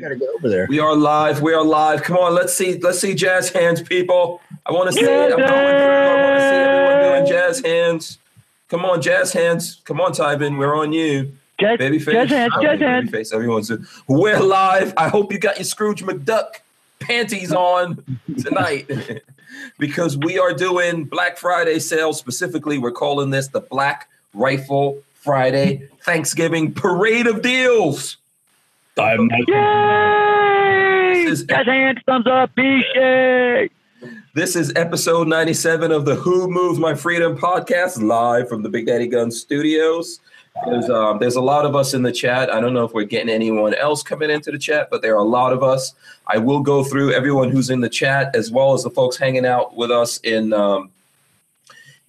gotta get over there. We are live. We are live. Come on, let's see. Let's see jazz hands, people. I want to see. Jazz it. I'm going through. I want to see everyone doing jazz hands. Come on, jazz hands. Come on, Tybin. We're on you. Jazz, Babyface. jazz hands, I don't jazz think hands. Babyface. Everyone's. We're live. I hope you got your Scrooge McDuck panties on tonight because we are doing Black Friday sales. Specifically, we're calling this the Black Rifle Friday Thanksgiving Parade of Deals. I'm not- Yay! This is- Jazz hands, thumbs up, B shake. This is episode 97 of the Who Moved My Freedom podcast, live from the Big Daddy Gun Studios. There's, um, there's a lot of us in the chat. I don't know if we're getting anyone else coming into the chat, but there are a lot of us. I will go through everyone who's in the chat, as well as the folks hanging out with us in um,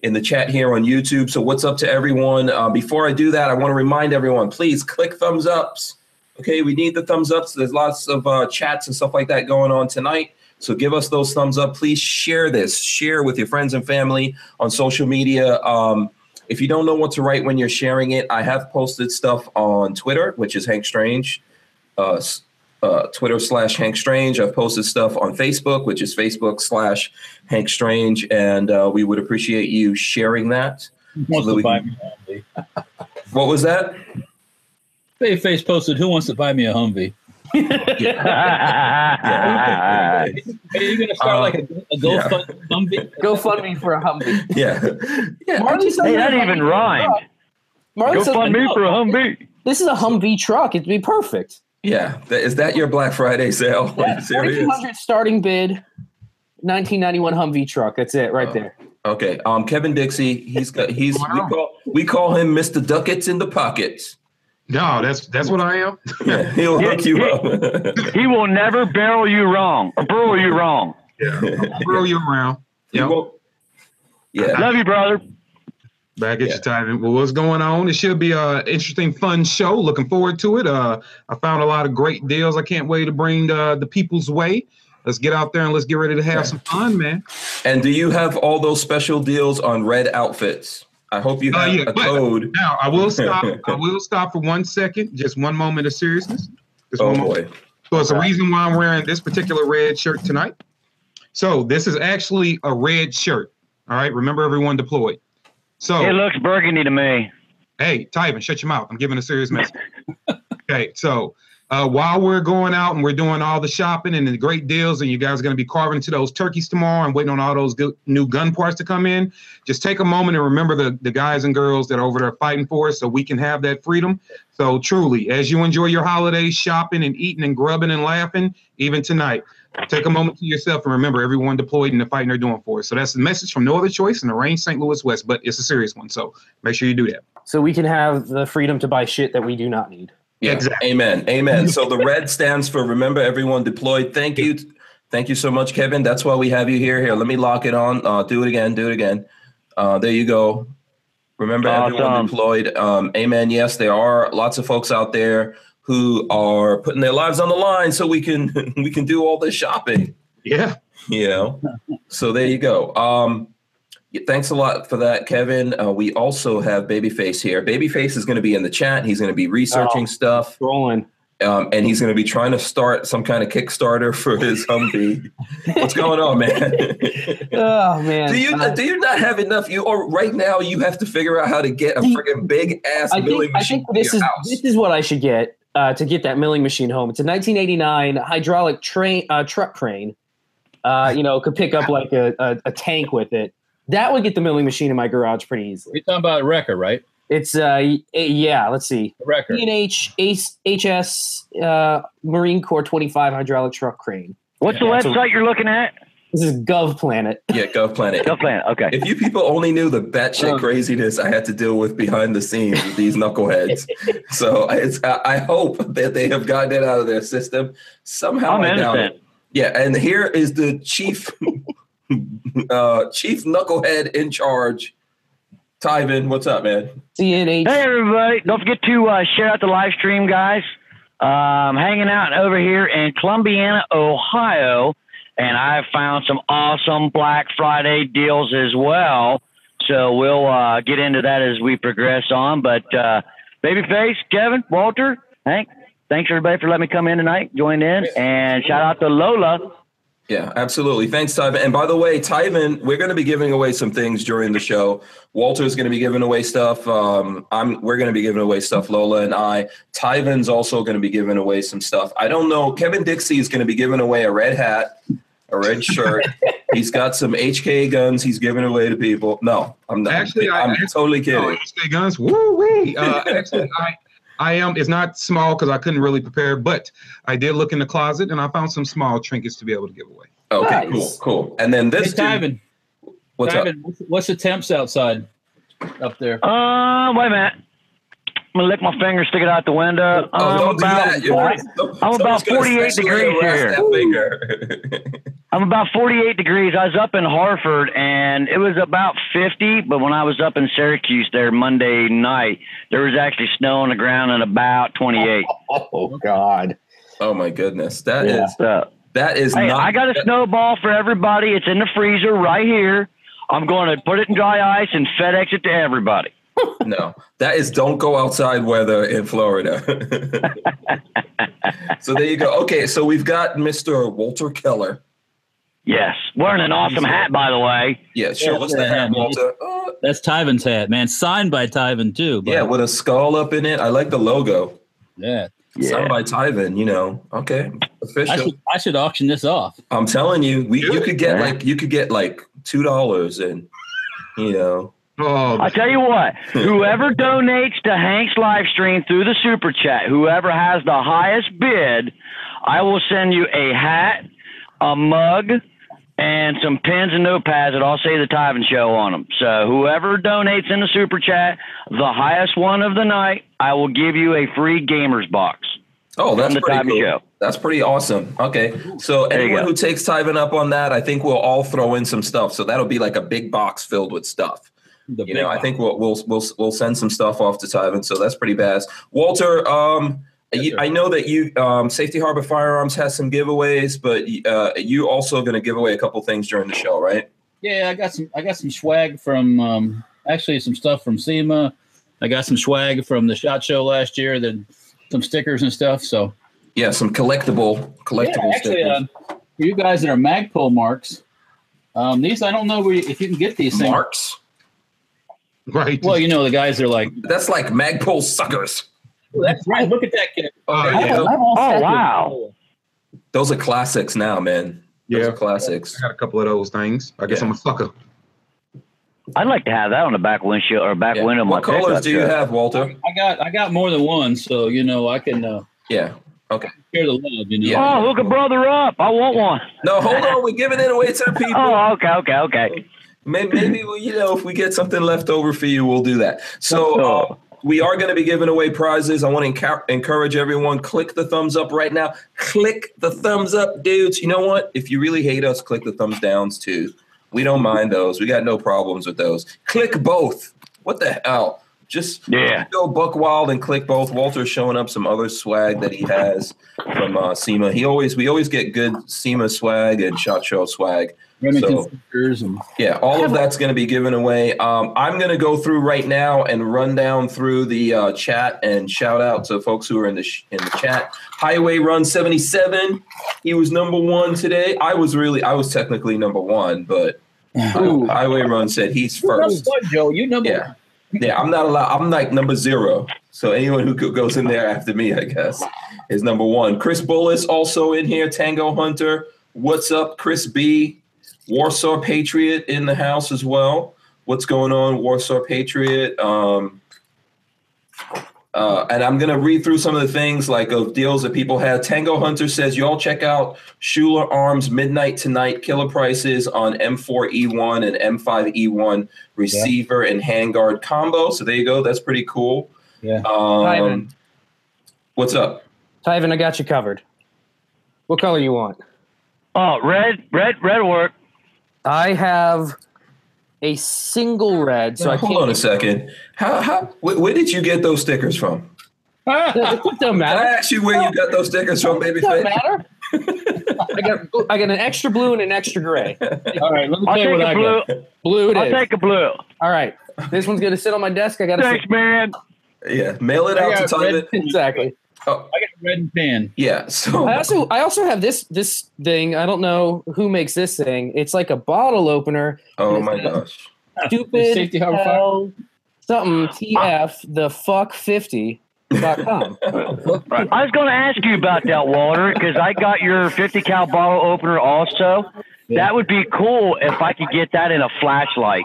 in the chat here on YouTube. So what's up to everyone? Uh, before I do that, I want to remind everyone: please click thumbs ups. Okay, we need the thumbs ups. There's lots of uh, chats and stuff like that going on tonight. So give us those thumbs up. Please share this. Share with your friends and family on social media. Um, if you don't know what to write when you're sharing it, I have posted stuff on Twitter, which is Hank Strange, uh, s- uh, Twitter slash Hank Strange. I've posted stuff on Facebook, which is Facebook slash Hank Strange, and uh, we would appreciate you sharing that. Who wants to buy me a Humvee? What was that? Babyface posted, "Who wants to buy me a Humvee?" Yeah. Are you gonna start Uh, like a, a GoFund Humvee? GoFundMe for a Humvee. Yeah, yeah. I Marley just- said Hey, that Humvee even truck. rhymed. Marley Go said, fund me no, for a Humvee. This is a Humvee truck. It'd be perfect. yeah. Th- Is that your Black Friday sale? Are you serious? 4200 starting bid, 1991 Humvee truck. That's it right Oh. there. Okay. Um, Kevin Dixie, he's got he's we call we call him Mr. Duckets in the pockets. No, that's that's what I am. Yeah, he'll Yeah, hook you yeah. up. He will never barrel you wrong or burrow you wrong. I'll throw you around. He Yeah. won't- Yeah. Love you, brother. Back at your time. Well, what's going on? It should be a interesting, fun show. Looking forward to it. Uh, I found a lot of great deals. I can't wait to bring uh, the, the people's way. Let's get out there and let's get ready to have some fun, man. And do you have all those special deals on red outfits? I hope you Oh, have yeah, a but- code. Now, I will stop. I will stop for one second. Just one moment of seriousness. Just Oh one moment. boy. So it's the reason why I'm wearing this particular red shirt tonight. So this is actually a red shirt. All right. Remember, everyone deployed. So Oh. It looks burgundy to me. Hey, Tyvin, shut your mouth. I'm giving a serious message. okay, so uh, while we're going out and we're doing all the shopping and the great deals, and you guys are going to be carving into those turkeys tomorrow and waiting on all those good, new gun parts to come in, just take a moment and remember the, the guys and girls that are over there fighting for us so we can have that freedom. So truly, as you enjoy your holidays shopping and eating and grubbing and laughing, even tonight, take a moment to yourself and remember everyone deployed and the fighting they're doing for us. So that's the message from No Other Choice and the Range St. Louis West, but it's a serious one. So make sure you do that. So we can have the freedom to buy shit that we do not need. Yeah. Exactly. Amen. Amen. So the red stands for remember everyone deployed. Thank you. Thank you so much, Kevin. That's why we have you here. Here, let me lock it on. Uh, do it again. Do it again. Uh, there you go. Remember everyone Awesome. deployed. Um, amen. Yes, there are lots of folks out there who are putting their lives on the line so we can we can do all this shopping Yeah. you know so there you go um yeah, thanks a lot for that kevin uh, we also have babyface here babyface is going to be in the chat he's going to be researching Oh. stuff Rolling. um, and he's going to be trying to start some kind of kickstarter for his humvee what's going on man Oh, man. Do you Uh, do you not have enough? You or right now you have to figure out how to get a Do you- freaking big ass I milling think, I machine think this to is your house. this is what I should get uh, to get that milling machine home. It's a 1989 hydraulic train uh, truck crane. Uh, you know, could pick up like a, a, a tank with it. That would get the milling machine in my garage pretty easily. You're talking about a wrecker, right? It's uh, y- yeah. Let's see. A wrecker. P&H Ace- HS uh, Marine Corps 25 hydraulic truck crane. What's Yeah, the so- website you're looking at? This is Gov Planet. yeah, Gov Planet. Go plan. Okay. If you people only knew the batshit Um, craziness I had to deal with behind the scenes with these knuckleheads. so it's, I I hope that they have gotten it out of their system somehow. I'm I doubt innocent. it. Yeah, and here is the chief, uh, chief knucklehead in charge, Tyvin. What's up, man? CNH. Hey, everybody. Don't forget to uh, share out the live stream, guys. Um, hanging out over here in Columbiana, Ohio, and I found some awesome Black Friday deals as well. So we'll uh, get into that as we progress on. But uh, Babyface, Kevin, Walter, Hank, thanks everybody for letting me come in tonight, join in, and shout out to Lola. Yeah, absolutely. Thanks, Tyvin. And by the way, Tyvin, we're going to be giving away some things during the show. Walter's going to be giving away stuff. Um, I'm we're going to be giving away stuff. Lola and I. Tyvin's also going to be giving away some stuff. I don't know. Kevin Dixie is going to be giving away a red hat, a red shirt. He's got some HK guns. He's giving away to people. No, I'm not. Actually, I- I'm totally kidding. Oh, HK guns. Woo wee. Uh, actually, I, I am. It's not small because I couldn't really prepare, but I did look in the closet and I found some small trinkets to be able to give away. Okay, Nice. cool, cool. And then Hey, this dude, Tyvin, what's up? Tyvin, what's- what's the temps outside up there? Uh, wait a minute. I'm gonna lick my finger, stick it out the window. Um, Oh, I'm don't do about that. You're- 40 someone's about gonna 48 sexually degrees harass here. that finger. I'm about 48 degrees. I was up in Hartford and it was about 50, but when I was up in Syracuse there Monday night, there was actually snow on the ground and about 28. Oh God. Oh my goodness, that is Yeah. So, that is hey, not. I got a snowball for everybody. It's in the freezer right here. I'm going to put it in dry ice and FedEx it to everybody. no, that is don't go outside weather in Florida. so there you go. Okay, so we've got Mr. Walter Keller. Yes. Wearing an awesome hat, by the way. Yeah, sure. Yeah, What's that hat, yeah. Walter? Uh, That's Tyvin's hat, man. Signed by Tyvin too. but- yeah, with a skull up in it. I like the logo. yeah. Signed Yeah. by Tyvin. You know, okay, I official. should I should auction this off. I'm telling you, we you could get Yeah. like you could get like two dollars and you know. Oh, I tell you what, whoever donates to Hank's live stream through the super chat, whoever has the highest bid, I will send you a hat, a mug, and some pens and notepads that all say the Tyven Show on them. So whoever donates in the super chat, the highest one of the night, I will give you a free gamers box. Oh, that's the pretty Tyven cool. Show. That's pretty awesome. Okay, so you anyone go. who takes Tyvin up on that, I think we'll all throw in some stuff. So that'll be like a big box filled with stuff. The big You know, I box. think we'll we'll we'll we'll send some stuff off to Tyvin. So that's pretty badass. Walter, um, Yes, you- sir. I know that you um, Safety Harbor Firearms has some giveaways, but uh, you also going to give away a couple things during the show, right? Yeah, I got some. I got some swag from um, actually some stuff from SEMA. I got some swag from the shot show last year. Then some stickers and stuff. So Yeah, some collectible collectible yeah, actually, stickers. uh, for you guys that are Magpul marks, um, these I don't know where you, if you can get these things. Marks. right. Well, you know the guys are like, That's like Magpul suckers. "Oh, that's right. Look at that kid. Oh, I I have, I have all Oh, set wow. Those are classics now, man. Those Yeah. are classics. I got a couple of those things. I guess Yeah. I'm a sucker. I'd like to have that on the back windshield or back Yeah. window of my What colors pickup do you truck. have, Walter? I got I got more than one, so you know I can uh, Yeah. share the love. You know, Yeah. Oh, hook a brother up. I want one. No, hold on. We're giving it away to the people. Oh, okay, okay, okay. May- Maybe we, you know, if we get something left over for you, we'll do that. So uh, we are going to be giving away prizes. I want to encour- encourage everyone. Click the thumbs up right now. Click the thumbs up, dudes. You know what? If you really hate us, click the thumbs downs too. We don't mind those. We got no problems with those. Click both. What the hell? Just Yeah. go buck wild and click both. Walter's showing up some other swag that he has from uh, SEMA. He always we always get good SEMA swag and shot show swag. Remington So- stickers and Yeah, all of that's going to be given away. Um, I'm going to go through right now and run down through the uh, chat and shout out to folks who are in the sh- in the chat. Highway Run 77, he was number one today. I was really, I was technically number one, but Ooh. Highway Run said he's uh, first. Number one, Joe, you number Yeah. one. Yeah, I'm not allowed. I'm like number zero. So anyone who go- goes in there after me, I guess, is number one. Chris Bullis also in here. Tango Hunter. What's up, Chris B? Warsaw Patriot in the house as well. What's going on, Warsaw Patriot? Um, uh, and I'm gonna read through some of the things like of deals that people had. Tango Hunter says, "Y'all check out Schuler Arms Midnight Tonight Killer Prices on M4E1 and M5E1 receiver and handguard combo." So there you go. That's pretty cool. Yeah. Um, Diamond. what's up? Tyvin, I got you covered. What color you want? Oh, red, red, red work. I have a single red, so I Hold on a can't. second. How, how where, where did you get those stickers from? it doesn't Can matter. I ask you where you got those stickers from, It baby? doesn't matter. I got I got an extra blue and an extra gray. All right, let me I'll tell you take what I a blue. got. Blue it I'll is. take a blue. All right, this one's gonna sit on my desk. I got to Thanks, man. Yeah, mail it out I to got red Tyvin. exactly. Oh, I got red and tan. yeah. So Oh, I also I also have this this thing. I don't know who makes this thing. It's like a bottle opener. oh my gosh. Stupid Safety harbor fire. hell, something TF the fuck fifty dot com. I was going to ask you about that, Walter, because I got your 50 cal bottle opener also. Yeah. That would be cool if I could get that in a flashlight.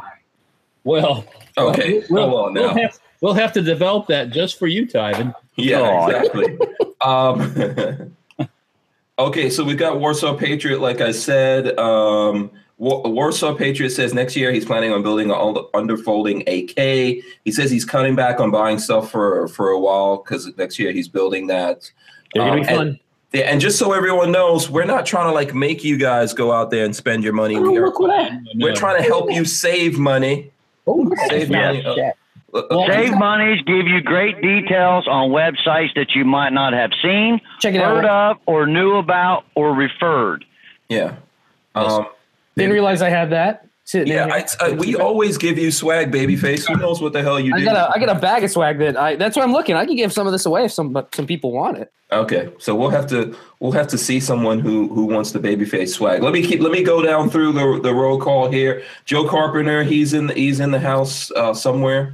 Well, Okay. we'll, Come on we'll Oh, now. have, we'll have to develop that just for you, Tyven. Yeah, God. exactly. um, okay, so we got Warsaw Patriot, like I said. Um, Wa- Warsaw Patriot says next year he's planning on building an ald- underfolding AK. He says he's cutting back on buying stuff for for a while because next year he's building that. They're gonna be Um, fun. and- Yeah, and just so everyone knows, we're not trying to like make you guys go out there and spend your money. We are, we're trying to help you save money. oh, Save Yeah. money. Uh, uh, uh, Save monies, give you great details on websites that you might not have seen, check it heard out. of, or knew about, or referred. yeah. Um, Didn't realize I had that. Sitting in Yeah, here. I, I, we always give you swag, babyface. Who knows what the hell you I do? got a I got a bag of swag that I. That's what I'm looking. I can give some of this away if some but some people want it. okay, so we'll have to we'll have to see someone who who wants the babyface swag. Let me keep let me go down through the the roll call here. Joe Carpenter, he's in the, he's in the house uh, somewhere.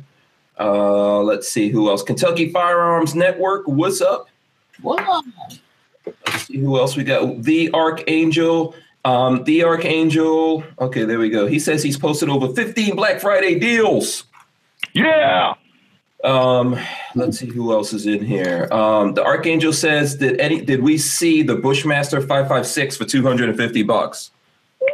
Uh, let's see who else. Kentucky Firearms Network, what's up? Let's see who else we got. The Archangel. Um, the Archangel. Okay, there we go. He says he's posted over 15 Black Friday deals. Yeah. Um, let's see who else is in here. Um, the Archangel says, "Did any? Did we see the Bushmaster five five six for two hundred and fifty bucks?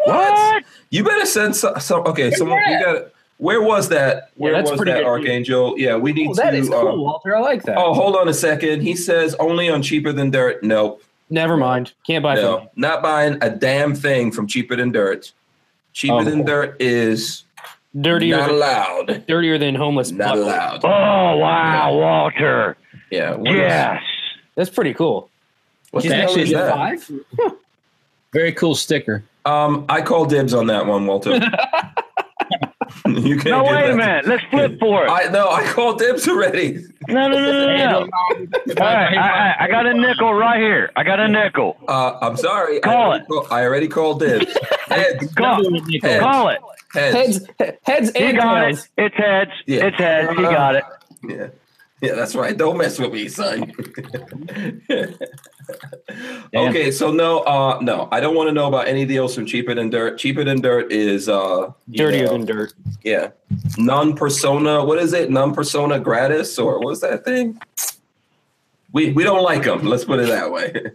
What? You better send some. some okay, someone you got. Where was that? Where that's was pretty that good. Archangel? Yeah, we need Oh, that to. is um, cool, Walter. I like that. oh, hold on a second. He says only on cheaper than dirt. No, Never mind. Can't buy from no, not buying a damn thing from cheaper than dirt. Cheaper Oh. than dirt is them. dirtier not than, allowed. dirtier than homeless. Not fuck. allowed. Oh, wow, Walter. Yeah. what is- Yes. That's pretty cool. What She's the hell actually is the that? Five. Very cool sticker. Um, I call dibs on that one, Walter. you can't. No, do wait that. a minute. Let's flip for it. I no, I called dibs already. No, no, no, no, no. All right, I, I, I got a nickel right here. I got a nickel. Uh, I'm sorry. I Call already call- I already called dibs. heads, Call, Heads. call it. heads. Heads, he- heads, He and got tails. it. It's heads. Yeah. It's heads. He got it. Yeah, yeah, that's right. Don't mess with me, son. okay, so no, uh, no, I don't want to know about any deals from cheaper than dirt. Cheaper than dirt is uh, you Dirtier know, than dirt. yeah, non persona. What is it? Non persona gratis or what's that thing? We we don't like them. Let's put it that way.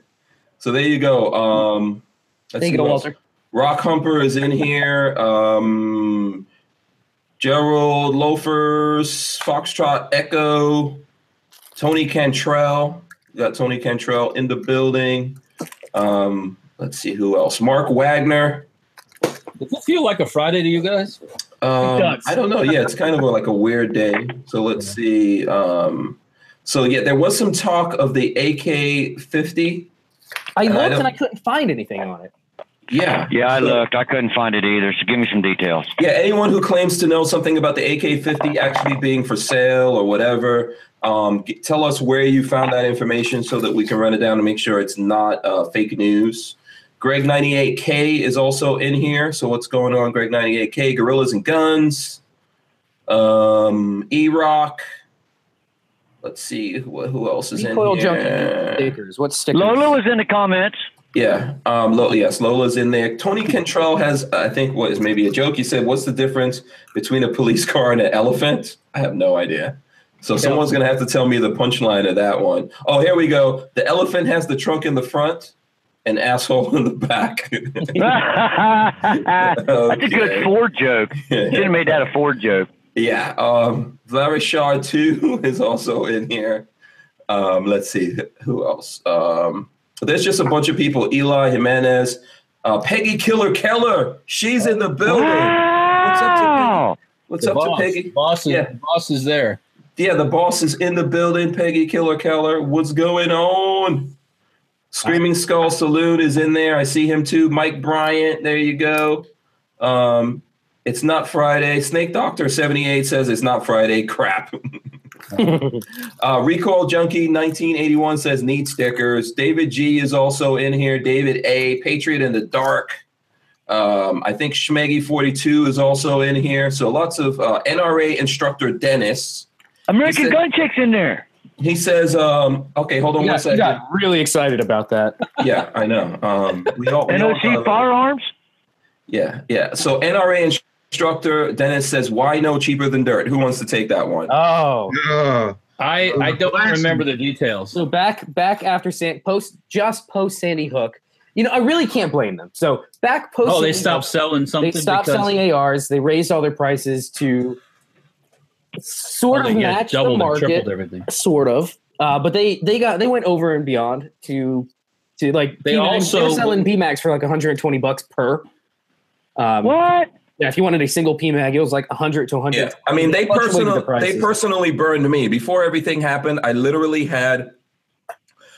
So there you go. Um, let's There you see go, what else. Walter. Rock Humper is in here. Um, Gerald Loafers, Foxtrot Echo, Tony Cantrell. We got Tony Cantrell in the building. Um, let's see who else. Mark Wagner. Does it feel like a Friday to you guys? Um, does. I don't know. Yeah, it's kind of a, like a weird day. So let's see. Um, so yeah, there was some talk of the AK fifty. I And I looked don't- and I couldn't find anything on it. Yeah, Yeah, I So- looked. I couldn't find it either. So give me some details. Yeah, anyone who claims to know something about the AK fifty actually being for sale or whatever, um, g- tell us where you found that information so that we can run it down and make sure it's not uh, fake news. Greg ninety eight K is also in here. So what's going on, Greg ninety eight K? Gorillas and guns. Um, E Rock. Let's see who, who else is in Recoil here. junkie stickers. What stickers? Lola was in the comments. Yeah. Um, Lo- yes, Lola's in there. Tony Cantrell has, I think, what is maybe a joke. He said, What's the difference between a police car and an elephant? I have no idea. So someone's going to have to tell me the punchline of that one. Oh, here we go. The elephant has the trunk in the front and asshole in the back. That's a Okay. good Ford joke. Should have made that a Ford joke. Yeah. Um, Varishar 2 is also in here. Um, let's see who else. Um, there's just a bunch of people Eli Jimenez, uh, Peggy Killer Keller. She's in the building. up to me? Wow. What's The up boss, to Peggy? boss, is, Yeah. boss is there. Yeah, the boss is in the building. Peggy Killer Keller. What's going on? Screaming Skull Saloon is in there. I see him too. Mike Bryant. There you go. Um, it's not Friday. Snake Doctor 78 says it's not Friday. Crap. Uh, Recoil Junkie 1981 says need stickers. David G is also in here. David A, Patriot in the Dark. Um, I think Schmeggy 42 is also in here. So lots of uh, NRA instructor Dennis. American He said- Gun Chick's in there. He says, um, okay, hold on You one got, you second. got really excited about that. Yeah, I know. Um, we all, we all NOC have- Firearms. Yeah, yeah. So NRA instructor Dennis says, why no cheaper than dirt? Who wants to take that one? Oh, Uh, I I don't remember the details. so back back after San, post just post Sandy Hook. You know, I really can't blame them. So back post. Oh, they Sandy stopped Hook, selling something. They stopped because- selling ARs. They raised all their prices to Oh, sort they, of yeah, match the doubled and tripled market, everything. sort of. Uh, but they they got they went over and beyond to to like They also- they're selling PMax for like 120 bucks per. Um, What? Yeah, if you wanted a single PMag, it was like 100 to 100. Yeah, I mean they Fluctuated the personal, they prices. personally burned me before everything happened. I literally had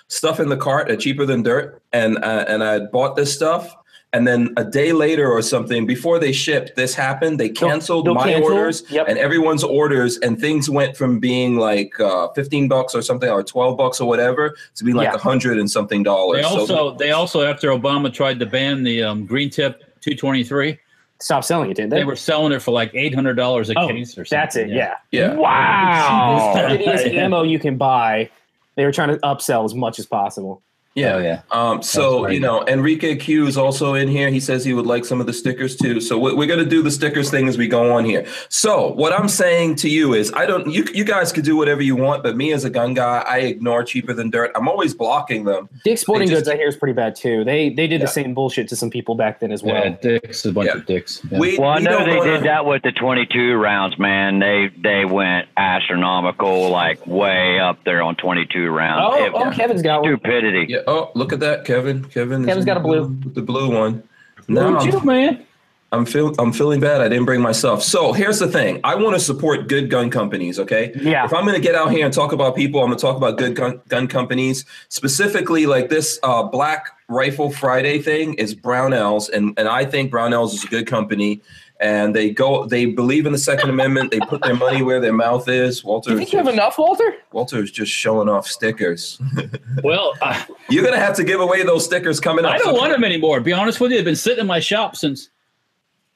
stuff in the cart at cheaper than dirt, and uh, and I had bought this stuff, and then a day later or something before they shipped, this happened. They canceled they'll my cancel. orders Yep. and everyone's orders, and things went from being like uh, fifteen bucks or something, or twelve bucks or whatever, to being like a Yeah. hundred and something dollars. They also they also after Obama tried to ban the um, green tip 223, Stop selling it, didn't they? they were selling it for like eight hundred dollars a Oh, case or something. That's it. Yeah. yeah, Wow. It is Yeah. ammo you can buy. They were trying to upsell as much as possible. yeah. Oh, yeah. Um, so right. you know, Enrique Q is also in here. He says he would like some of the stickers too. So we- we're going to do the stickers thing as we go on here. So what I'm saying to you is, I don't. You you guys could do whatever you want, but me as a gun guy, I ignore cheaper than dirt. I'm always blocking them. Dick's Sporting They just- Goods, I hear, is pretty bad too. They they did Yeah. the same bullshit to some people back then as well. Yeah, dicks, a bunch Yeah. of dicks. Yeah. We, Well, I we know don't they wanna- did that with the 22 rounds, man. They they went astronomical, like way up there on 22 rounds. Oh, It oh, was Kevin's got one. stupidity. Yeah. Oh, look at that, Kevin. Kevin. is Kevin's in got a blue. with The blue one. Now Look at you, I'm, man. I'm, feel, I'm feeling bad. I didn't bring my stuff. So here's the thing. I want to support good gun companies. Okay. Yeah. If I'm going to get out here and talk about people, I'm going to talk about good gun, gun companies. Specifically, like this uh, Black Rifle Friday thing is Brownells, and and I think Brownells is a good company. And they go, they believe in the Second Amendment. They put their money where their mouth is. Walter, Do you is think you have just- enough, Walter? Walter is just showing off stickers. Well, I, You're gonna have to give away those stickers coming up. I So- don't want them anymore. to Be honest with you, they've been sitting in my shop since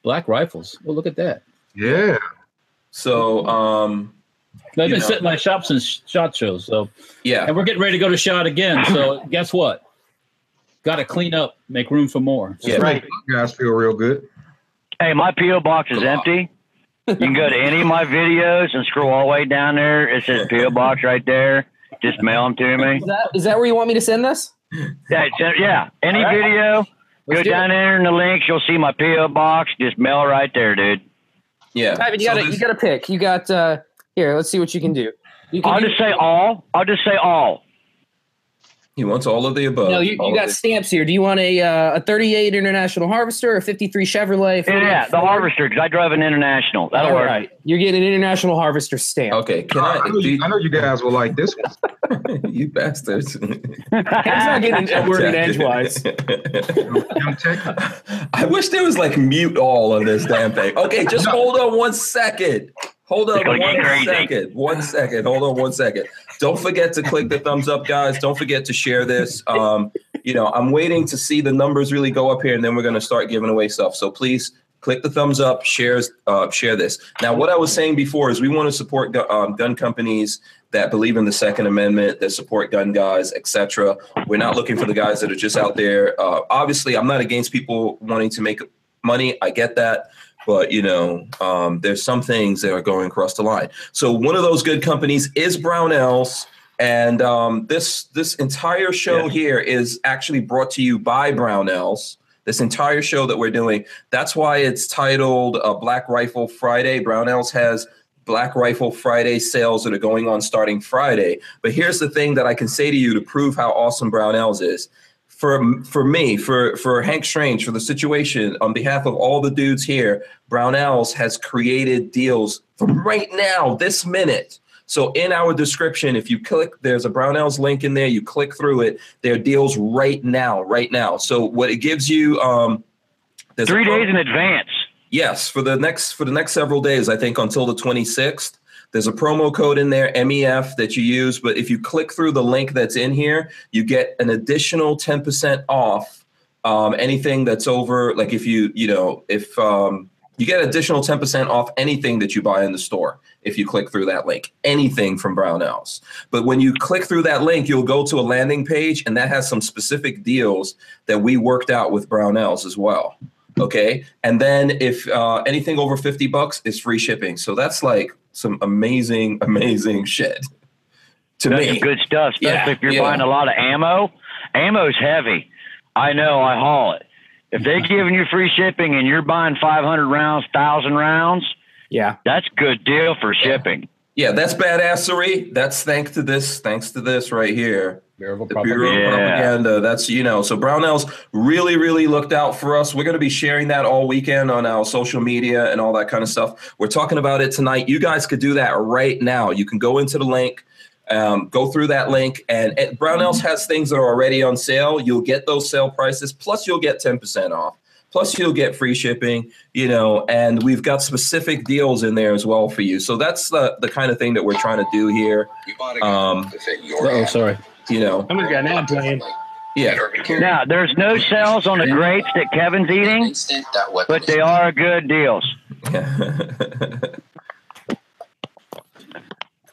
Black Rifles. Well, look at that. yeah. So, um, They've You been know. sitting in my shop since Shot Show. So, yeah, and we're getting ready to go to Shot again. So, guess what? Got to clean up, make room for more. yeah. Right. You guys feel real good. Hey, my PO box is Come on. empty. You can go to any of my videos and scroll all the way down there. It says PO box right there. Just mail them to me. Is that is that where you want me to send this? Yeah, it's- uh, yeah. any All right. video, Let's go do down there in the links. You'll see my PO box. Just mail right there, dude. yeah. Ivan, you So got to there's- you got to pick. You got uh here. Let's see what you can do. You can I'll do- just say all. I'll just say all. He wants all of the above. No, you, All you of got the- stamps here. Do you want a uh, a 38 International Harvester, a 53 Chevrolet? Yeah, yeah, the harvester, 'cause I drive an international. That'll All work. right, you're getting an International Harvester stamp. Okay, can I, I? know you, I do- know you guys will like this one. you bastards. Ken's not getting a word in edgewise. I'm taking- I wish there was like mute all on this damn thing. Okay, just hold on one second. Hold on It's gonna one get second. crazy. One second. Hold on one second. Don't forget to click the thumbs up, guys. Don't forget to share this. Um, you know, I'm waiting to see the numbers really go up here, and then we're gonna start giving away stuff. So please click the thumbs up, shares, uh, share this. Now, what I was saying before is we want to support gu- um, gun companies that believe in the Second Amendment, that support gun guys, etc. We're not looking for the guys that are just out there. Uh, obviously, I'm not against people wanting to make money. I get that. But you know, um, there's some things that are going across the line. So one of those good companies is Brownells, and um, this this entire show here is actually brought to you by Brownells. This entire show that we're doing, that's why it's titled uh, Black Rifle Friday. Brownells has Black Rifle Friday sales that are going on starting Friday. But here's the thing that I can say to you to prove how awesome Brownells is. For for me, for for Hank Strange, for the situation, on behalf of all the dudes here, Brownells has created deals from right now, this minute. So in our description, if you click, there's a Brownells link in there. You click through it. There are deals right now, right now. So what it gives you, um, there's a Three pro- days in advance. Yes, for the next for the next several days, I think until the 26th, There's a promo code in there, MEF, that you use. But if you click through the link that's in here, you get an additional 10% off um, anything that's over. Like if you, you know, if um, you get additional 10% off anything that you buy in the store if you click through that link, anything from Brownells. But when you click through that link, you'll go to a landing page, and that has some specific deals that we worked out with Brownells as well. Okay, and then if uh, anything over fifty bucks is free shipping. So that's like some amazing, amazing shit. To That's me, some good stuff, especially Yeah, if you're yeah. buying a lot of ammo. Ammo's heavy. I know. I haul it. If they're giving you free shipping and you're buying 500 rounds, thousand rounds, Yeah. that's good deal for shipping. yeah, that's badassery. That's thanks to this, thanks to this right here. Bureau of the Bureau Propaganda. of Yeah. Propaganda. That's you know. So Brownells really, really looked out for us. We're going to be sharing that all weekend on our social media and all that kind of stuff. We're talking about it tonight. You guys could do that right now. You can go into the link. Um, go through that link, and it, Brownells has things that are already on sale. You'll get those sale prices, plus you'll get ten percent off, plus you'll get free shipping. You know, and we've got specific deals in there as well for you. So that's the the kind of thing that we're trying to do here. Um, Oh, sorry. you know, Somebody's got an ad playing. yeah. Now, there's no sales on the grapes that Kevin's eating, but they are good deals.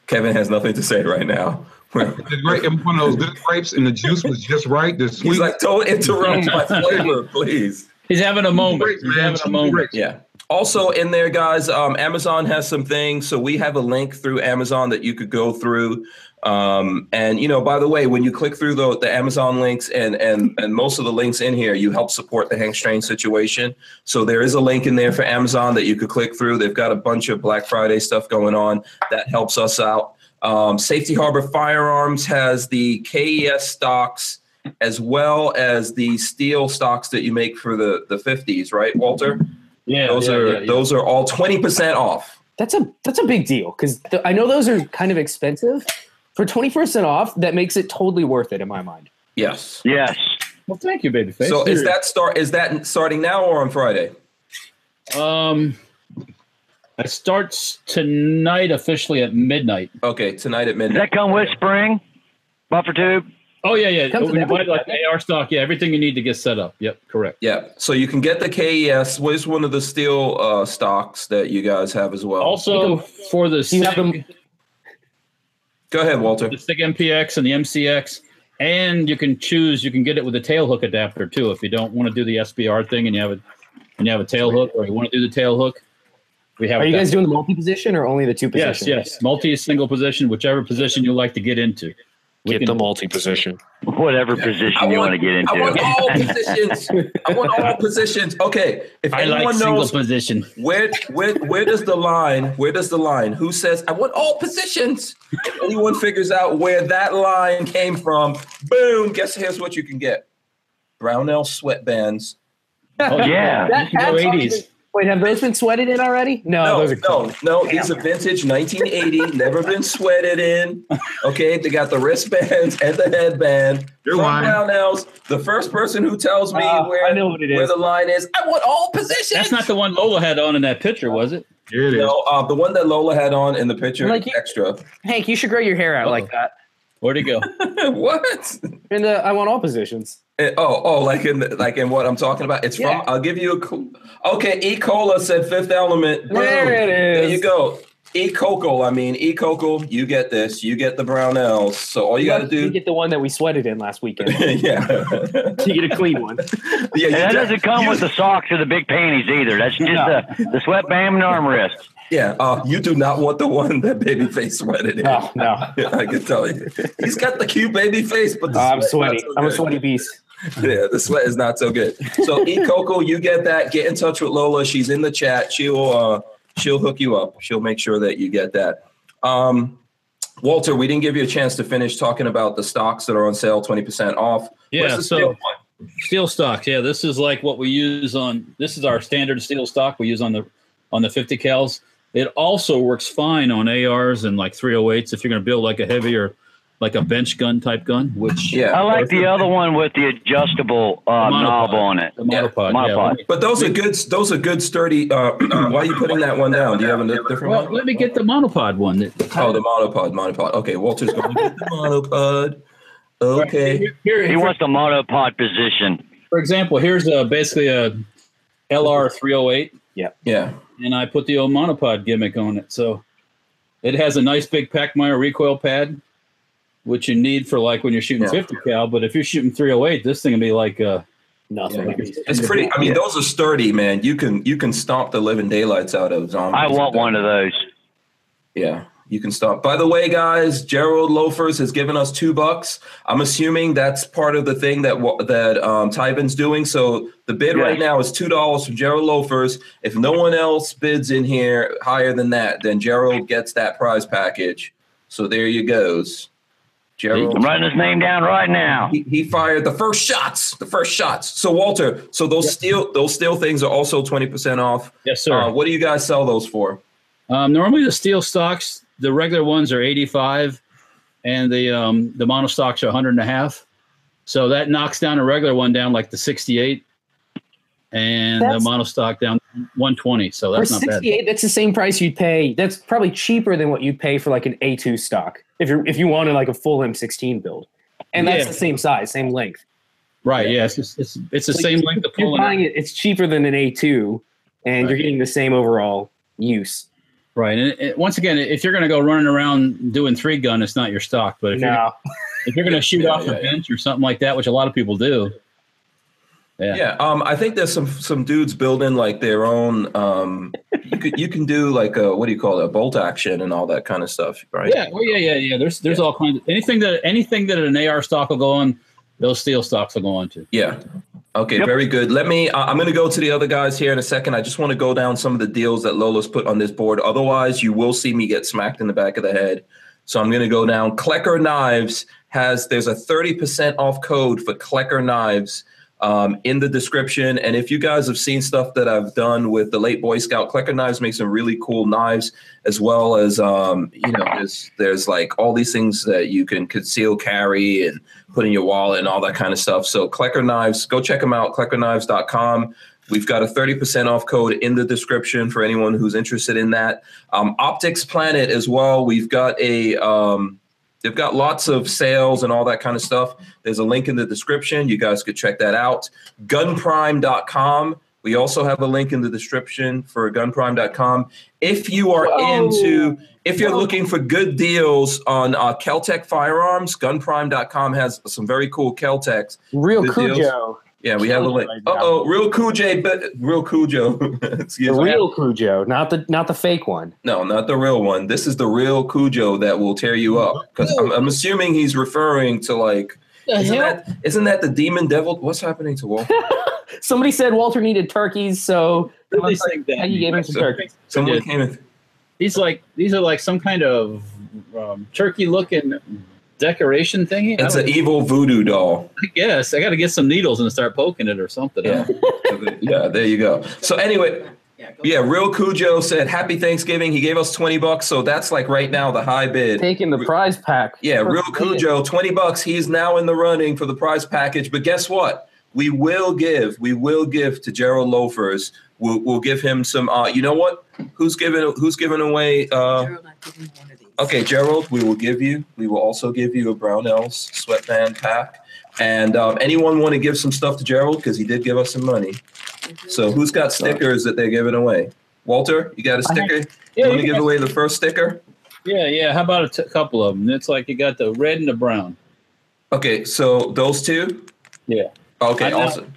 Kevin has nothing to say right now. The grape, it was one of those good grapes, and the juice was just right. The sweet He's like, don't interrupt my flavor, please. He's having a moment. grapes, He's man. having a Sweet moment. grapes. Yeah. Also in there, guys, um, Amazon has some things. So we have a link through Amazon that you could go through. Um, and you know, by the way, when you click through the, the Amazon links and and and most of the links in here, you help support the Hank Strain situation. So there is a link in there for Amazon that you could click through. They've got a bunch of Black Friday stuff going on that helps us out. Um, Safety Harbor Firearms has the KES stocks as well as the steel stocks that you make for the the 50s, right, Walter? Yeah, those yeah, are yeah, yeah. those are all 20% off That's a that's a big deal because th- I know those are kind of expensive. For twenty percent off, that makes it totally worth it in my mind. yes Yes. Well, thank you, babyface. so is Seriously. that start is that starting now or on friday Um, it starts tonight officially at midnight. okay tonight at Does midnight that come with spring? Buffer tube? Oh yeah, yeah. Comes We with buy, like AR stock. Yeah, everything you need to get set up. Yep, correct. yeah so you can get the kes what is one of the steel uh, stocks that you guys have as well Also for the Do you have SIG, them? go ahead walter the SIG MPX and the MCX, and you can choose. You can get it with a tail hook adapter too if you don't want to do the SBR thing and you have a and you have a tail hook, or you want to do the tail hook. We have. Are you that. guys doing the multi position or only the two Yes, position? yes. Multi single position, whichever position you like to get into. We Get can- the multi position. Whatever I position you want- want to get i want into. all positions i want all positions okay if I anyone like single knows position. where where where does the line where does the line who says i want all positions if anyone figures out where that line came from boom guess here's what you can get brownell sweatbands Oh, Yeah. You can go That's 80s. Wait, have those been sweated in already? No, no Oh, those are no no these are vintage 1980 never been sweated in okay they got the wristbands and the headband You're from lying. brownells the first person who tells me Ah, where I know what it where is. the line is i want all positions That's not the one Lola had on in that picture, was it? Here it is. no, uh, the one that Lola had on in the picture, Like you- extra. Hank, you should grow your hair out Uh-oh. like that. Where'd he go? what? And uh, I want all positions. Eh, oh, oh, like in the, like in what I'm talking about. It's Yeah. from. I'll give you a. cl- Okay, E. Cola said Fifth Element. Boom. There it There is. you go. E. Coco. I mean, E. Coco. You get this. You get the Brownells. So all you got to You do. get the one that we sweated in last weekend. yeah. you get a clean one. yeah. You And that doesn't come you- with the socks or the big panties either. That's just the, the sweatband and armrest. Yeah. Uh, you do not want the one that babyface sweated in. Oh, No, no. Yeah, I can tell you. He's got the cute baby face, but the I'm sweat's not sweaty. so I'm a good. sweaty beast. yeah, the sweat is not so good. So E Coco, you get that. Get in touch with Lola. She's in the chat. She'll uh she'll hook you up. She'll make sure that you get that. Um Walter, we didn't give you a chance to finish talking about the stocks that are on sale, 20% off. Where's Yeah, the so sale one? steel stocks. Yeah, this is like what we use on this is our standard steel stock we use on the on the 50 cals. It also works fine on ARs and like 308s if you're going to build like a heavy or like a bench gun type gun, which Yeah. I like the other one with the adjustable uh, The monopod. knob on it. the monopod. yeah. Monopod. But those are good. Those are good, sturdy. Uh, why are you putting that one down? Do you have a different Well, one? let me get the monopod one. that- Oh, the monopod, monopod. Okay, Walter's going to the monopod. Okay. Here, He wants the monopod position. for example, here's a, basically a LR 308, Yeah. and I put the old monopod gimmick on it. So it has a nice big Packmeyer recoil pad, which you need for like when you're shooting Yeah. 50 cal. But if you're shooting 308, this thing would be like uh, Nothing. Yeah. It's pretty. I mean, those are sturdy, man. You can you can stomp the living daylights out of zombies. I want one of those. Yeah, you can stomp. By the way, guys, Gerald Loafers has given us two bucks. I'm assuming that's part of the thing that wa- that um, Tyben's doing. So the bid Yes. right now is two dollars from Gerald Loafers. If no one else bids in here higher than that, then Gerald gets that prize package. So there you goes, Gerald. I'm writing his name down right now. He, he fired the first shots. The first shots. So Walter, so those steel those steel things are also twenty percent off. yes, sir. Uh, what do you guys sell those for? Um, normally the steel stocks, the regular ones are 85 and the um, the mono stocks are 100 and a half. So that knocks down a regular one down like the 68 and That's- the mono stock down 120. So For that's not bad. 68, that's the same price you'd pay. That's probably cheaper than what you'd pay for like an A2 stock if you are if you wanted like a full M16 build, and that's Yeah. the same size, same length. Right. Yeah. It's, just, it's, it's the Like, same length of You're pulling. buying it; it's cheaper than an A2, and you're Right. getting the same overall use. Right. And it, it- once again, if you're going to go running around doing three gun, it's not your stock. But if you're, No, if you're going to shoot Yeah, off yeah, a yeah. bench or something like that, which a lot of people do, Yeah. Yeah, um, I think there's some some dudes building like their own. Um, you could you can do like a what do you call it, a bolt action and all that kind of stuff, right? Yeah, well, yeah, yeah, yeah. There's there's all kinds of anything that anything that an AR stock will go on, those steel stocks will go on to. Yeah. Okay, Yep. very good. Let me. I I'm going to go to the other guys here in a second. I just want to go down some of the deals that Lolo's put on this board. Otherwise, you will see me get smacked in the back of the head. So I'm going to go down. Klecker Knives has there's a 30% off code for Klecker Knives um, in the description. And if you guys have seen stuff that I've done with the late Boy Scout, Klecker Knives makes some really cool knives, as well as um, you know there's there's like all these things that you can conceal carry and put in your wallet and all that kind of stuff. So Klecker Knives, go check them out, kleckerknives.com. We've got a 30% off code in the description for anyone who's interested in that. Um, Optics Planet as well. We've got a um, they've got lots of sales and all that kind of stuff. There's a link in the description. You guys could check that out. Gunprime.com. We also have a link in the description for gunprime.com. If you are Whoa. into if you're looking for good deals on uh, Keltec firearms, gunprime.com has some very cool Keltecs. real The deals- Cujo, Yeah, we have a link. Uh oh, real Cujo, but real Cujo. Excuse the me. real Cujo, not the not the fake one. No, not the real one. This is the real Cujo that will tear you up. Because I'm, I'm assuming he's referring to like, isn't that, isn't that the demon devil? What's happening to Wolf? Somebody said Walter needed turkeys, so They think that- he gave him some turkeys. Someone Yeah. came in. These like these are like some kind of um, turkey looking decoration thingy. It's I, an don't- evil voodoo doll. I guess I got to get some needles and start poking it or something. Yeah. yeah, there you go. So anyway, yeah, real Cujo said happy Thanksgiving. He gave us 20 bucks, so that's like right now the high bid. Taking the prize pack. Yeah, real First bid. Cujo, 20 bucks. He's now in the running for the prize package, but guess what? We will give, we will give to Gerald Loafers. We'll, we'll give him some uh you know what? Who's giving who's giving away uh Gerald, I'm giving you one of these. Okay, Gerald, we will give you. We will also give you a Brownells sweatband pack. And um, anyone want to give some stuff to Gerald because he did give us some money. uh, So who's got stickers that they're giving away? Walter, you got a sticker? You Yeah, want to yeah, give away the first sticker? yeah, yeah. How about a t- couple of them? It's like you got the red and the brown. Okay, so those two. Yeah. Okay, I'm out. awesome.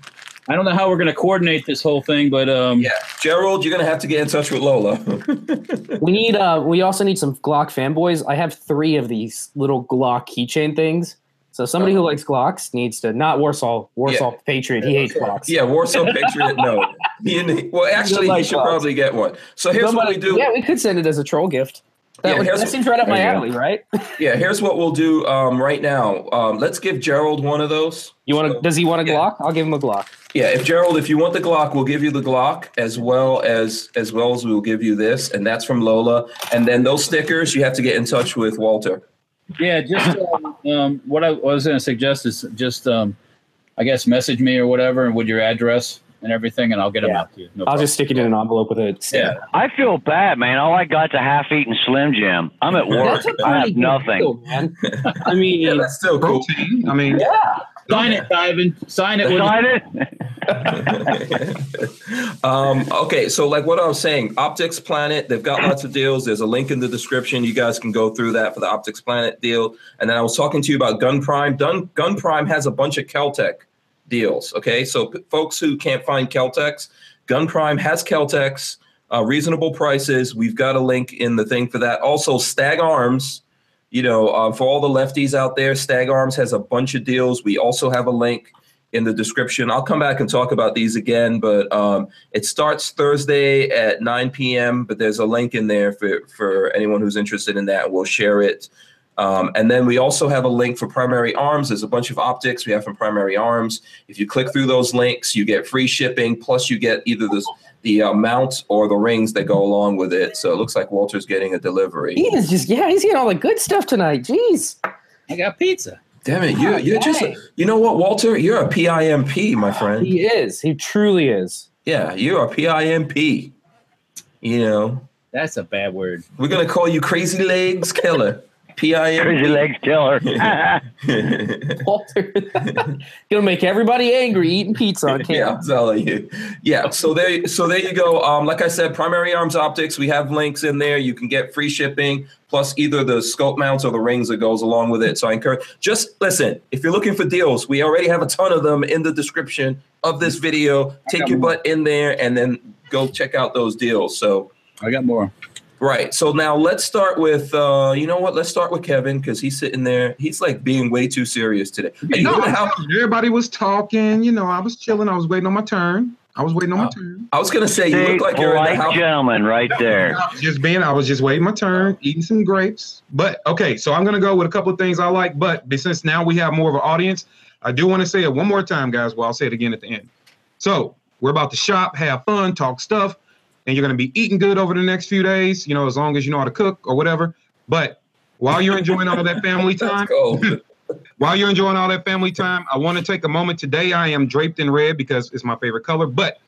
I don't know how we're going to coordinate this whole thing, but um, Yeah, Gerald, you're gonna have to get in touch with Lola. We need. Uh, we also need some Glock fanboys. I have three of these little Glock keychain things. So somebody who likes Glocks needs to not Warsaw. Warsaw Patriot. He hates Glocks. yeah, Warsaw Patriot. No, you need, well, actually, he like should us. probably get one. So here's what we Somebody- do. Yeah, we could send it as a troll gift. That, Yeah, would, here's- that seems right up my there you go. alley, right? Yeah, here's what we'll do um, right now. Um, let's give Gerald one of those. You want So- to? Does he want a yeah. Glock? I'll give him a Glock. Yeah, if Gerald, if you want the Glock, we'll give you the Glock as well as as well as we will give you this, and that's from Lola. And then those stickers, you have to get in touch with Walter. Yeah, just um, um, what I was going to suggest is just, um, I guess, message me or whatever, and with your address and everything, and I'll get them Yeah. out to you. No I'll problem. just stick it in an envelope with a stamp. yeah. I feel bad, man. All I got's a half-eaten Slim Jim. I'm at work. That's a I pretty have good nothing. deal, man. I mean, Yeah, that's still cool. Protein. I mean, Sign it, Ivan. Sign it. With Sign it. um, okay, so like what I was saying, Optics Planet, they've got lots of deals. There's a link in the description. You guys can go through that for the Optics Planet deal. And then I was talking to you about Gun Prime. Gun, Gun Prime has a bunch of Caltech deals. Okay, so p- folks who can't find Caltex, Gun Prime has Caltex, uh, reasonable prices. We've got a link in the thing for that. Also, Stag Arms. You know, uh, for all the lefties out there, Stag Arms has a bunch of deals. We also have a link in the description. I'll come back and talk about these again, but um, it starts Thursday at 9 p.m. But there's a link in there for, for anyone who's interested in that. We'll share it. Um, and then we also have a link for Primary Arms. There's a bunch of optics we have from Primary Arms. If you click through those links, you get free shipping, plus you get either the, the uh, mount or the rings that go along with it. So it looks like Walter's getting a delivery. he is just yeah, he's getting all the good stuff tonight. Jeez. I got pizza. Damn it, you, you're just, Dang. you know what, Walter? You're a PIMP, my friend. He is. He truly is. Yeah, you're a PIMP. You know, That's a bad word. we're gonna call you Crazy Legs Killer. Crazy PIMP. legs killer. Walter gonna make everybody angry eating pizza on yeah, camera. I'm telling you. Yeah, so there, so there you go. Um, like I said, Primary Arms Optics. We have links in there. You can get free shipping plus either the scope mounts or the rings that goes along with it. So I encourage. Just listen. If you're looking for deals, we already have a ton of them in the description of this video. Take your butt in there and then go check out those deals. So. I got more. Right. So now let's start with uh, you know what? Let's start with Kevin because he's sitting there. He's like being way too serious today. Are you no, heard how- everybody was talking. You know, I was chilling. I was waiting on my turn. I was waiting on my Oh. turn. I was gonna say you See, look like you're in the polite house. gentleman right there. I was just being, I was just waiting my turn, eating some grapes. But okay, so I'm gonna go with a couple of things I like. But be- since now we have more of an audience, I do want to say it one more time, guys. Well, I'll say it again at the end. So we're about to shop, have fun, talk stuff, and you're gonna be eating good over the next few days. You know, as long as you know how to cook or whatever. But while you're enjoying all of that family time, Let's go. While you're enjoying all that family time, I want to take a moment today. I am draped in red because it's my favorite color, but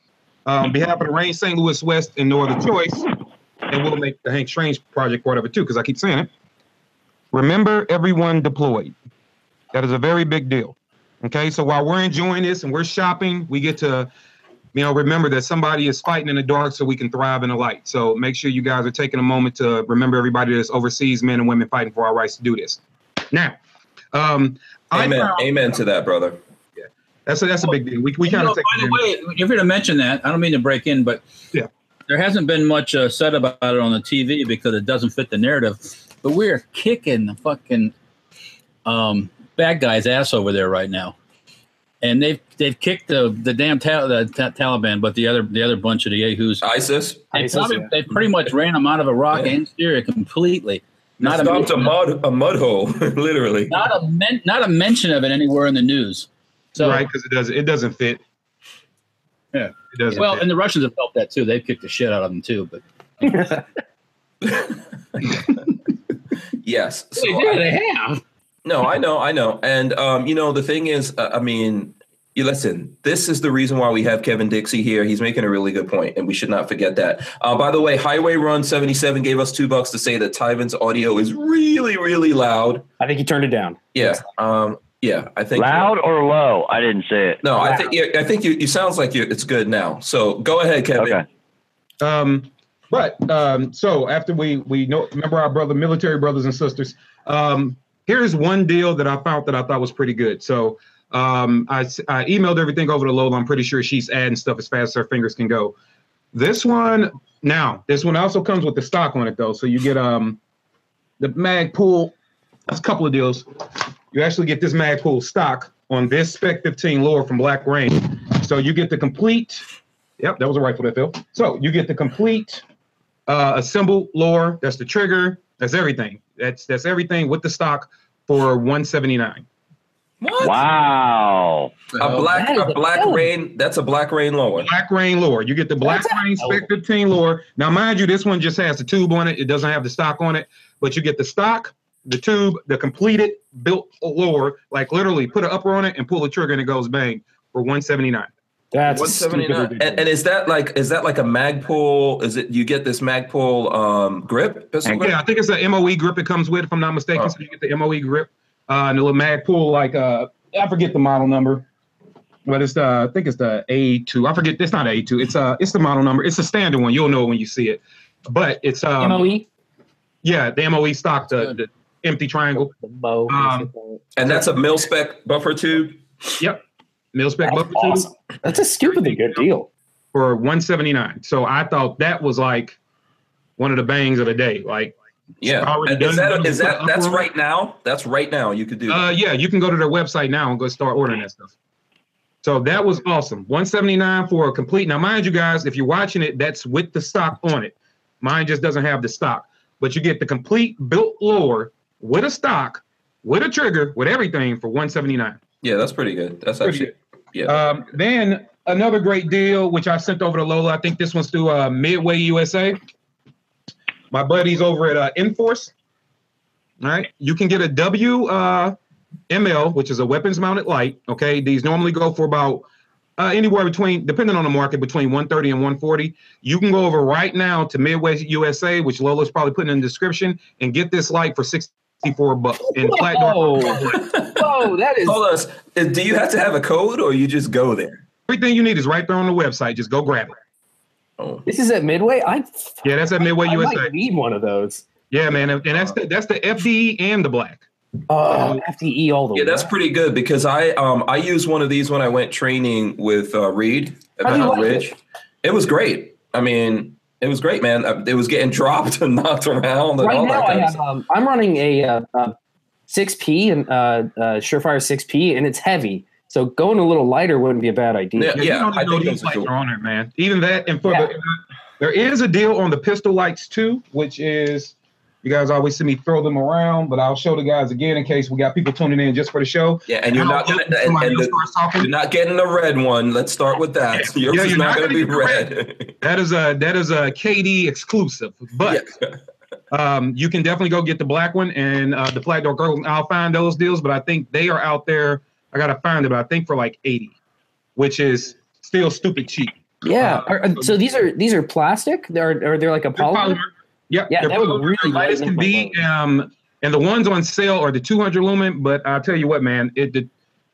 uh, on behalf of the Rain St. Louis West and No Other Choice, and we'll make the Hank Strange project part of it too, because I keep saying it. Remember, everyone deployed. That is a very big deal. Okay, so while we're enjoying this and we're shopping, we get to, you know, remember that somebody is fighting in the dark so we can thrive in the light. So make sure you guys are taking a moment to remember everybody that's overseas, men and women fighting for our rights to do this. Now, um, I Amen. found- Amen to that, brother. that's a, that's a big deal. We, we You kind know, of by take the way, if you're to mention that, I don't mean to break in, but Yeah. there hasn't been much uh, said about it on the TV because it doesn't fit the narrative. But we're kicking the fucking um, bad guy's ass over there right now, and they've they've kicked the the damn ta- the ta- Taliban, but the other the other bunch of the yahoos. Ah, ISIS. They, ISIS, probably, yeah. they pretty much ran them out of Iraq Yeah. and Syria completely. Not Not a, stomped a mention, mud a mud hole, literally. not a men, not a mention of it anywhere in the news. So right because it doesn't it doesn't fit. Yeah. it doesn't. well, fit. and the Russians have felt that too. They've kicked the shit out of them too. But Yes. So they have. No, I know, I know. And um, you know, the thing is, uh, I mean, you listen. This is the reason why we have Kevin Dixie here. He's making a really good point, and we should not forget that. Uh, by the way, Highway Run seventy seven gave us two bucks to say that Tyvin's audio is really, really loud. I think he turned it down. Yeah, um, yeah. I think Loud or low? I didn't say it. No, I think yeah, I think you. You sounds like you. It's good now. So go ahead, Kevin. Okay. Um, but um, so after we we know remember our brother military brothers and sisters. Um, here's one deal that I found that I thought was pretty good. So um, I s- I emailed everything over to Lola. I'm pretty sure she's adding stuff as fast as her fingers can go. This one now, this one also comes with the stock on it though, so you get um the mag pool. That's a couple of deals. You actually get this mag pool stock on this spec 15 lure from Black Rain. So you get the complete Yep, that was a rifle that fell. So you get the complete uh, assembled lore. That's the trigger. That's everything. That's that's everything with the stock for 179. What? Wow. A black, That is a a black felony. rain. That's a black rain lower. Black Rain lore. You get the Black Rain Spec 15 lore. Now, mind you, this one just has the tube on it. It doesn't have the stock on it, but you get the stock the tube, the completed built lower, like literally put an upper on it and pull the trigger and it goes bang for 179. That's One seventy nine, stupid. and, and is that like is that like a Magpul? Is it you get this Magpul um, grip pistol? Grip? Yeah, I think it's an MOE E grip it comes with, if I'm not mistaken. Uh, Oh. So you get the MOE grip uh, and a little mag pull, like uh, I forget the model number, but it's the I think it's the A2. I forget. It's not A2. It's uh, it's the model number. It's a standard one. You'll know it when you see it. But it's um, MOE. yeah, the MOE stock, the, the empty triangle, The bow. Um, And that's a mil spec buffer tube. mil spec that's buffer tube awesome. That's a stupidly good deal. for 179. So I thought that was like one of the bangs of the day. Like It's Yeah, already And is done. that is that that's Upper- right now? That's right now. You could do. Uh, that. yeah, you can go to their website now and go start ordering that stuff. So that was awesome. 179 for a complete. Now, mind you guys, if you're watching it, that's with the stock on it. Mine just doesn't have the stock, but you get the complete built lower with a stock, with a trigger, with everything for 179. yeah, that's pretty good. That's Pretty actually yeah. Um, then another great deal, which I sent over to Lola. I think this one's through uh, Midway USA. My buddies over at uh, Enforce. All right, you can get a W uh, ML, which is a weapons mounted light. Okay, these normally go for about uh, anywhere between, depending on the market, between 130 and 140. You can go over right now to Midway USA, which Lola's probably putting in the description, and get this light for 64 bucks in flat dark. Whoa, whoa, that is. Hold us. Do you have to have a code or you just go there? Everything you need is right there on the website. Just go grab it. Oh, This is at Midway. I Yeah, that's at Midway I USA. might need one of those. Yeah, man, and that's the, that's the FDE and the black. Oh, FDE all the yeah, way. that's pretty good because I um I used one of these when I went training with uh, Reed at How do you Mountain like Ridge. It? was great. I mean, it was great, man. Uh, It was getting dropped and knocked around and right all now, that I kind of have. stuff. Um, I'm running a uh, uh, 6P and uh, uh, Surefire 6P, and it's heavy. So going a little lighter wouldn't be a bad idea. Yeah, you don't I even know think these those are lights cool. are on there, man. Even that, and for Yeah. the, there is a deal on the pistol lights too, which is you guys always see me throw them around, but I'll show the guys again in case we got people tuning in just for the show. Yeah, and you're I'll not gonna, open and, somebody and else the- first talking. you're not getting a red one. Let's start with that. Yeah, Yours you're is not not going to gonna be get the red. red. That is a that is a KD exclusive, but Yeah. um, you can definitely go get the black one and uh, the flag dog girl. I'll find those deals, but I think they are out there. I gotta find it, but I think for like eighty, which is still stupid cheap. Yeah. Are- are- so these are these are plastic. Are are they like a They're polymer? polymer. Yep. Yeah, they're that would polymer. really They're light as can lighten be. up Um, and the ones on sale are the 200 lumen. But I tell you what, man, it. The,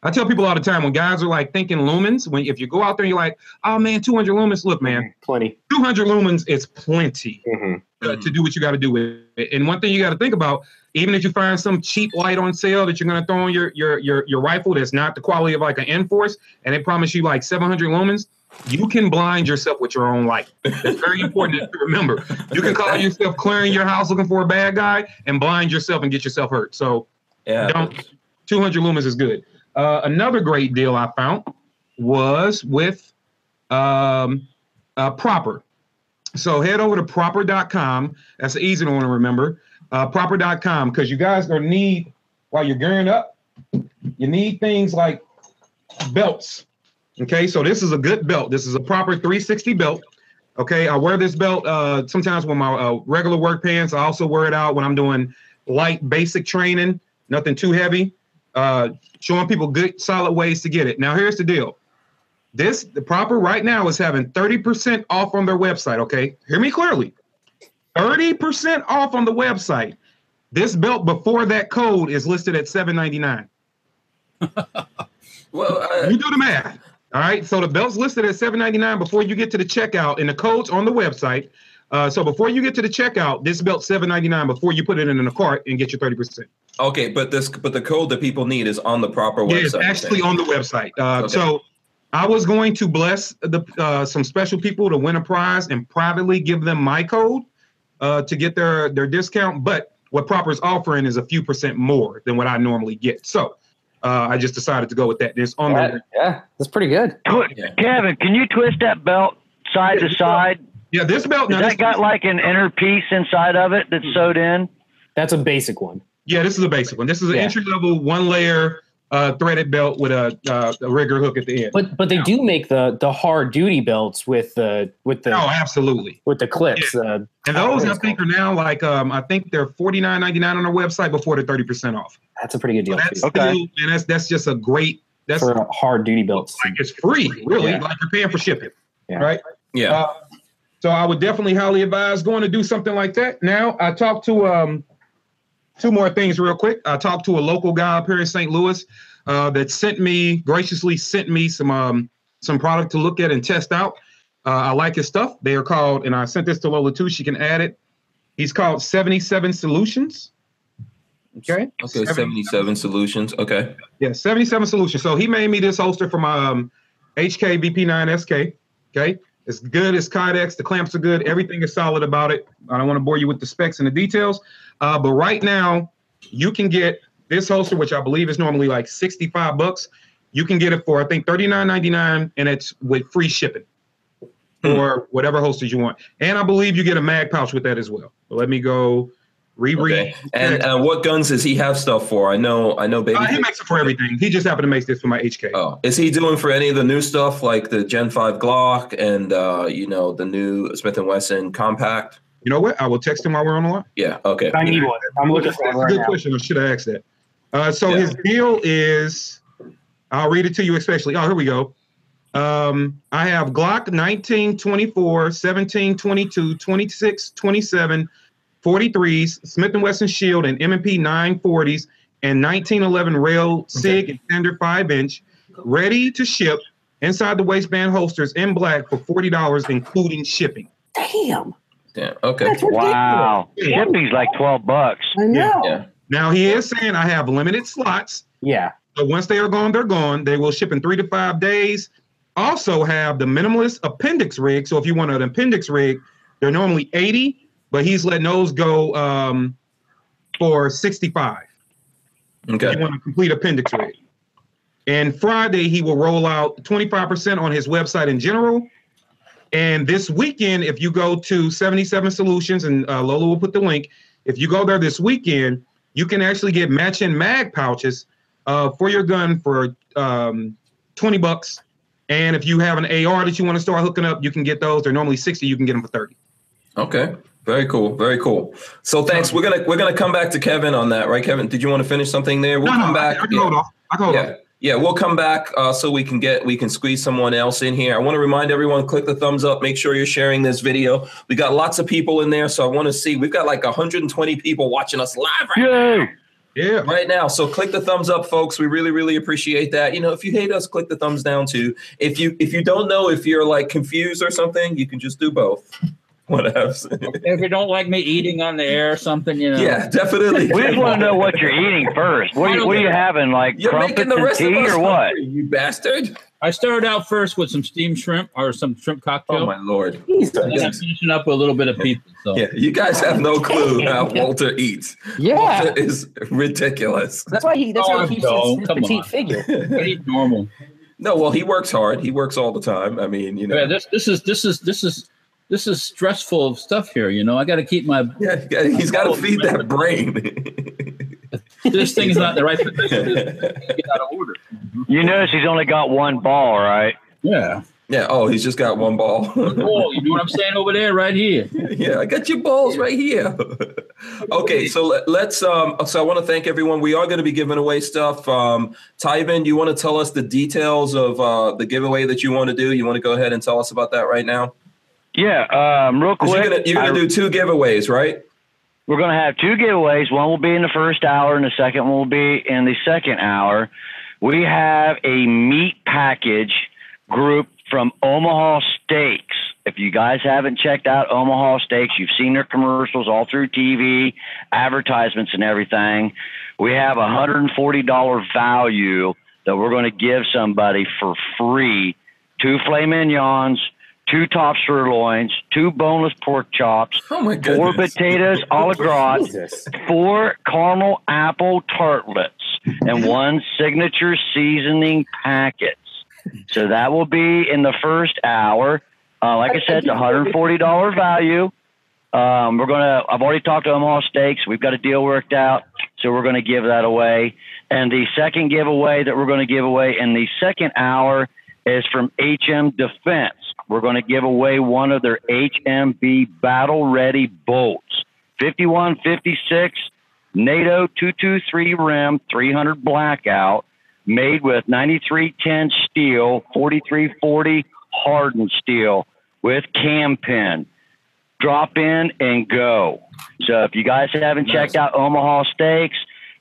I tell people all the time when guys are like thinking lumens. When if you go out there, and you're like, oh man, 200 lumens. Look, man, Plenty. 200 lumens is plenty uh, to do what you got to do with it. And one thing you got to think about, even if you find some cheap light on sale that you're going to throw on your your your your rifle that's not the quality of like an Enforce, and they promise you like 700 lumens, you can blind yourself with your own light. It's very important to remember. You can call yourself clearing your house looking for a bad guy and blind yourself and get yourself hurt. So Yeah. don't 200 lumens is good. Uh, another great deal I found was with um, uh, Proper. So head over to proper.com. That's an easy one to remember. Uh, proper.com because you guys are need while you're gearing up, you need things like belts. Okay, so this is a good belt. This is a proper 360 belt. Okay, I wear this belt uh, sometimes with my uh, regular work pants. I also wear it out when I'm doing light basic training, nothing too heavy. Uh, showing people good solid ways to get it. Now here's the deal. This the proper right now is having 30% off on their website. Okay, hear me clearly. 30% off on the website. This belt before that code is listed at 799. Well, uh, You I, do the math. All right. So the belt's listed at seven ninety nine before you get to the checkout, and the code's on the website. Uh, so before you get to the checkout, this belt seven ninety nine before you put it in the cart and get your thirty percent. okay, but this, but the code that people need is on the proper Yeah, website. it's I actually think. on the website. Uh, Okay. So I was going to bless the uh, some special people to win a prize and privately give them my code uh, to get their their discount. But what Proper is offering is a few percent more than what I normally get. So uh, I just decided to go with that. And it's on That- there. yeah, that's pretty good. Twi- Yeah. Kevin, can you twist that belt side to side? Yeah, this belt. Has now, that this- got like an inner piece inside of it Hmm. that's sewed in? That's a basic one. Yeah, this is a basic one. This is an Yeah. entry level one layer uh, threaded belt with a, uh, a rigger hook at the end. But but they do make the the hard duty belts with the with the Oh, absolutely. with the clips. Uh, And those I think are now like um I think they're forty nine ninety nine on our website before they're thirty percent off. that's a pretty good So deal too, that's Okay. still- man, that's that's just a great that's Oh for uh, hard duty belts. like it's free, really. Yeah. Like you're paying for shipping. Yeah. Right. Yeah. Uh, so I would definitely highly advise going to do something like that. Now I talked to um two more things real quick. I talked to a local guy up here in St. Louis uh, that sent me graciously sent me some um some product to look at and test out. Uh, I like his stuff. They are called, and I sent this to Lola too. She can add it. He's called 77 Solutions. Okay. okay, 77 solutions. Okay. Yeah, 77 solutions. So he made me this holster from um, HK VP9SK. Okay. It's good. It's Kydex. The clamps are good. Everything is solid about it. I don't want to bore you with the specs and the details. Uh, but right now, you can get this holster, which I believe is normally like 65 bucks. You can get it for, I think, $39.99, and it's with free shipping Hmm. or whatever holsters you want. And I believe you get a mag pouch with that as well. But let me go reread. Okay. And uh, what guns does he have stuff for? I know, I know, baby. Uh, he makes it for everything. He just happened to make this for my HK. Oh, is he doing for any of the new stuff like the Gen Five Glock and uh, you know the new Smith and Wesson Compact? You know what? I will text him while we're on the line. Yeah. Okay. I need one. I'm looking for one That's a right good now. question. I should have asked that. Uh, so Yeah. his deal is, I'll read it to you especially. Oh, here we go. Um, I have Glock 19, 24, 17, 22, 26, 27, 43s, Smith & Wesson Shield and M&P 940s, and 1911 rail SIG and standard 5-inch, ready to ship inside the waistband holsters in black for $40, including shipping. Damn, Yeah. Okay. that's ridiculous. Wow. Shipping's like 12 bucks. I know. Yeah. Yeah. Now, he is saying I have limited slots, So once they are gone, they're gone. They will ship in three to five days. Also have the minimalist appendix rig. So if you want an appendix rig, they're normally 80, but he's letting those go um, for 65. If Okay. you want a complete appendix rig. And Friday, he will roll out 25% on his website in general. And this weekend, if you go to 77 Solutions, and uh, Lola will put the link, if you go there this weekend, you can actually get matching mag pouches uh, for your gun for um, 20 bucks. And if you have an AR that you want to start hooking up, you can get those. They're normally 60, you can get them for 30. Okay. Very cool. Very cool. So thanks. We're gonna we're gonna come back to Kevin on that, right? Kevin, did you want to finish something there? We'll no, no, come back. I, I can yeah. hold off. I can hold off. yeah. Yeah, we'll come back uh, so we can get we can squeeze someone else in here. I want to remind everyone: click the thumbs up. Make sure you're sharing this video. We got lots of people in there, so I want to see. We've got like 120 people watching us live right Yay. Yeah. right now. So click the thumbs up, folks. We really, really appreciate that. You know, if you hate us, click the thumbs down too. If you if you don't know if you're like confused or something, you can just do both. Whatever. If you don't like me eating on the air or something, you know. yeah, definitely. We just want to know what you're eating first. What are you, what are you having? Like You're making crumpets the and rest of tea us or what? hungry, you bastard. I started out first with some steamed shrimp or some shrimp cocktail. Oh my lord. Jesus. and then I'm finishing up with a little bit of pizza. So Yeah, you guys have no clue how Walter eats. Yeah. Walter is ridiculous. That's why he. That's Oh, why he keeps no, his, his come petite on. figure. I eat normal. No, well, he works hard. He works all the time. I mean, you know. Yeah, this this is this is this is this is stressful stuff here. You know, I got to keep my yeah, he's got to feed that brain. this thing's not in the right position. It's out of order. You notice he's only got one ball, right? Yeah. yeah. Oh, he's just got one ball. Oh, you know what I'm saying over there, right here. yeah, I got your balls right here. okay, so let- let's. Um, so I want to thank everyone. We are going to be giving away stuff. Um, Tyvin, you want to tell us the details of uh, the giveaway that you want to do? You want to go ahead and tell us about that right now? Yeah. Um, real 'Cause quick, you're going you're I- gonna do two giveaways, right? we're going to have two giveaways. One will be in the first hour, and the second one will be in the second hour. We have a meat package group from Omaha Steaks. If you guys haven't checked out Omaha Steaks, you've seen their commercials all through TV, advertisements, and everything. We have a $140 value that we're going to give somebody for free two filet mignons, two top sirloins, two boneless pork chops, Oh my four goodness! potatoes a la gratin, Jesus. four caramel apple tartlets, and one signature seasoning packets. So that will be in the first hour. Uh, like I said, it's a $140 value. Um, we're gonna. I've already talked to Omaha Steaks. We've got a deal worked out, so we're gonna give that away. And the second giveaway that we're going to give away in the second hour is from HM Defense. We're going to give away one of their HMB battle ready bolts 5156 NATO 223 rim 300 blackout, made with 9310 steel, 4340 hardened steel with cam pin. Drop in and go. So if you guys haven't checked out Omaha Steaks,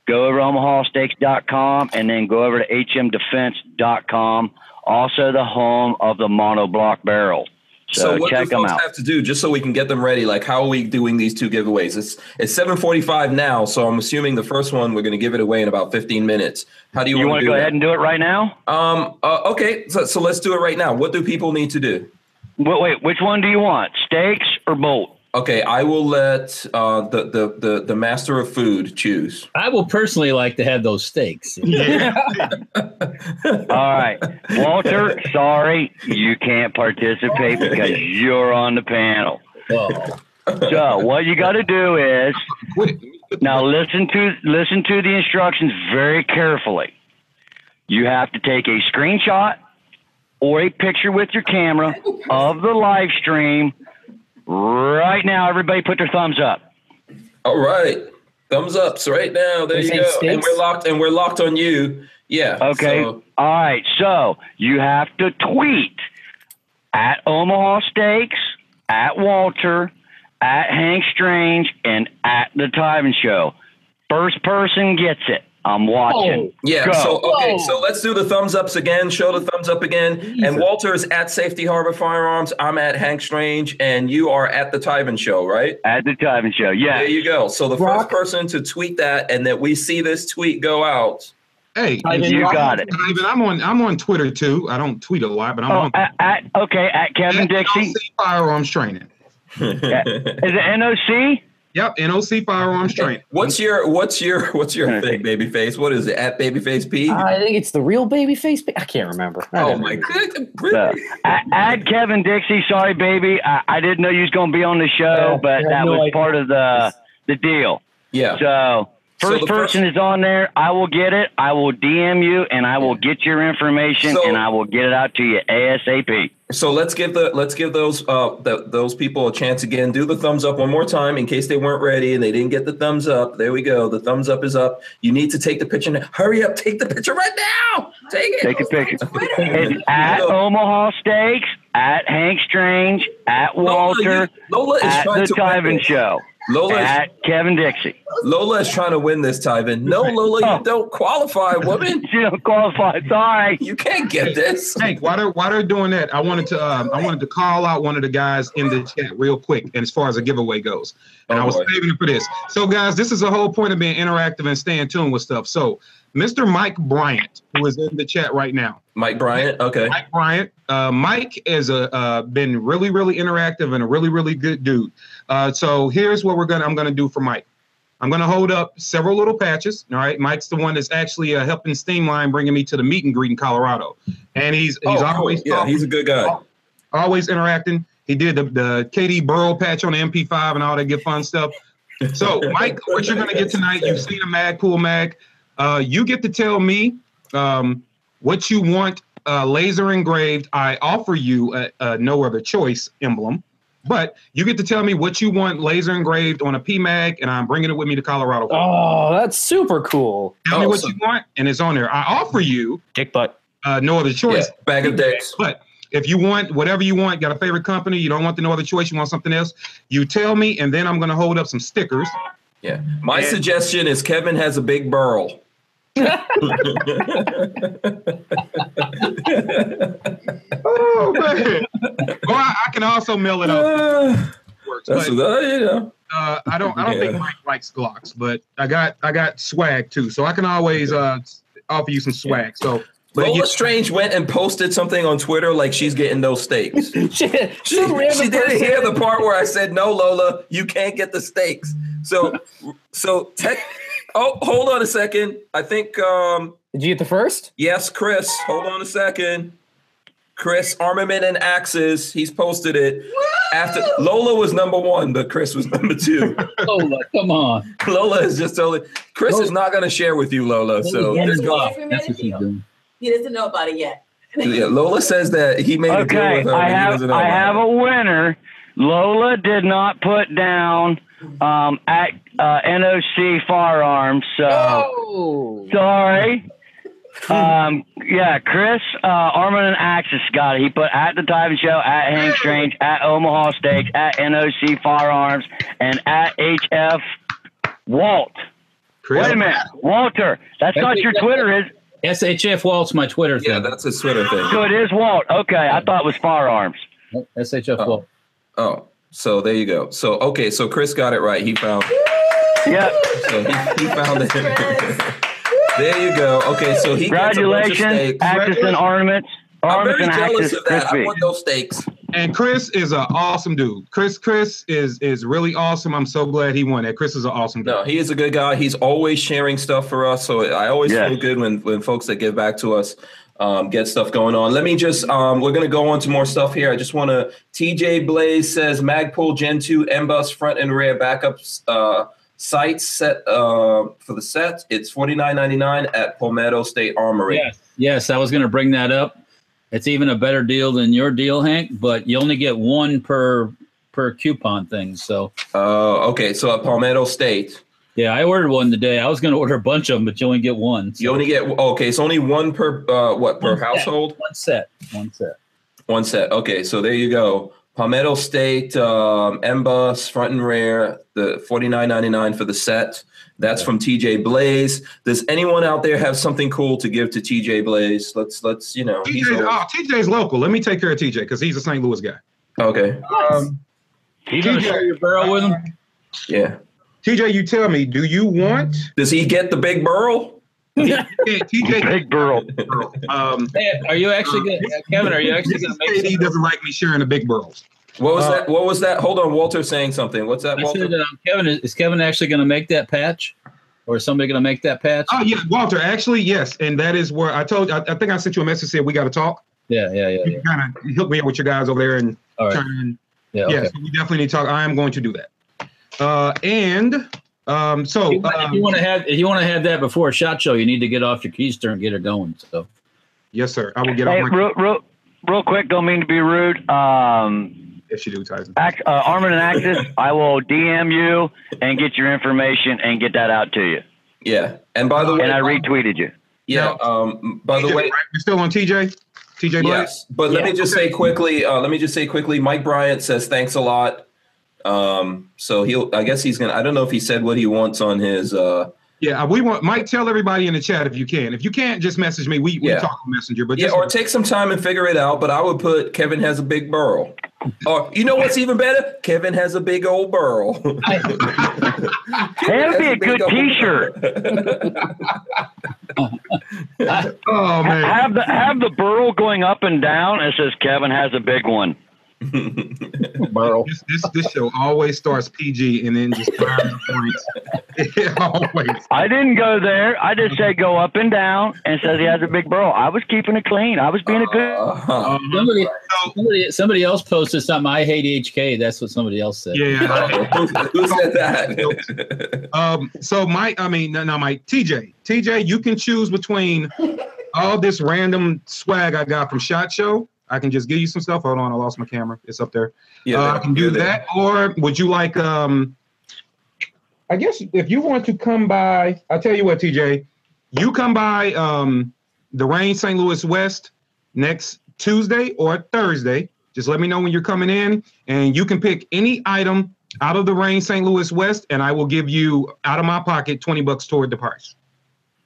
go over to omahasteaks.com and then go over to hmdefense.com, also the home of the monoblock barrel. So, So, what check do them folks out. have to do just so we can get them ready? Like, how are we doing these two giveaways? It's it's seven forty five now, so I'm assuming the first one we're going to give it away in about fifteen minutes. How do you, you want to go do that? ahead and do it right now? um. uh, okay. So, so let's do it right now. What do people need to do? Wait, wait, which one do you want? Steaks or bolt? Okay, I will let uh, the, the the the master of food choose. I will personally like to have those steaks. All right. Walter, sorry, you can't participate because you're on the panel. Oh, So what you got to do is Quit. now listen to listen to the instructions very carefully. You have to take a screenshot or a picture with your camera of the live stream. Right now, everybody put their thumbs up. All right, thumbs ups right now. There They you say go. And sticks? we're locked. And we're locked on you. Yeah. Okay. so- All right. So you have to tweet at Omaha Steaks, at Walter, at Hank Strange, and at the Tyven Show. First person gets it. I'm watching. yeah. Go. So okay. Whoa. So let's do the thumbs ups again. Show the thumbs up again. And Walter is at Safety Harbor Firearms. I'm at Hank Strange, and you are at the Tyven Show, right? At the Tyven Show. There Yeah. you go. So the first Rock. person to tweet that, and that we see this tweet go out. Hey, I You got it. Ivan, I'm on I'm on Twitter too. I don't tweet a lot, but I'm Oh, on at, at, okay. At Kevin Dixie. NOC Firearms Training. Is it NOC? Yep, NOC Firearms Training. What's your what's your what's your thing, babyface? What is it at babyface P? I think it's the real baby face. I can't remember. I Oh don't my remember. good. No. At, at Kevin Dixie. Sorry, baby. I, I didn't know you was gonna be on the show, No, I but had that no was idea. part of the the deal. Yeah. So first the first- person is on there. I will get it. I will DM you, and I will get your information, So- and I will get it out to you asap. So let's give the let's give those uh th- those people a chance again. Do the thumbs up one more time in case they weren't ready and they didn't get the thumbs up. There we go. The thumbs up is up. You need to take the picture. Now. Hurry up! Take the picture right now. Take it. Take a picture. It's Twitter. at No. Omaha Steaks, at Hank Strange, at Walter, you- Lola is at trying the to win Tyven this. Show, Lola is, at Kevin Dixie. Lola is trying to win this, Tyvin. No, Lola, you Oh. don't qualify, woman. You don't qualify. Sorry. You can't get this. Hank, while they're while they're doing that, I wanted to um, I wanted to call out one of the guys in the chat real quick, and as far as a giveaway goes, and Oh, I was boy. saving it for this. So, guys, this is the whole point of being interactive and staying tuned with stuff. So, Mr. Mike Bryant, who is in the chat right now, Mike Bryant. Okay. Mike Bryant. Uh, Mike has uh, uh, been really, really interactive and a really, really good dude. Uh, so here's what we're gonna I'm gonna do for Mike. I'm gonna hold up several little patches. All right, Mike's the one that's actually uh, helping Steamline bringing me to the meet and greet in Colorado, and he's Oh, he's cool. always yeah. talking, He's a good guy. always interacting. He did the, the KD Burrow patch on the MP5 and all that good fun stuff. So, Mike, what you're going to get tonight, you've seen a mag, pool mag. Uh, you get to tell me um, what you want uh, laser engraved. I offer you a, a no other choice emblem, but you get to tell me what you want laser engraved on a PMAG, and I'm bringing it with me to Colorado. Oh, that's super cool. tell me oh, what so- you want, and it's on there. I offer you Dick butt. uh, no other Yeah. choice. Bag of dicks. But if you want whatever you want, got a favorite company, you don't want the no other choice, you want something else, you tell me, and then I'm going to hold up some stickers. Yeah. My And- suggestion is Kevin has a big burl. Oh, man. or I, I can also mail it out. Ah, Works, that's but, what I- you know. uh, I don't. I don't Yeah. think Mike likes Glocks, but I got. I got swag too, so I can always uh, offer you some swag. So, but Lola you, Strange went and posted something on Twitter like she's getting those steaks. She, She, some random she didn't person- hear the part where I said, "No, Lola, you can't get the steaks." So, so tech. Oh, hold on a second. I think um, Did you get the first? yes, Chris. Hold on a second. Chris, armament and axes. He's posted it. after Lola was number one, but Chris was number two. Lola, come on. Lola is just totally. Chris is not going to share with you, Lola. So Yeah, just he go. can't remember That's what she's the deal. doing. He doesn't know about it yet. Yeah, Lola says that he made a deal Okay, with her. I and he have doesn't know I about have it. a winner. Lola did not put down um, at uh, NOC firearms, so Uh, Oh, sorry. Um, yeah, Chris uh, Armin and Axis got it. He put at the Diving Show, at Hank Strange, at Omaha Steaks, at NOC Firearms, and at HF Walt. Chris, Wait a minute, Walter. That's not your Twitter, is? SHF Walt's my Twitter Yeah, thing. that's his Twitter So thing. it is Walt. Okay, I thought it was firearms. SHF Oh. Walt. Oh, so there you go. So okay, so Chris got it right. He found. Yep. So he, he found it. Chris. there you go. Okay, so he gets a bunch of Congratulations, steaks. Axis and Armaments. I'm Armaments very and jealous Axis of that. I Crispy. want those steaks. and Chris is an awesome dude. Chris, Chris is is really awesome. I'm so glad he won that. Chris is an awesome dude. No, he is a good guy. He's always sharing stuff for us. So I always Yes. feel good when, when folks that give back to us um, get stuff going on. Let me just, um, we're going to go on to more stuff here. I just want to, TJ Blaze says Magpul Gen 2 MBUS front and rear backup uh, sights set uh, for the set. It's forty nine ninety nine at Palmetto State Armory. Yes, yes, I was going to bring that up. It's even a better deal than your deal, Hank. But you only get one per per coupon thing. So Uh, okay, so at Palmetto State, yeah, I ordered one today. I was going to order a bunch of them, but you only get one. So you only get, okay, it's only one per, uh, what, per One set. household? one set, one set. One set. Okay, so there you go. Palmetto State, um, MBUS, front and rear, the forty nine ninety nine for the set. That's from TJ Blaze. Does anyone out there have something cool to give to TJ Blaze? Let's let's you know. he's TJ's, old. oh, TJ's local. Let me take care of TJ because he's a St. Louis guy. Okay, Um, You gonna share your barrel with them? yeah. TJ, you tell me, do you want Does he get the big burl? Yeah, TJ? Big Burl. Um, Hey, are you actually going, to Uh, Kevin? Are you actually going to Mrs. make? Katie some- doesn't like me sharing the big burls. What was Uh, that? What was that? Hold on, Walter saying something. What's that, I said, Walter? um, Kevin is, is Kevin actually going to make that patch, or is somebody going to make that patch? Oh yeah, Walter. Actually, yes, and that is where I told. I, I think I sent you a message said we got to talk. Yeah, yeah, yeah, yeah. You kind of hook me up with your guys over there and All right. try and Yeah, okay. yeah. So we definitely need to talk. I am going to do that. Uh, and um, Oh, so if you um, want to have if you want to have that before a shot show, you need to get off your keister and get her going. So yes, sir. I will get Hey, out my. real, real, real quick, don't mean to be rude. Um, Yes, you do, Tyson. Ax- uh, Armin and Axis, I will DM you and get your information and get that out to you. Yeah. And by the way, And I retweeted you. yeah. Um, by the TJ, way, right? You're still on TJ. TJ Blaze. Yes, but let me just say quickly. Uh, let me just say quickly. Mike Bryant says thanks a lot. Um, so he'll. I guess he's gonna. I don't know if he said what he wants on his. Uh, Yeah, we want Mike. Tell everybody in the chat if you can. If you can't, just message me. We, we Yeah. talk on Messenger, but yeah, just or take some time and figure it out. But I would put Kevin has a big burl. Or you know what's even better? Kevin has a big old burl. Hey, that'd be a good T-shirt. oh man, Have the have the burl going up and down. It says Kevin has a big one. Burl. This, this this show always starts PG and then just climbs the points. It always. I didn't go there. I just said go up and down, and it says he has a big burl. I was keeping it clean. I was being a good. Uh-huh. somebody, somebody somebody else posted something. I hate HK. That's what somebody else said. Yeah. Who, who said that? Um. So Mike, I mean, no, no, Mike. TJ, TJ, you can choose between all this random swag I got from Shot Show. I can just give you some stuff. Hold on, I lost my camera. It's up there. uh, I can do that. Or would you like? Um, I guess if you want to come by, I'll tell you what, TJ. You come by um, the Range St. Louis West next Tuesday or Thursday. Just let me know when you're coming in, and you can pick any item out of the Range St. Louis West, and I will give you out of my pocket twenty bucks toward the price.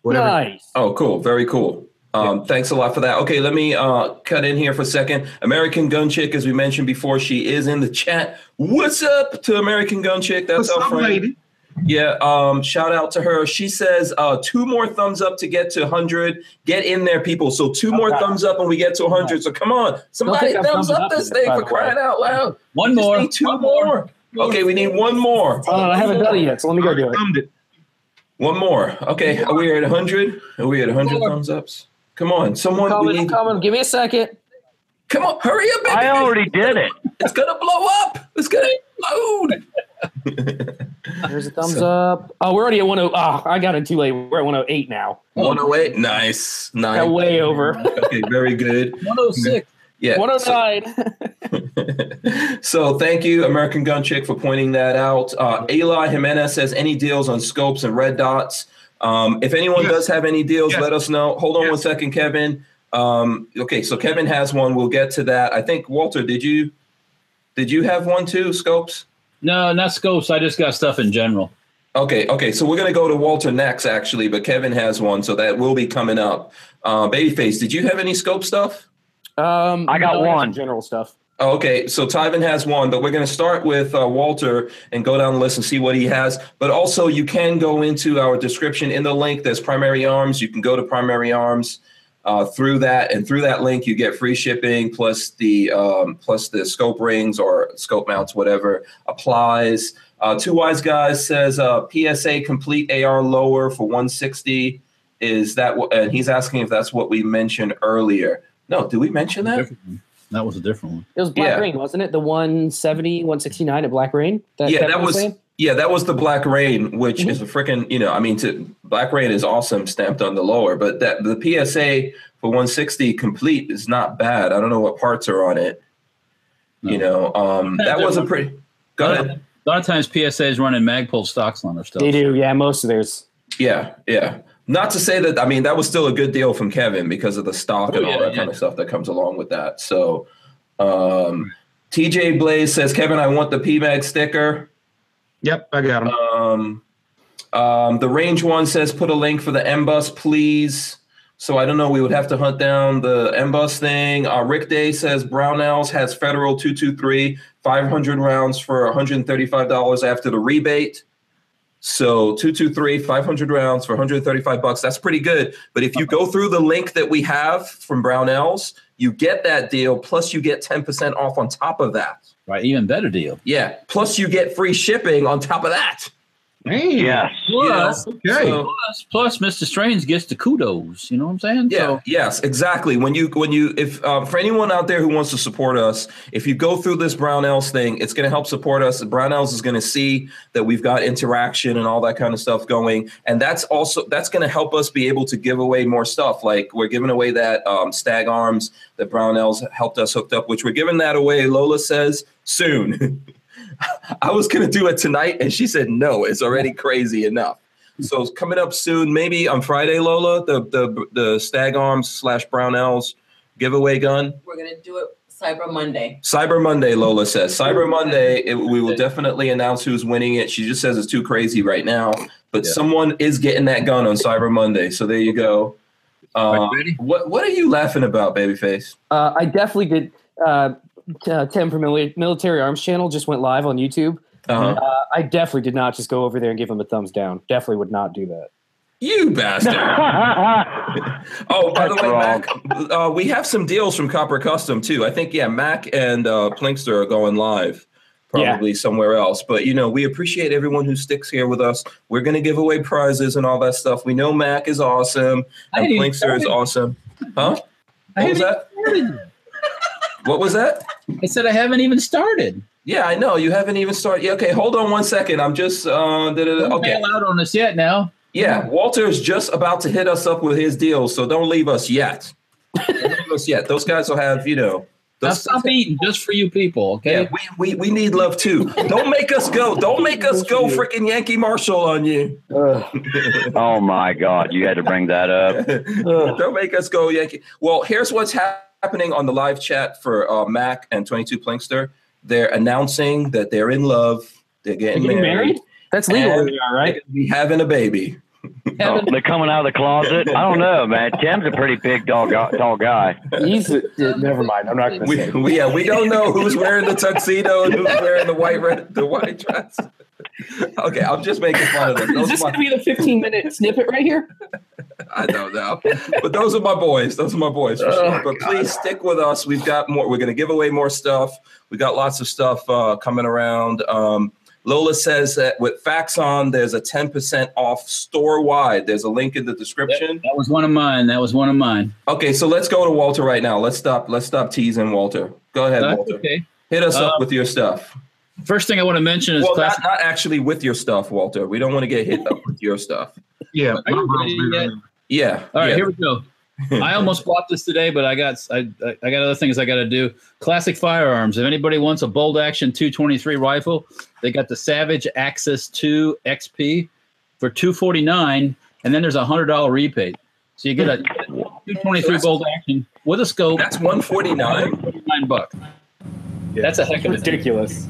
Whatever. nice. Oh, cool. Very cool. Um, Thanks a lot for that. Okay, let me uh, cut in here for a second. American Gun Chick, as we mentioned before, she is in the chat. What's up to American Gun Chick? That's What's our up, friend. lady? Yeah, um, shout out to her. She says uh, two more thumbs up to get to 100. Get in there, people. So two more Okay. thumbs up and we get to 100. So come on, somebody think I'm thumbs thumbing up up this to it, thing by for the way. crying out loud. One We just more. need two one more. Okay, we need one more. Oh, I haven't done it yet, so let me go do it. Thumbed it. One more. Okay, are we at 100? Are we at 100 Four. thumbs ups? Come on, someone. we Coming, need- coming. Give me a second. Come on, hurry up! I everybody. already did it. It's gonna blow up. It's gonna explode. There's a thumbs up. Oh, we're already at 10. Oh, I got it too late. We're at 108 now. 108. Nice. Got Nine. way over. Okay, very good. 106. Yeah. 109. so thank you, American Gun Chick, for pointing that out. Uh, Eli Jimenez says any deals on scopes and red dots. Um, if anyone Yes. does have any deals, Yes. let us know. Hold on Yes. one second, Kevin. Um, okay, so Kevin has one. We'll get to that. I think Walter, did you did you have one too? Scopes. No, not scopes. I just got stuff in general. Okay, okay. So we're gonna go to Walter next, actually, but Kevin has one, so that will be coming up. Uh, Babyface, did you have any scope stuff? Um, I got no, that's one. General stuff. Oh, Okay, so Tyvin has one, but we're going to start with uh, Walter and go down the list and see what he has. But also, you can go into our description in the link. There's Primary Arms. You can go to Primary Arms uh, through that, and through that link, you get free shipping plus the um, plus the scope rings or scope mounts, whatever applies. Uh, Two Wise Guys says uh, PSA complete AR lower for 160. Is that what? And he's asking if that's what we mentioned earlier. No, did we mention that? That was a different one. It was Black Yeah. Rain, wasn't it? The 170, 169 at Black Rain? That yeah, Kevin that was saying? yeah, that was the Black Rain, which Mm-hmm. Mhm. is a freaking you know, I mean, to Black Rain is awesome stamped on the lower, but that the PSA for 160 complete is not bad. I don't know what parts are on it. You know, um, that was a pretty. Go ahead. A lot of times PSA is running Magpul stocks on their stuff. They do, yeah, most of theirs. Yeah, yeah. Not to say that I mean that was still a good deal from Kevin because of the stock Oh, and all yeah, that yeah. kind of stuff that comes along with that. So, um, TJ Blaze says, Kevin, I want the PMAG sticker. Yep, I got him. Uh, Um, um, the range one says put a link for the M bus, please. So I don't know. We would have to hunt down the M bus thing. Uh, Rick Day says Brownells has Federal 223, 500 rounds for $135 after the rebate. So 223, 500 rounds for 135 bucks. That's pretty good. But if you go through the link that we have from Brownells, you get that deal. Plus, you get 10% off on top of that. Right, even better deal. Yeah. Plus, you get free shipping on top of that. Damn. Yes. Plus, Okay. So- plus, plus Mr. Strange gets the kudos. You know what I'm saying? Yeah. So, Yes. Exactly. When you when you if um, for anyone out there who wants to support us, if you go through this Brownells thing, it's going to help support us. Brownells is going to see that we've got interaction and all that kind of stuff going, and that's also that's going to help us be able to give away more stuff. Like we're giving away that um, Stag Arms that Brownells helped us hooked up, which we're giving that away. Lola says soon. I was going to do it tonight, and she said no. It's already crazy enough. So it's coming up soon, maybe on Friday, Lola, the the the Stag Arms slash Brownells giveaway gun. We're gonna do it Cyber Monday. Cyber Monday, Lola says. Cyber Monday, it, we will definitely announce who's winning it. She just says it's too crazy right now, but Yeah. someone is getting that gun on Cyber Monday. So there you go. Uh, Are you ready? what what are you laughing about, babyface? Uh, I definitely did. Uh, uh, Tim from Mil- Military Arms Channel just went live on YouTube. Uh-huh. Uh, I definitely did not just go over there and give him a thumbs down. Definitely would not do that. You bastard! Oh, by the That's way, wrong. Mac, uh, we have some deals from Copper Custom too. I think yeah, Mac and uh, Plinkster are going live, Yeah. probably somewhere else. But you know, we appreciate everyone who sticks here with us. We're gonna give away prizes and all that stuff. We know Mac is awesome and Hey, Plinkster is hey. awesome. Huh? I What haven't was that? even started. What was that? I said I haven't even started. Yeah, I know you haven't even started. Yeah, okay, hold on one second. I'm just uh, da-da-da. Don't okay. bail out on us yet now. Yeah, Walter's just about to hit us up with his deal, so don't leave us yet. don't leave us yet. Those guys will have you know. Now Those stop eating just for you people, okay? Yeah, we, we, we need love too. Don't make us go. Don't make us go freaking Yankee Marshall on you. oh my God! You had to bring that up. Uh, Don't make us go Yankee. Well, here's what's hap- happening on the live chat for uh, Mac and 22 Plinkster. They're announcing that they're in love. They're getting, Getting married? married. That's legal, And- where we are, right? We having a baby. Oh, Heaven- they're coming out of the closet. I don't know, man. Tim's a pretty big dog, tall guy. He's uh, never mind. I'm not going to We, say. it. we, yeah, we don't know who's wearing the tuxedo and who's wearing the white red, the white dress. Okay, I'm just making fun of them. Is Those this are my- going to be the 15 minute snippet right here? I don't know. But those are my boys. Those are my boys. For sure. Oh, But please stick with us. We've got more. We're going to give away more stuff. We got lots of stuff uh, coming around. Um, Lola says that with Faxon, there's a 10% off store wide. There's a link in the description. That was one of mine. That was one of mine. Okay, so let's go to Walter right now. Let's stop. Let's stop teasing Walter. Go ahead, That's Walter. okay. Hit us Uh, up with your stuff. First thing I want to mention is Well, classic. not, not actually with your stuff, Walter. We don't want to get hit up with your stuff. Yeah, Are you my ready girl's yet? bigger. Yeah. All right, yeah. here we go. I almost bought this today, but I got I, I- I got other things I got to do. Classic firearms. If anybody wants a bolt action 223 rifle, they got the Savage Access 2 XP for 249, and then there's a hundred dollar repaid. So you get a 223 bolt action with a scope, That's 149. nine bucks. That's a heck of a deal. Ridiculous.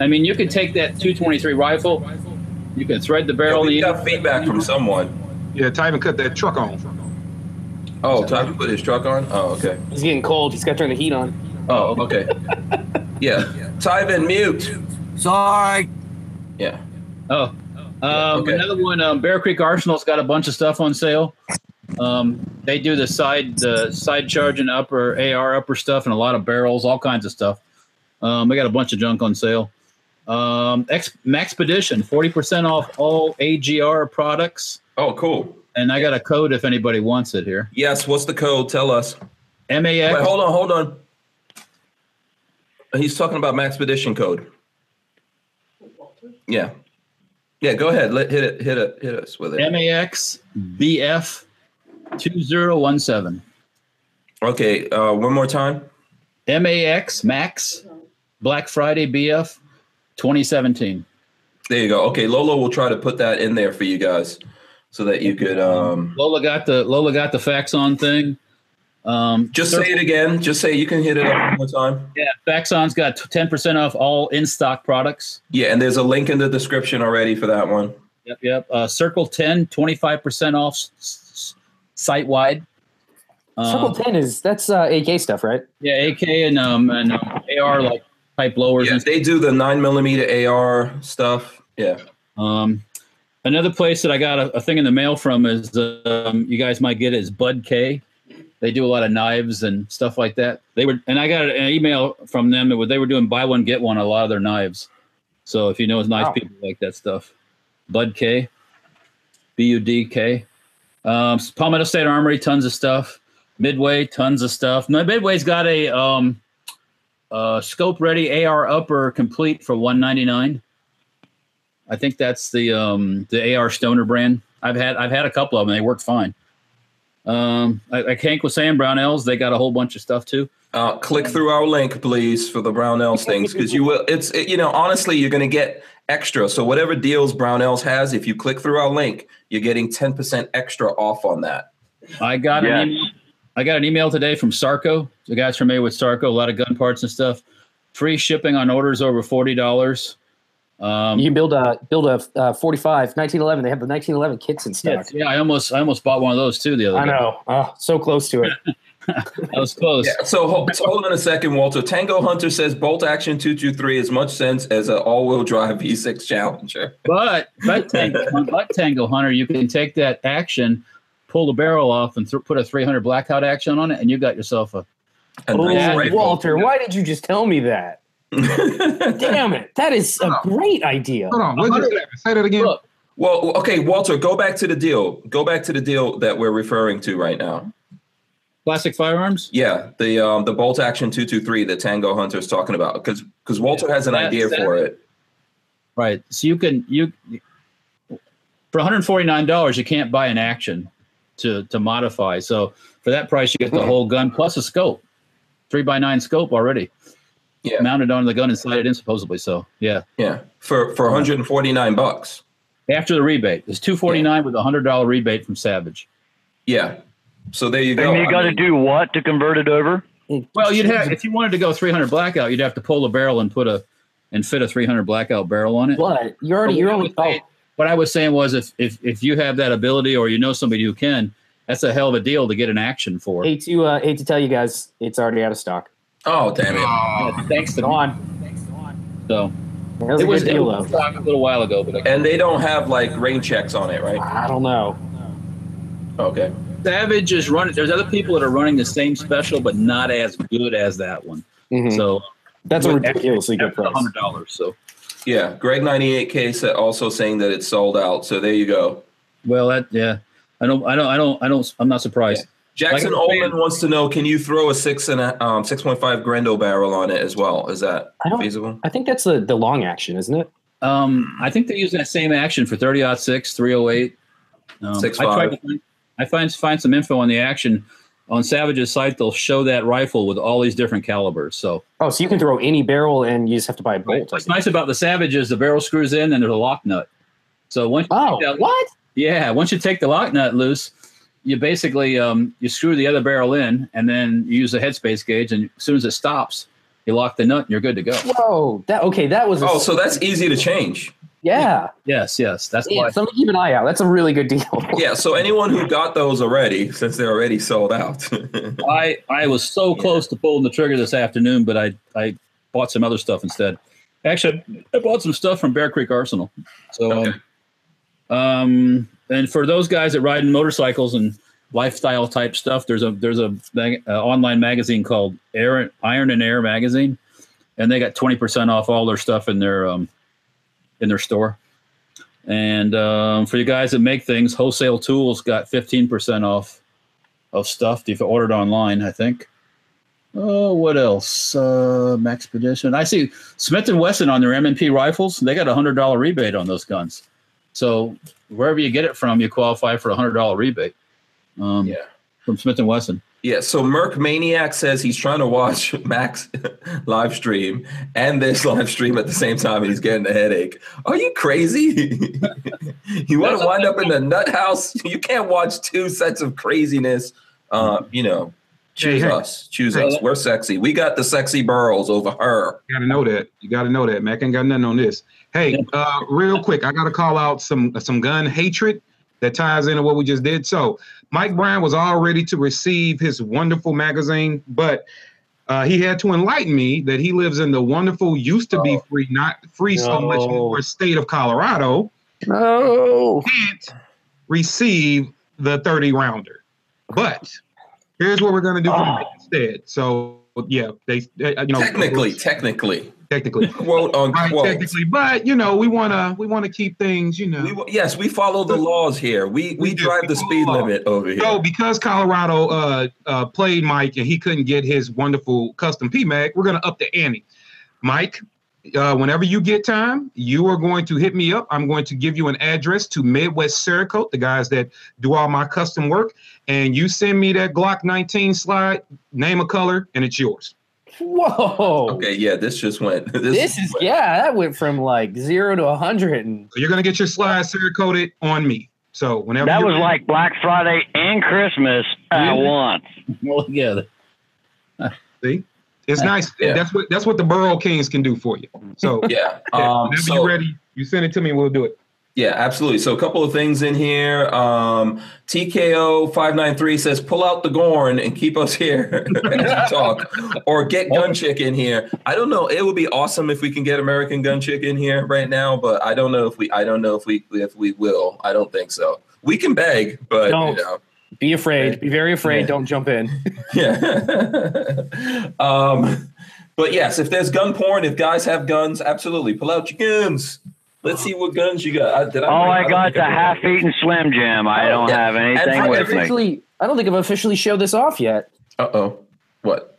I mean, you could take that 223 Oh. rifle, you can thread the barrel. in we the got feedback from someone. Yeah, Tyven cut that truck on. Oh, Tyler put his truck on? Oh, okay. He's getting cold. He's got to turn the heat on. Oh, okay. yeah. Tyven, mute. Sorry. Yeah. Oh, um, okay. another one. Um, Bear Creek Arsenal's got a bunch of stuff on sale. Um, they do the side the side charging upper AR upper stuff and a lot of barrels, all kinds of stuff. Um, they got a bunch of junk on sale. Um, Ex- Maxpedition forty percent off all AGR products, Oh, cool. and I got a code if anybody wants it here. Yes, what's the code? Tell us. MAX. Wait, hold on, hold on. He's talking about Maxpedition code. Yeah. Yeah, go ahead. Let hit it hit it hit us with it. MAX BF two zero one seven. Okay, uh, one more time. MAX Max Black Friday BF twenty seventeen. There you go. Okay, Lolo will try to put that in there for you guys so that you could um Lola got the Lola got the fax on thing. Um, just say it again. Just say you can hit it up one more time. yeah, fax on's got ten percent off all in stock products. Yeah, and there's a link in the description already for that one. Yep, yep. Uh, Circle 10, 25 percent off s- s- site wide. Triple Um, ten is that's uh, AK stuff, right? yeah, AK and um and um, AR like type lowers. Yeah, and they do the nine millimeter AR stuff. Yeah. Um, another place that I got a, a thing in the mail from is um, you guys might get it is Bud K. They do a lot of knives and stuff like that. They were and I got an email from them that they were doing buy one get one on a lot of their knives. So if you know it's nice Wow. people like that stuff, Bud K, B U D K. Um, Palmetto State Armory, tons of stuff. Midway, tons of stuff. No, Midway's got a um, uh, scope ready AR upper complete for one ninety nine. I think that's the um, the AR Stoner brand. I've had I've had a couple of them. They work fine. Um, I, like Hank was saying, Brownells. They got a whole bunch of stuff too. Uh, click through our link, please, for the Brownells things, because you will. It's it, you know, honestly, you're going to get extra. So whatever deals Brownells has, if you click through our link, you're getting ten percent extra off on that. I got Yes. an email, I got an email today from Sarco. The guys familiar with Sarco, a lot of gun parts and stuff. Free shipping on orders over forty dollars. Um, You can build a build a uh, 45, 1911. They have the 1911 kits in yeah, stock. yeah, I almost I almost bought one of those too the other I day. know. Oh, so close to it. That was close. Yeah. So, ho- so hold on a second, Walter. Tango Hunter says bolt action two two three as much sense as an all wheel drive V six Challenger. But but tango, but tango hunter, you can take that action, pull the barrel off, and th- put a 300 blackout action on it, and you got yourself a. A Oh, nice rifle. Walter, why did you just tell me that? Damn it. That is a great idea. Hold on, what just happened? Say that again. Look, well, okay, Walter, go back to the deal. Go back to the deal that we're referring to right now. Classic firearms. Yeah, the um, the bolt action two two three that Tango Hunter's talking about because because Walter has an That's- idea for it. Right. So you can you for 149 dollars you can't buy an action to to modify. So for that price you get the whole gun plus a scope, three by nine scope already Yeah, mounted on the gun and slided in supposedly. So yeah, yeah, for for 149 bucks. after the rebate, it's 249 with a hundred dollar rebate from Savage. Yeah, so there you go. And you I got to mean, do what to convert it over? Well, you'd have if you wanted to go 300 blackout, you'd have to pull a barrel and put a and fit a 300 blackout barrel on it. But you're already, you're only, oh, What I was saying was if if if you have that ability or you know somebody who can, that's a hell of a deal to get an action for. hate to, uh, hate to tell you guys, it's already out of stock. Oh damn it! Yeah, thanks to me. Gone. So That it was uh, a was, good it deal, was though. stock a little while ago, but I- And they don't have like rain checks on it, right? I don't know. Okay. Savage is running. There's other people that are running the same special, but not as good as that one. Mhm. So That's a ridiculously good that's price. hundred dollars. So Yeah, Greg 98K said also saying that it's sold out. So there you go. well, that yeah, I don't, I don't, I don't, I don't. I'm not surprised. Like Jackson a fan. Ullman wants to know: Can you throw a six and a um, six point five Grendel barrel on it as well? Is that I don't- feasible? I think that's the, the long action, isn't it? Um, I think they're using that same action for 30 six, 308. Um, Six I tried five. to find, I find find some info on the action on Savage's site. They'll show that rifle with all these different calibers. So Oh, so you can throw any barrel and you just have to buy a bolt. I what's guess. nice about the Savage is the barrel screws in and there's a lock nut. So once Oh, Yeah. what? yeah, once you take the lock nut loose, you basically um, you screw the other barrel in and then you use the headspace gauge. And as soon as it stops, you lock the nut and you're good to go. Whoa! That okay? That was a, Oh, so that's easy to change. yeah. Yes, yes, that's yeah. why. So I'm gonna keep an eye out. That's a really good deal. Yeah. So anyone who got those already, since they're already sold out. I I was so close to pulling the trigger this afternoon, but I I bought some other stuff instead. Actually, I bought some stuff from Bear Creek Arsenal. So, um, um, and for those guys that ride in motorcycles and lifestyle type stuff, there's a there's a mag, uh, online magazine called Air Iron and Air magazine, and they got twenty percent off all their stuff in their um, in their store. And um, for you guys that make things, Wholesale Tools got fifteen percent off of stuff if you ordered online, I think. Oh, what else? Uh, Maxpedition. I see Smith and Wesson on their M&P rifles. They got a hundred dollar rebate on those guns. So wherever you get it from, you qualify for a hundred dollar rebate. Um, Yeah. From Smith and Wesson. Yeah, so Merc Maniac says he's trying to watch Max live stream and this live stream at the same time, and he's getting a headache. Are you crazy? you want to wind up in the nut house? You can't watch two sets of craziness. Uh, you know, choose Hey, hey. us, choose Hey. us. We're sexy. We got the sexy burls over her. You gotta know that. You gotta know that, Mac. Ain't got nothing on this. Hey, uh, real quick, I gotta call out some some gun hatred that ties into what we just did. So Mike Bryan was all ready to receive his wonderful magazine, but uh, he had to enlighten me that he lives in the wonderful, used to be Oh. free, not free so much No. anymore state of Colorado. No. Can't receive the 30 rounder. But here's what we're gonna do Oh. instead. So yeah, they uh, you know Technically, technically, technically. quote Right, unquote. technically, but you know, we wanna we wanna keep things, you know. We, yes, we follow the laws here. We we We do. drive the speed Oh. limit over here. so because Colorado uh, uh, played Mike and he couldn't get his wonderful custom PMAG, we're gonna up the ante. Mike, uh, whenever you get time, you are going to hit me up. I'm going to give you an address to Midwest Cerakote, the guys that do all my custom work, and you send me that Glock 19 slide, name a color, and it's yours. Whoa. Okay, yeah, this just went. This is went. yeah. That went from like zero to a hundred and So you're gonna get your slide Cerakoted on me. So whenever That you're was ready- like Black Friday and Christmas at Really? once. Well, yeah. It's nice. Yeah. That's what that's what the Borough Kings can do for you. So Yeah. yeah, Um, whenever so- you're ready, you send it to me. We'll do it. Yeah, absolutely. So a couple of things in here. Um, TKO five nine three says, "Pull out the Gorn and keep us here as you talk, or get Oh. Gun Chick in here." I don't know. It would be awesome if we can get American Gun Chick in here right now, but I don't know if we. I don't know if we if we will. I don't think so. We can beg, but Don't. you know, be afraid. Be very afraid. Yeah. Don't jump in. yeah. um, but yes, if there's gun porn, if guys have guns, absolutely pull out your guns. Let's see what guns you got. I, did Oh, I, All bring- I don't got's think a brought- half-eaten Slim Jim. I Oh, don't yeah. have And anything I with me. Officially, I don't think I've officially showed this off yet. Uh oh. What?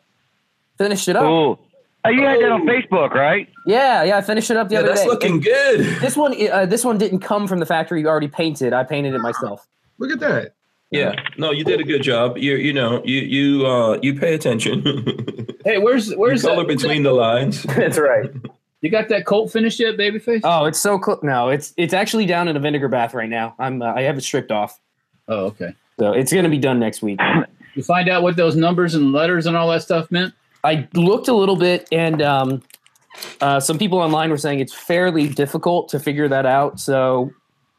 Finished it up. Ooh. Oh, you had that on Facebook, right? Yeah, yeah. I finished it up the Yeah, other that's day. looking good. this one, uh, this one didn't come from the factory. You already painted. I painted it myself. Look at that. Yeah. No, you did a good job. You you know you you uh you pay attention. You Hey, where's where's color that- between the lines. That's right. You got that Colt finished yet, babyface? Oh, it's so close. No, it's it's actually down in a vinegar bath right now. I'm uh, I have it stripped off, oh, okay. so it's gonna be done next week. You find out what those numbers and letters and all that stuff meant. Oh, I looked a little bit, and um, uh, some people online were saying it's fairly difficult to figure that out. So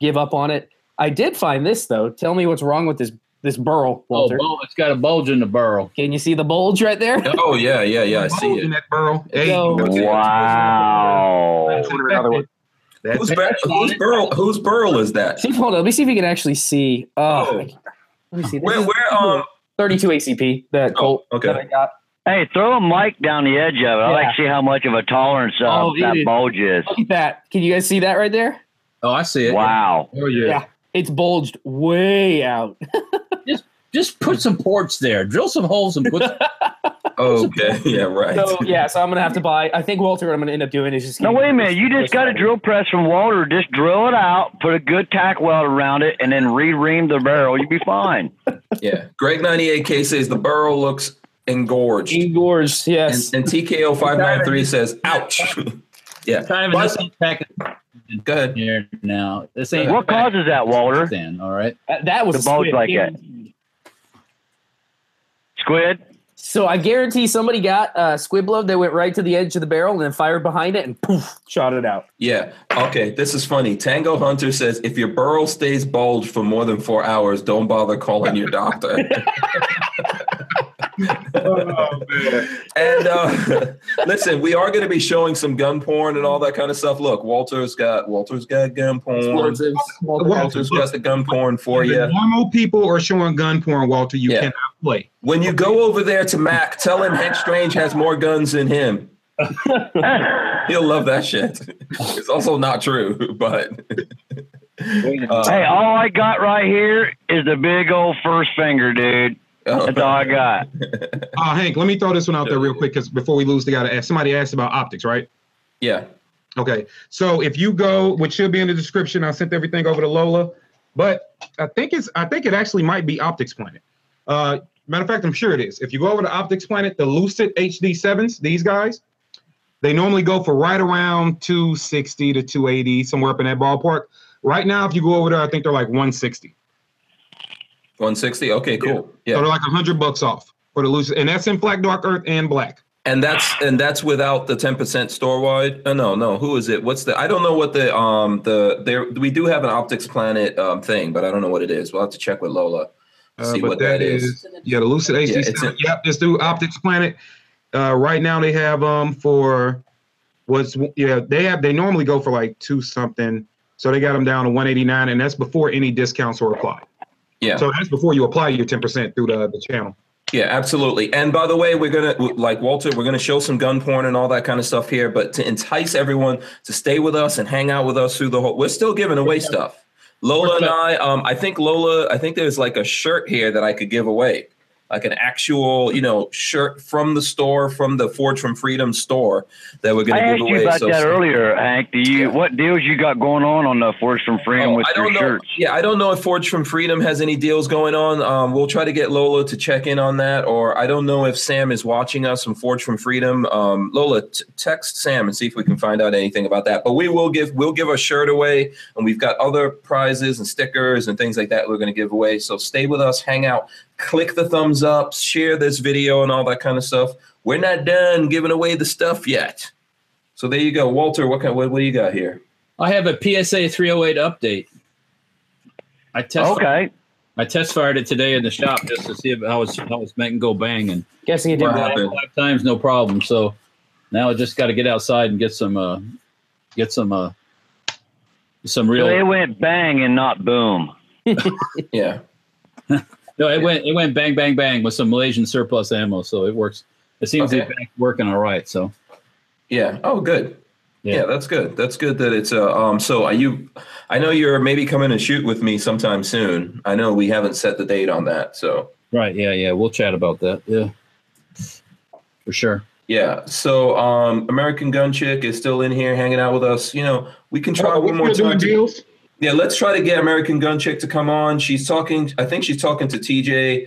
give up on it. I did find this though. Tell me what's wrong with this this burl, Walter. Oh, bul- it's got a bulge in the barrel. Can you see the bulge right there? Oh yeah, yeah, yeah. I see In it. that Borough. Hey, Go. that's it. Wow. That's it. That's Who's it. bur- whose burl whose burl is that? See, hold on. Let me see if we can actually see. Oh, Oh. let me see. This Where is where um Oh, 32 ACP that Colt okay. that I got. Hey, throw a mic down the edge of it. I like Yeah. to see how much of a tolerance uh, Oh, it that is. bulge is. Look at that. Can you guys see that right there? Oh, I see it. Wow. Oh yeah. It's bulged way out. Just put some ports there. Drill some holes and put. Okay. Yeah. Right. So yeah, so I'm gonna have to buy. I think Walter, what I'm gonna end up doing is just. No, wait a minute. You just got a to drill press from Walter. Just drill it out, put a good tack weld around it, and then re-ream the barrel. You'll be fine. Yeah. Greg ninety eight K says the burrow looks engorged, and, Igor's. Yes, and TKO five nine three says ouch. yeah. kind of But- this ain't packing Go ahead. here now. This ain't What causes that, Walter? Then all right. Uh, that was The a ball's squid. like that. Squid. So I guarantee somebody got uh, squib love. They went right to the edge of the barrel and then fired behind it and poof, shot it out. Yeah. Okay. This is funny. Tango Hunter says if your burrow stays bulged for more than four hours, don't bother calling your doctor. Oh, man. and uh, listen, we are going to be showing some gun porn and all that kind of stuff. Look, Walter's got Walter's got gun porn. Explosives. Walter, Walter's got the gun porn for The you. Normal people are showing gun porn, Walter. You Oh, Yeah. cannot play. When you go over there to Mac, tell him Hank Strange has more guns than him. He'll love that shit. It's also not true, but uh, Hey, all I got right here is the big old first finger, dude. That's all I got. Uh, Hank, let me throw this one out there real quick because before we lose, they got to ask. Somebody asked about optics, right? yeah. Okay. So if you go, which should be in the description, I sent everything over to Lola, but I think it's I think it actually might be Optics Planet. Uh, matter of fact, I'm sure it is. If you go over to Optics Planet, the Lucid HD sevens, these guys, they normally go for right around 260 to 280, somewhere up in that ballpark. Right now, if you go over there, I think they're like 160. 160. Okay, cool. Yeah. So they're like 100 bucks off for the Lucid, and that's in Black Dark Earth and Black. And that's and that's without the ten percent store wide. Oh, no, no. Who is it? What's the? I don't know what the um the there we do have an Optics Planet um thing, but I don't know what it is. We'll have to check with Lola to Uh, see but what that is. Yeah, the Lucid HD. Yeah, it's seven. a- yep, it's through Optics Planet. Uh, right now they have um for what's yeah they have they normally go for like two something, so they got them down to one eighty nine, and that's before any discounts are applied. Yeah. So that's before you apply your ten percent through the, the channel. Yeah, absolutely. And by the way, we're gonna like Walter, we're gonna show some gun porn and all that kind of stuff here. But to entice everyone to stay with us and hang out with us through the whole, we're still giving away stuff. Lola and I, um, I think Lola, I think there's like a shirt here that I could give away, like an actual, you know, shirt from the store, from the Forge from Freedom store that we're I gonna asked give you away. about So that stay- earlier, Hank. Do you what deals you got going on on the Force from Freedom Oh, with I your don't know. shirts? Yeah, I don't know if Forge from Freedom has any deals going on. Um, we'll try to get Lola to check in on that, or I don't know if Sam is watching us from Forge from Freedom. Um, Lola, t- text Sam and see if we can find out anything about that. But we will give we'll give a shirt away, and we've got other prizes and stickers and things like that we're going to give away. So stay with us, hang out, click the thumbs up, share this video, and all that kind of stuff. We're not done giving away the stuff yet. So there you go, Walter. What kind? What, what do you got here? I have a PSA 308 update. I test Okay. I test fired it today in the shop just to see if I was I was making go bang and Guessing it did What not. happened? five times no problem. So now I just got to get outside and get some uh get some uh some real. So it went bang and not boom. Yeah. no, it went it went bang bang bang with some Malaysian surplus ammo, so it works. It seems Okay. to be back working all right. So Yeah. Oh, good. Yeah. Yeah. that's good. That's good that it's uh, um. So are you? I know you're maybe coming and shoot with me sometime soon. I know we haven't set the date on that. So right, yeah, yeah, we'll chat about that. Yeah, for sure. yeah. So um, American Gun Chick is still in here hanging out with us. You know, we can try Oh, one we more still doing time. to- deals? yeah, let's try to get American Gun Chick to come on. She's talking. I think she's talking to TJ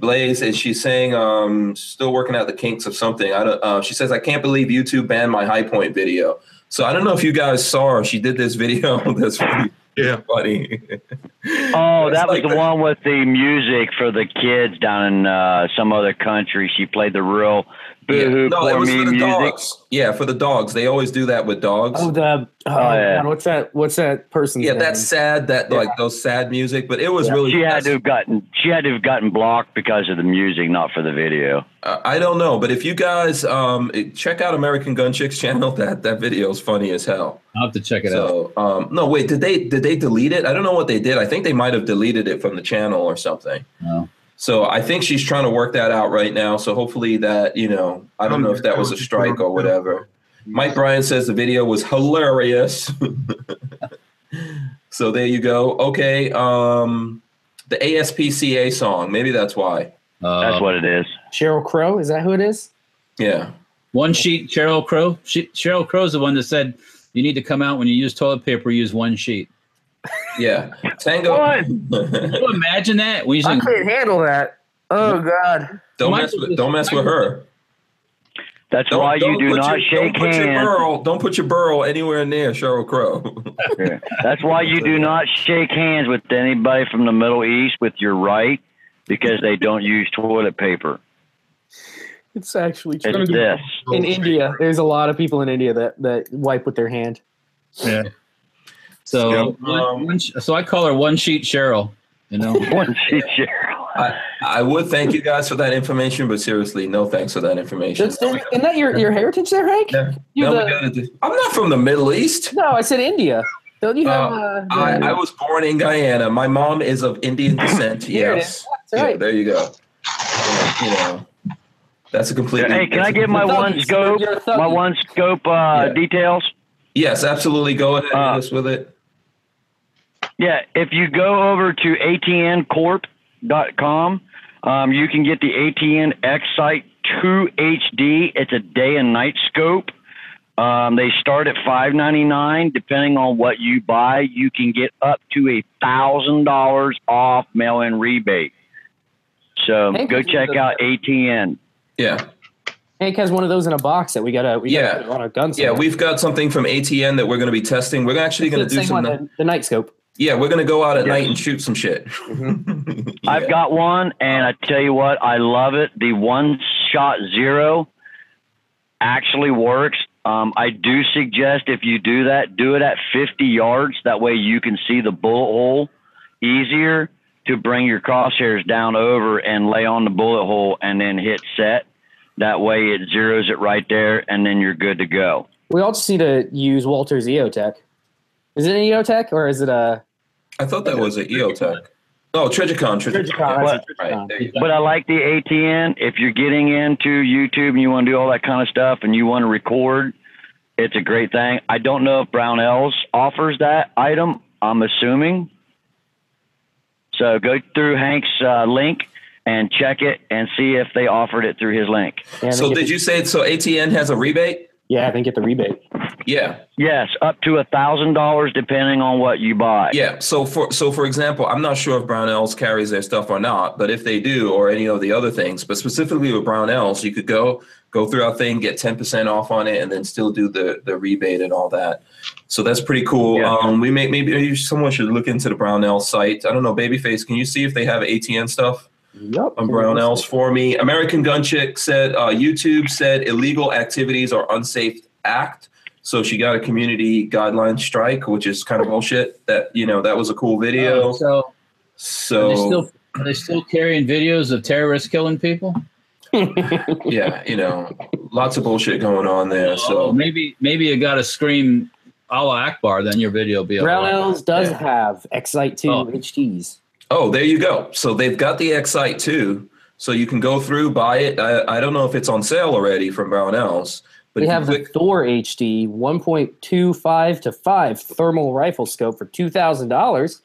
Blaze, and she's saying um, still working out the kinks of something. I don't. Uh, she says I can't believe YouTube banned my high point video. So I don't know if you guys saw her. She did this video. That's really Yeah. funny. Oh, It's that was like the the- one with the music for the kids down in uh, some other country. She played the real boohoo Yeah. No, it poor was me for the music. dogs. Yeah, for the dogs. They always do that with dogs. Oh, the oh, yeah. God, what's that? What's that person's yeah, name? that's sad. That like those sad music, but it was really. She had that's- to have gotten she had to have gotten blocked because of the music, not for the video. I I don't know, but if you guys um check out American Gun Chicks channel, that that video is funny as hell. I'll have to check it out. So um no wait, did they did they delete it? I don't know what they did. I think they might have deleted it from the channel or something. No. So I think she's trying to work that out right now. So hopefully that you know I don't know if that was a strike or whatever. Mike Bryan says the video was hilarious. so there you go. Okay. Um, The ASPCA song. Maybe that's why. Uh, That's Oh. what it is. Cheryl Crow, is that who it is? Yeah. One sheet, Cheryl Crow. She, Cheryl Crow's the one that said, "You need to come out when you use toilet paper. Use one sheet." Yeah. Tango. Can you imagine that? When you I think, couldn't handle that. Oh God. don't mess with don't mess with her. That's Don't, why you don't do put not your- shake don't put Your hands. burl, don't put your burl anywhere near Cheryl Crow. Yeah. That's why you do not shake hands with anybody from the Middle East with your right because they don't use toilet paper. It's actually true. It's this. In India, there's a lot of people in India that, that wipe with their hand. yeah. So, Yep. Um, one- one sh- so I call her one sheet Cheryl. You know, One sheet, Cheryl. I, I would thank you guys for that information, but seriously, no thanks for that information. That's, isn't that your, your heritage there, Hank? Yeah. You're Now we the- gotta do- I'm not from the Middle East. No, I said India. Don't you have? Uh, Uh, I, I was born in Guyana. My mom is of Indian descent. Here it Yes. That's right. Yeah, there you go. You know, that's a complete. Hey, can I get my Thuggies. one scope? You're a thuggie. My one scope uh, Yeah. details. Yes, absolutely. Go ahead and Uh, hit us with it. Yeah, if you go over to atncorp.com, um, you can get the ATN X Sight 2 HD. It's a day and night scope. Um, they start at five ninety nine. Depending on what you buy, you can get up to a thousand dollars off mail in rebate. So Hey, go because check of- out ATN. Yeah. Hank has one of those in a box that we gotta. We Yeah. gotta put on our guns. Yeah, we've got something from ATN that we're going to be testing. We're actually going to do same one, some. the, the night scope. Yeah, we're going to go out at Yes. night and shoot some shit. I've Yeah. got one, and I tell you what, I love it. The one shot zero actually works. Um, I do suggest if you do that, do it at 50 yards. That way you can see the bullet hole easier to bring your crosshairs down over and lay on the bullet hole and then hit set. That way it zeroes it right there, and then you're good to go. We all just need to use Walter's EOTech. Is it an EOTech or is it a? I thought that was a EOTech. Oh, Trigicon. Trigicon. Trigicon, yeah. that's a Right, Trigicon. there you go. But I like the ATN. If you're getting into YouTube and you want to do all that kind of stuff and you want to record, it's a great thing. I don't know if Brownells offers that item. I'm assuming. So go through Hank's uh, link and check it and see if they offered it through his link. Yeah, So they get did the- you say so ATN has a rebate? Yeah, they get the rebate. Yeah. Yes, up to a thousand dollars depending on what you buy. Yeah. So for so for example, I'm not sure if Brownells carries their stuff or not, but if they do or any of the other things, but specifically with Brownells, you could go go through our thing, get 10% off on it, and then still do the the rebate and all that. So that's pretty cool. Yeah. Um, we may maybe someone should look into the Brownell site. I don't know, Babyface, can you see if they have ATN stuff? Yep. on Brownells for me. American Gun Chick said uh, YouTube said illegal activities are unsafe act. So she got a community guideline strike, which is kind of bullshit. That you know that was a cool video. Oh, so are So they still are they still carrying videos of terrorists killing people? yeah, you know, lots of bullshit going on there. Oh, So maybe maybe you got to scream Allah Akbar, then your video will be. all right. Brownells does Yeah. have Excite Two Oh. HTs. oh, there you go. So they've got the Excite too. So you can go through, buy it. I, I don't know if it's on sale already from Brownells, but They if you have the click- Thor HD 1.25 to 5 thermal rifle scope for two thousand dollars.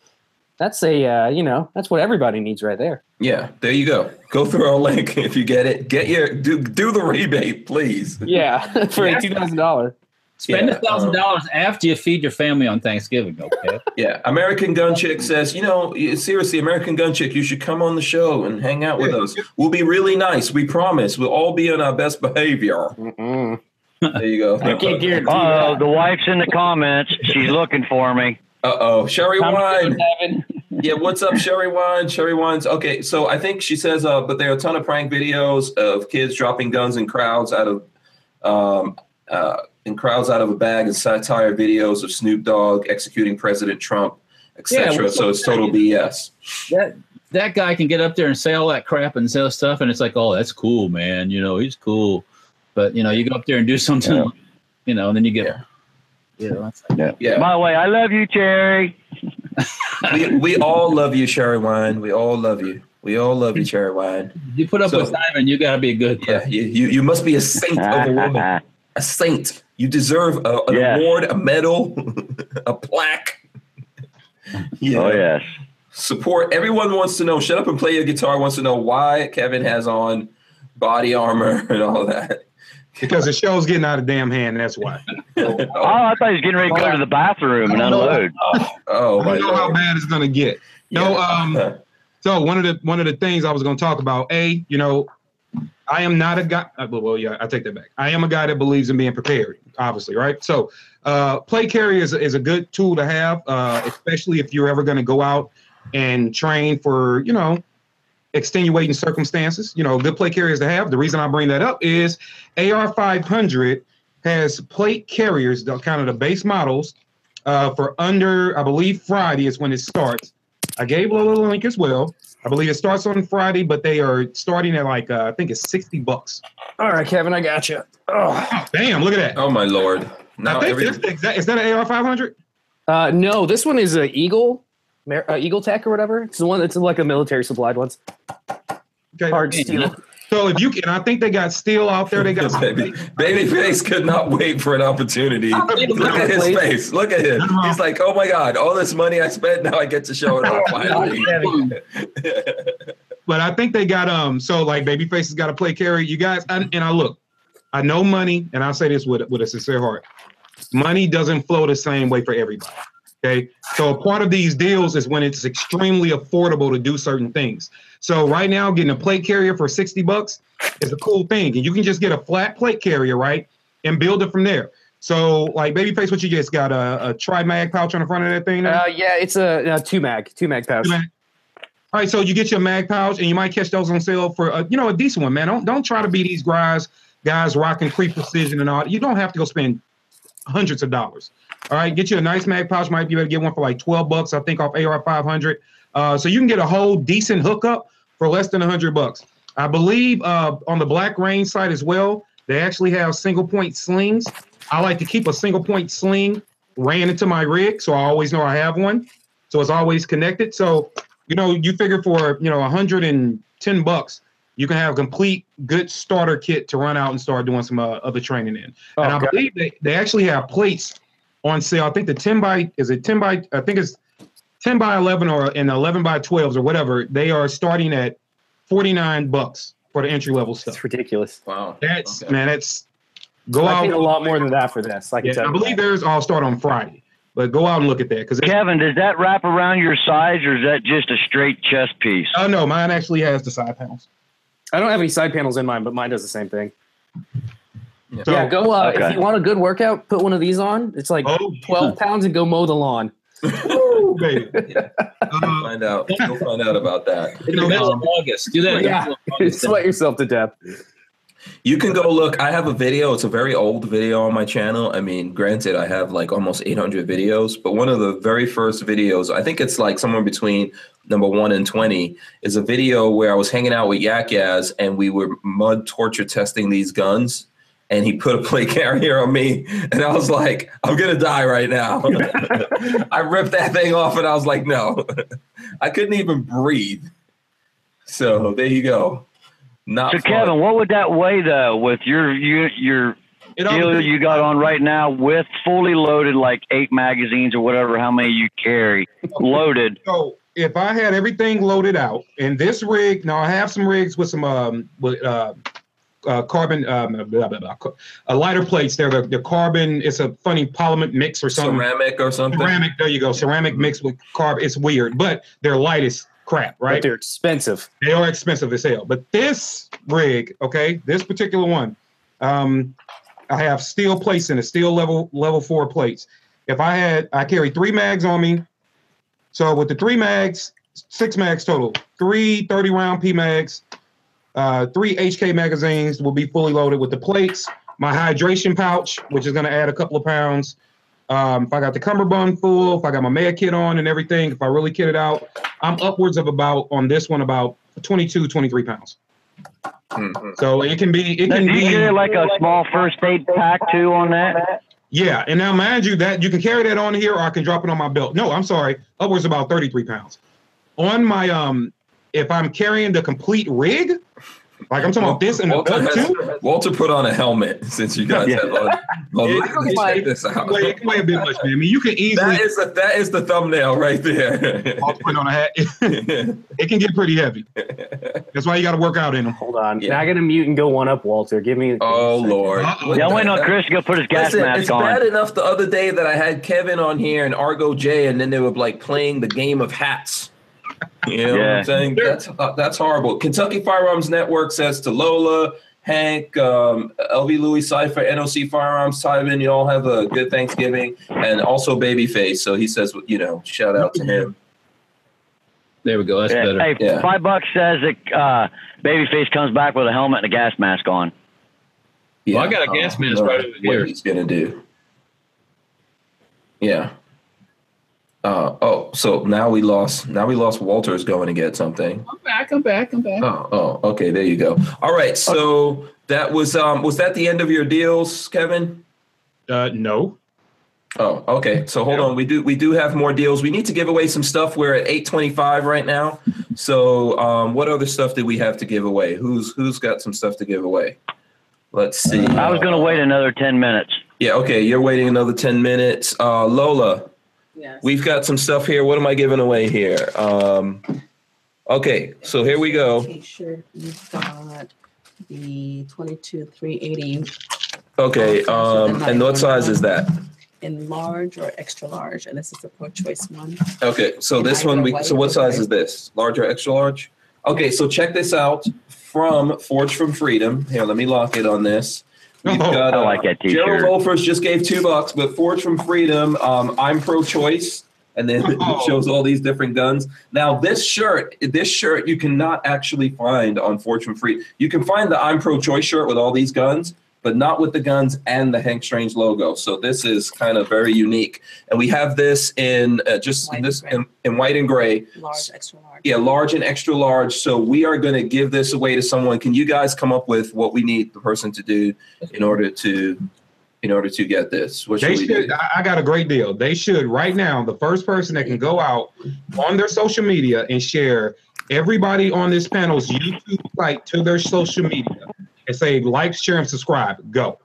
That's a uh, you know that's what everybody needs right there. yeah, there you go. Go through our link if you get it. Get your do do the rebate, please. Yeah, for a two thousand dollar. Spend Yeah, uh, a thousand dollars after you feed your family on Thanksgiving. Okay. Yeah, American Gun Chick says, you know, seriously, American Gun Chick, you should come on the show and hang out with us. We'll be really nice. We promise. We'll all be on our best behavior. There you go. I can't guarantee Uh oh, that. the wife's in the comments. She's looking for me. Uh oh, Sherry Wine. Seven. Yeah, what's up, Sherry Wine? Sherry Wine's okay. So I think she says, uh, but there are a ton of prank videos of kids dropping guns in crowds out of, um, uh, in crowds out of a bag, and satire videos of Snoop Dogg executing President Trump, Yeah, etc. what's so up it's total BS. that that guy can get up there and say all that crap and sell stuff, and it's like, oh, that's cool, man. You know, he's cool. But you know, you go up there and do something, Yeah. you know, and then you get, Yeah. you know, it's like, Yeah. By the way, I love you, Cherry. we, we all love you, Sherry Wine. We all love you. We all love you, Sherry Wine. you put up So- with Simon, you got to be a good Yeah, person. you, you, you must be a saint of a Oh, woman. A saint. You deserve a, an Yes. award, a medal, a plaque. Oh yes. Support. Everyone wants to know. Shut up and play your guitar. Wants to know why Kevin has on body armor and all that. because the show's getting out of damn hand. That's why. Oh, I thought he was getting ready to go to the bathroom and unload. oh I my don't know how god. bad it's gonna get. No, um, So one of the one of the things I was going to talk about, a you know, I am not a guy. uh, Well, yeah, I take that back. I am a guy that believes in being prepared, obviously, right? So, uh, play carry is is a good tool to have, uh, especially if you're ever going to go out and train for you know extenuating circumstances. You know, good play carriers to have. The reason I bring that up is AR 500 has plate carriers, the kind of the base models, uh, for under I believe Friday is when it starts. I gave Lola the link as well. I believe it starts on Friday, but they are starting at like uh, I think it's sixty bucks. All right, Kevin, I got you. Oh, damn! Look at that. Oh my lord. I Now think every, that's the exact, is that an AR five hundred? Uh, no, this one is a Eagle, Mer- uh, Eagle Tech or whatever. It's the one that's like a military supplied ones. Okay. Hard steel. So if you can, I think they got steel out there. They got baby, Babyface could not wait for an opportunity. Look at his face. Look at him. He's like, oh my god, all this money I spent, now I get to show it off finally. But I think they got um. So like, Babyface has got to play carry. You guys, and, and I look, I know money, and I say this with with a sincere heart. Money doesn't flow the same way for everybody. Okay, so a part of these deals is when it's extremely affordable to do certain things. So right now, getting a plate carrier for sixty bucks is a cool thing, and you can just get a flat plate carrier, right, and build it from there. So like, Babyface, what you just got a, a tri mag pouch on the front of that thing. there? Uh, yeah, it's a, a two mag, two mag pouch. Two mag. All right, so you get your mag pouch, and you might catch those on sale for a, you know a decent one, man. Don't don't try to be these guys guys rocking creep precision and all. You don't have to go spend hundreds of dollars. All right, get you a nice mag pouch. Might be able to get one for like twelve bucks, I think, off AR five hundred. Uh, so you can get a whole decent hookup for less than hundred bucks. I believe uh, on the Black Rain site as well, they actually have single point slings. I like to keep a single point sling ran into my rig, so I always know I have one. So it's always connected. So you know, you figure for you know 110 bucks, you can have a complete good starter kit to run out and start doing some uh, other training in. Oh, and I God. believe they, they actually have plates on sale. I think the 10 by is it 10 by I think it's 10 by 11 or and 11 by 12s or whatever. They are starting at 49 bucks for the entry level stuff. It's ridiculous. Wow. That's Okay. man, that's go I out. paid a lot more than that for this. I can Yeah, tell I you believe that. theirs all start on Friday, but go out and look at that because Kevin, does that wrap around your sides or is that just a straight chest piece? oh no, mine actually has the side panels. I don't have any side panels in mine, but mine does the same thing. So, yeah, go. Uh, If Okay. you want a good workout, put one of these on. It's like Oh, 12 pounds and go mow the lawn. woo, baby. Uh, Find out. We'll find out about that. In the middle of Um, August. Do that. in the Yeah. middle of August. Sweat yourself to death. You can go look. I have a video. It's a very old video on my channel. I mean, granted, I have like almost 800 videos, but one of the very first videos, I think it's like somewhere between number one and 20, is a video where I was hanging out with Yak Yaz and we were mud torture testing these guns. And he put a plate carrier on me, and I was like, "I'm gonna die right now." I ripped that thing off, and I was like, "No, I couldn't even breathe." So there you go. Not So fun. Kevin, what would that weigh though with your your your it all deal depends- you got on right now with fully loaded like eight magazines or whatever how many you carry loaded? So if I had everything loaded out and this rig, now I have some rigs with some um with uh, uh carbon um blah, blah, blah, ca- uh, lighter plates. They're the, the carbon. It's a funny polymer mix or something. ceramic or something. Ceramic. There you go. Ceramic mixed with carbon. It's weird, but they're light as crap, Right. right? But they're expensive. they are expensive as hell. But this rig, okay, this particular one, um, I have steel plates in it, steel level level four plates. If I had, I carry three mags on me. So with the three mags, six mags total, three 30 round P mags, uh, three HK magazines will be fully loaded with the plates, my hydration pouch, which is going to add a couple of pounds. Um, if I got the cummerbund full, if I got my med kit on and everything, if I really kit it out, I'm upwards of about on this one about 22, 23 pounds. Mhm. So it can be, it Now, can do you carry be, like a small first aid pack too on that? yeah. And now, mind you, that you can carry that on here, or I can drop it on my belt. No, I'm sorry, upwards about 33 pounds. On my um, if I'm carrying the complete rig, Like I'm talking about this and the Walter, belt has, too. Walter put on a helmet since you guys Yeah. have on. Well, Yeah, let me it's like- check this out. Wait, it can weigh a bit much, man. I mean, you can easily That is the that is the thumbnail right there. Oh, put on a hat. it can get pretty heavy. That's why you got to work out in them. Hold on. Yeah. Now I got to mute and go one up, Walter. Give me. oh Lord! Uh-oh. What Y'all the waiting on heck? Chris to go put his gas Listen, mask it's on. bad enough the other day that I had Kevin on here and Argo J, and then they were like playing the game of hats. You know what Yeah. I'm saying? That's uh, that's horrible. Kentucky Firearms Network says to Lola, Hank, um, LV Louis Cipher, NOC Firearms, Simon, you all have a good Thanksgiving, and also Babyface. So he says, you know, shout out to him. There we go. That's Yeah. better. Hey, Yeah. five bucks says that uh, Babyface comes back with a helmet and a gas mask on. Well, I got a gas mask right over here. What he's gonna do? Yeah. Uh, oh, so now we lost. Now we lost. Walter's going to get something. I'm back. I'm back. I'm back. Oh, oh, okay. There you go. All right. So that was um, was that the end of your deals, Kevin? Uh, no. Oh, okay. So hold on. We do we do have more deals. We need to give away some stuff. We're at eight twenty five right now. So um, what other stuff do we have to give away? Who's who's got some stuff to give away? Let's see. I was going to wait another 10 minutes. Yeah, okay. You're waiting another 10 minutes. Uh, Lola, Yes. we've got some stuff here. What am I giving away here? Um, okay, so here we go. T-shirt. We've got the 22 380 Okay, um, and what size is that? in large or extra large, and this is the pro choice one. Okay, so this one, we, so what size is this? Large or extra large? Okay, so check this out from Forge from Freedom. Here, let me lock it on this. We've got, I uh, like that t-shirt. Gerald Goldfirst just gave two bucks, but Forge from Freedom, um, I'm pro-choice, and then it shows all these different guns. Now this shirt, this shirt you cannot actually find on Forge from Freedom. You can find the I'm pro-choice shirt with all these guns, but not with the guns and the Hank Strange logo. So this is kind of very unique, and we have this in uh, just White and this gray. in, in white and gray. Large, extra large. Yeah, large and extra large. So we are going to give this away to someone. Can you guys come up with what we need the person to do in order to in order to get this? What should They we do? should. I, I got a great deal. They should right now. The first person that can go out on their social media and share everybody on this panel's YouTube site to their social media and say like, share, and subscribe. Go.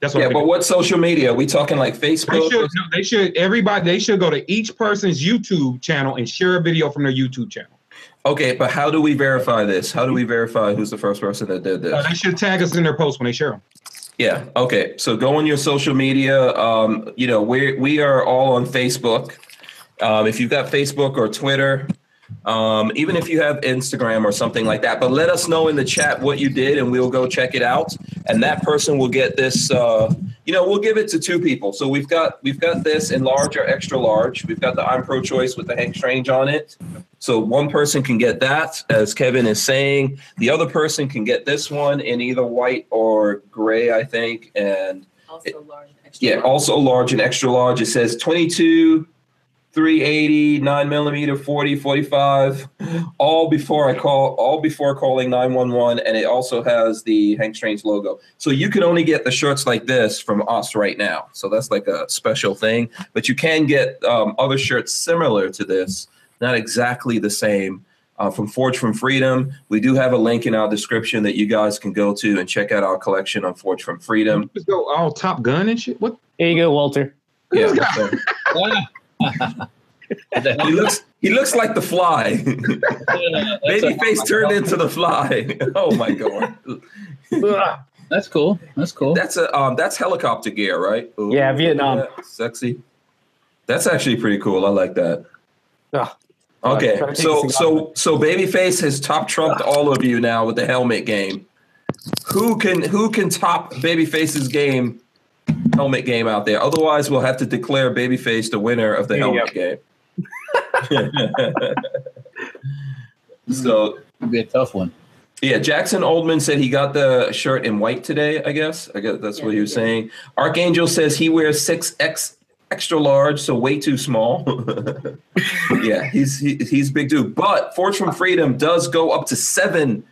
That's what. Yeah, they but what social media? Are we talking like They Facebook? should. no, they should. Everybody. They should go to each person's YouTube channel and share a video from their YouTube channel. Okay, but how do we verify this? How do we verify who's the first person that did Uh, this? they should tag us in their post when they share them. Yeah. Okay. So go on your social media. Um, you know, we we are all on Facebook. Um, if you've got Facebook or Twitter, um, even if you have Instagram or something like that, but let us know in the chat what you did, and we'll go check it out. And that person will get this. Uh, you know, we'll give it to two people. So we've got we've got this in large or extra large. We've got the I'm pro choice with the Hank Strange on it. So one person can get that, as Kevin is saying. The other person can get this one in either white or gray, I think. And Also large, and extra yeah, large. also large and extra large. It says 22, 380, 9 millimeter, 40, 45. All before I call, all before calling 911. And it also has the Hank Strange logo. So you can only get the shirts like this from us right now. So that's like a special thing. But you can get um, other shirts similar to this, not exactly the same. Uh, from Forge from Freedom. We do have a link in our description that you guys can go to and check out our collection on Forge from Freedom. Just go all Top Gun and shit. What? Here you go, Walter. Yeah. so- He looks he looks like the fly. uh, that's, a- Babyface turned into the fly. Oh my god. that's cool. That's cool. That's a um that's helicopter gear, right? Ooh, Yeah, Vietnam. look at that. Sexy. That's actually pretty cool. I like that. Ugh. Okay. Try to take So this thing so so Babyface has top trumped all of you now with the helmet game. Who can who can top Babyface's game helmet game out there? Otherwise we'll have to declare Babyface the winner of the There you helmet game. so It'd be a tough one. Yeah, Jackson Oldman said he got the shirt in white today. I guess. I guess that's what he was Yeah, yeah. saying. Archangel says he wears six X extra large, so way too small. yeah, he's he, he's a big dude. But Forge from Freedom does go up to seven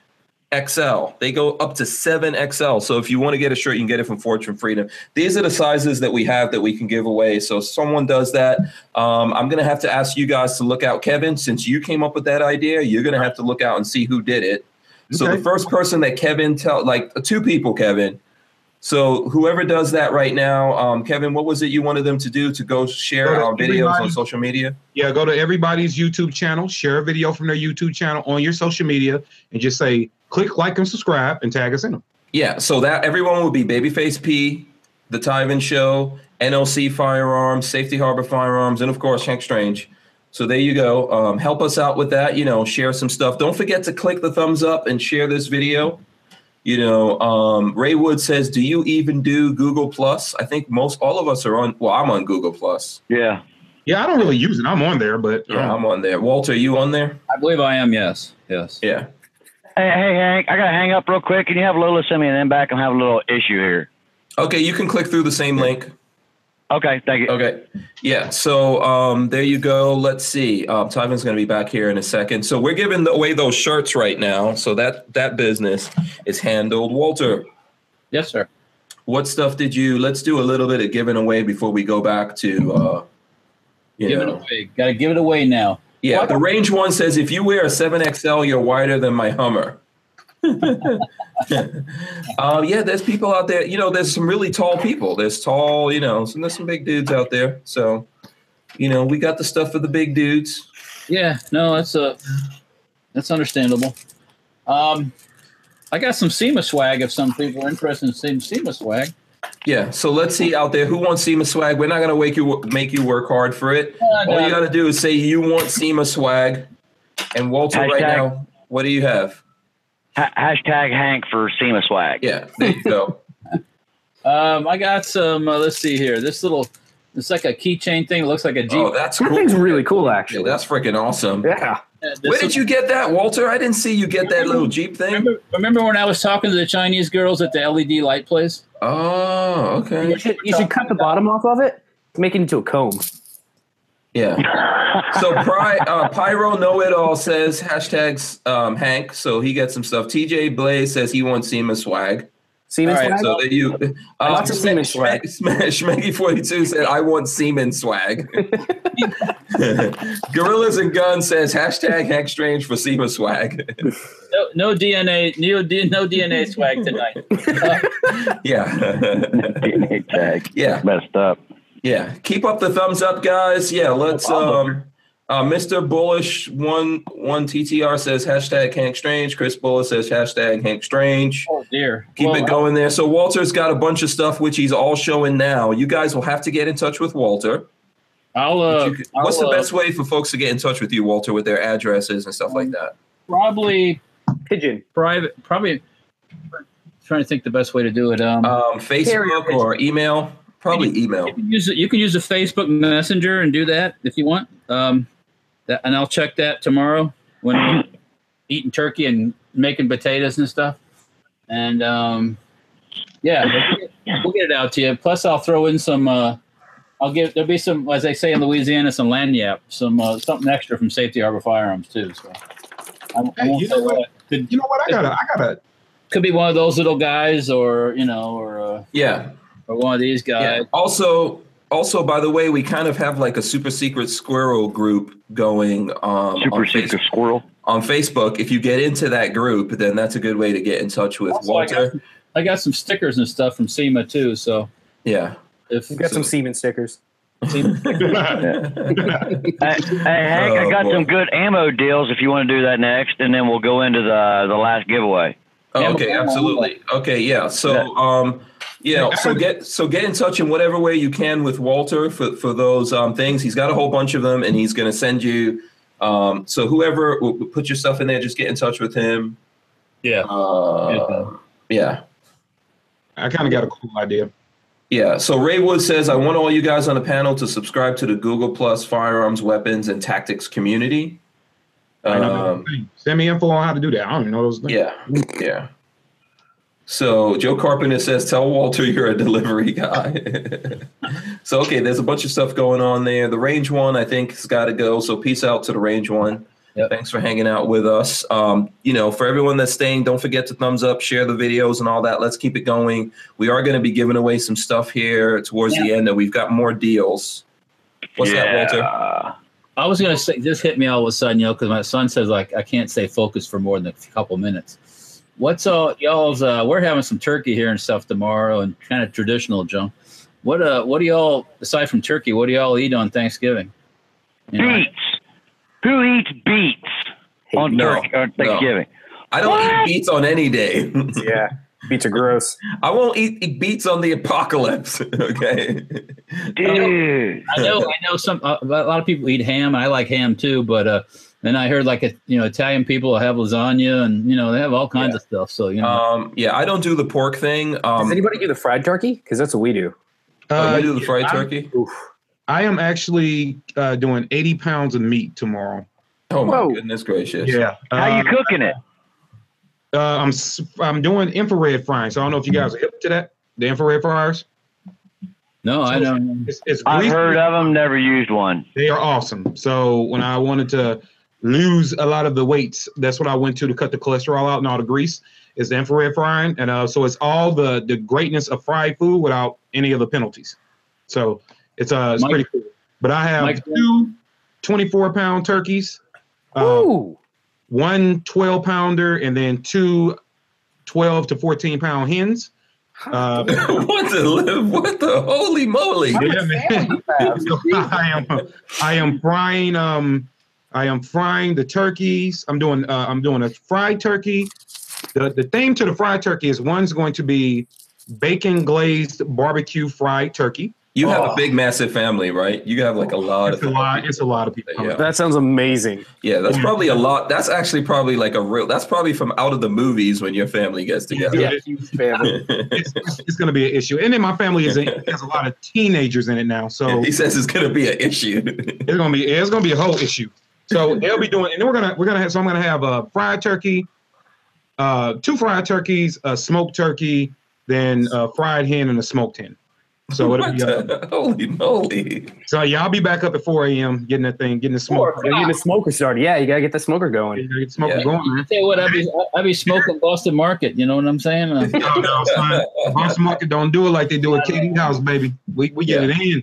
XL. They go up to seven XL. So if you want to get a shirt, you can get it from Forge from Freedom. These are the sizes that we have that we can give away. So if someone does that. Um, I'm gonna have to ask you guys to look out, Kevin, since you came up with that idea. You're gonna have to look out and see who did it. So Okay. the first person that Kevin tell, like uh, two people, Kevin. So whoever does that right now, um, Kevin, what was it you wanted them to do to go share Go to our videos on everybody. social media? Yeah, go to everybody's YouTube channel, share a video from their YouTube channel on your social media, and just say click like and subscribe and tag us in them. Yeah, so that everyone would be Babyface P, The Tyven Show, NLC Firearms, Safety Harbor Firearms, and of course Hank Strange. So there you go. Um, help us out with that. You know, share some stuff. Don't forget to click the thumbs up and share this video. You know, um, Ray Wood says, "Do you even do Google Plus?" I think most all of us are on. Well, I'm on Google Plus. Yeah. Yeah, I don't really use it. I'm on there, but Yeah, I'm on there. Walter, you on there? I believe I am. Yes. Yes. Yeah. Hey, hey, Hank, I gotta hang up real quick. Can you have Lola send me an inbox? I'm having a little issue here. Okay, you can click through the same link. Okay, thank you. Okay. Yeah. So um, there you go. Let's see. Um, Tyvin's going to be back here in a second. So we're giving away those shirts right now. So that that business is handled. Walter, Yes, sir. what stuff did you? Let's do a little bit of giving away before we go back to. Uh, you Give it know. away. Got to give it away now. Yeah. The range one says if you wear a seven XL, you're wider than my Hummer. um, yeah, there's people out there. You know, there's some really tall people. There's tall, you know, some, there's some big dudes out there. So, you know, we got the stuff for the big dudes. Yeah, no, that's uh that's understandable. Um, I got some SEMA swag if some people are interested in seeing SEMA swag. Yeah. So let's see out there who wants SEMA swag. We're not gonna make you make you work hard for it. Uh, All you gotta do is say you want SEMA swag. And Walter, right Hashtag- now, what do you have? Ha- hashtag Hank for SEMA swag. Yeah, there you go. um, I got some. Uh, let's see here. This little, it's like a keychain thing. It looks like a Jeep. oh, that's That cool. thing's really cool, Yeah, actually. that's freaking awesome. Yeah. Uh, this Where is- did you get that, Walter? I didn't see you get that little Jeep thing. Remember, remember when I was talking to the Chinese girls at the LED light place? Oh, You okay. should, you should cut the bottom off of it, make it into a comb. Yeah. So Pry, uh, Pyro Know It All says hashtags um, Hank, so he gets some stuff. TJ Blaze says he wants SEMA swag. Semen All right, swag? So there you. Uh, Lots of SEMA swag. Schmeggy42 said, I want Seaman swag. Gorillas and Guns says hashtag Hank Strange for SEMA swag. No, no DNA, no, D- no DNA swag tonight. Uh, yeah. hashtag. yeah. Messed up. Yeah, keep up the thumbs up, guys. Yeah, let's. um uh, Mr. Bullish one one TTR says hashtag Hank Strange. Chris Bullish says hashtag Hank Strange. oh dear. Keep Well, it going there. So Walter's got a bunch of stuff which he's all showing now. You guys will have to get in touch with Walter. I'll. Uh, You could- what's I'll, the uh, best way for folks to get in touch with you, Walter, with their addresses and stuff like that? Probably Pigeon. private. Probably. Trying to think the best way to do it. Um, Um, Facebook or email? Probably email. You can use you can use a Facebook Messenger and do that if you want. Um, that, and I'll check that tomorrow when I'm eating turkey and making potatoes and stuff. And um, yeah, we'll get, we'll get it out to you. Plus, I'll throw in some. Uh, I'll give there'll be some, as they say in Louisiana, some lanyap, some uh, something extra from Safety Harbor Firearms too. So, I, I Hey, won't you know say what? Could, You know what? I gotta, I gotta. could be one of those little guys, or you know, or uh, Yeah, or one of these guys. Yeah. Uh, Also, also, by the way, we kind of have like a super secret squirrel group going um, Super on, secret Face- squirrel. on Facebook. If you get into that group, then that's a good way to get in touch with Also, I got- Walter. I got some stickers and stuff from SEMA too. So Yeah. if We've got some semen stickers. Hey, hey, Hank, Oh, I got boy. some good ammo deals if you want to do that next, and then we'll go into the the last giveaway. Oh, Yeah, okay, we're- absolutely. Okay, yeah. So, um, yeah. So get so get in touch in whatever way you can with Walter for for those um, things. He's got a whole bunch of them, and he's going to send you. Um, so whoever will put your stuff in there, just get in touch with him. yeah, Uh, yeah. I kind of got a cool idea. Yeah. So Ray Wood says, I want all you guys on the panel to subscribe to the Google Plus firearms, weapons, and tactics community. I know those Um, things. Send me info on how to do that. I don't even know those things. yeah. Yeah. So Joe Carpenter says, tell Walter you're a delivery guy. so, okay, there's a bunch of stuff going on there. The range one, I think, has got to go. So, peace out to the range one. Yep. Thanks for hanging out with us. Um, you know, for everyone that's staying, don't forget to thumbs up, share the videos and all that. Let's keep it going. We are going to be giving away some stuff here towards the end, and we've got more deals. What's that, Walter? I was gonna say. This hit me all of a sudden, you know, because my son says like I can't stay focused for more than a couple minutes. What's all y'all's? Uh, we're having some turkey here and stuff tomorrow, and kind of traditional junk. What uh? What do y'all aside from turkey? What do y'all eat on Thanksgiving? You know, Beets. Who eats beets on No, turkey on no. Thanksgiving? I don't What? eat beets on any day. Yeah, beats are gross. I won't eat, eat beets on the apocalypse. Okay. Dude, I know, I know. Some a lot of people eat ham. and I like ham too, but uh, then I heard like a, you know Italian people have lasagna, and you know they have all kinds of stuff. So you know, Um, yeah, I don't do the pork thing. Um, Does anybody do the fried turkey? Because that's what we do. oh, Uh, you do the fried turkey? I am actually uh, doing 80 pounds of meat tomorrow. Oh my Whoa. goodness gracious! Yeah. how you Um, Uh, cooking it? uh, I'm s- I'm doing infrared frying, so I don't know if you guys are hip to that. The infrared fryers. no, I don't. It's, it's I've greasy. heard of them, never used one. They are awesome. So when I wanted to lose a lot of the weights, that's what I went to to cut the cholesterol out and all the grease is the infrared frying, and uh, so it's all the the greatness of fried food without any of the penalties. So it's uh it's Mike- pretty cool. But I have Mike- two 24 pound turkeys, uh, Ooh, one 12 pounder, and then two 12 to 14 pound hens. Uh, what the what the holy moly? yeah, man. So I am I am frying um I am frying the turkeys. I'm doing uh, I'm doing a fried turkey. The the theme to the fried turkey is one's going to be bacon glazed barbecue fried turkey. You have a Oh. big massive family, right? You have like a lot It's of a lot. It's a lot of people. Oh, Yeah. That sounds amazing. yeah, that's probably a lot. That's actually probably like a real. That's probably from out of the movies when your family gets together. Yeah. Huge family. It's, it's going to be an issue. And then my family is a, has a lot of teenagers in it now, so he it's says it's gonna be an issue. going to be it's going to be a whole issue. So they'll be doing, and then we're gonna we're gonna have so I'm gonna have a fried turkey, uh, two fried turkeys, a smoked turkey, then a fried hen and a smoked hen. So it'll What be uh, the- holy moly! So yeah, I'll be back up at 4 a.m. getting that thing, getting the smoke, You're getting the smoker started. Yeah, you gotta get the smoker get going. the smoke Yeah. going, man. Tell you what, I'd be I'd be smoking Boston Market. You know what I'm saying? Uh, No, no, son. Boston Market don't do it like they do at Katie House, baby. We, we get it in.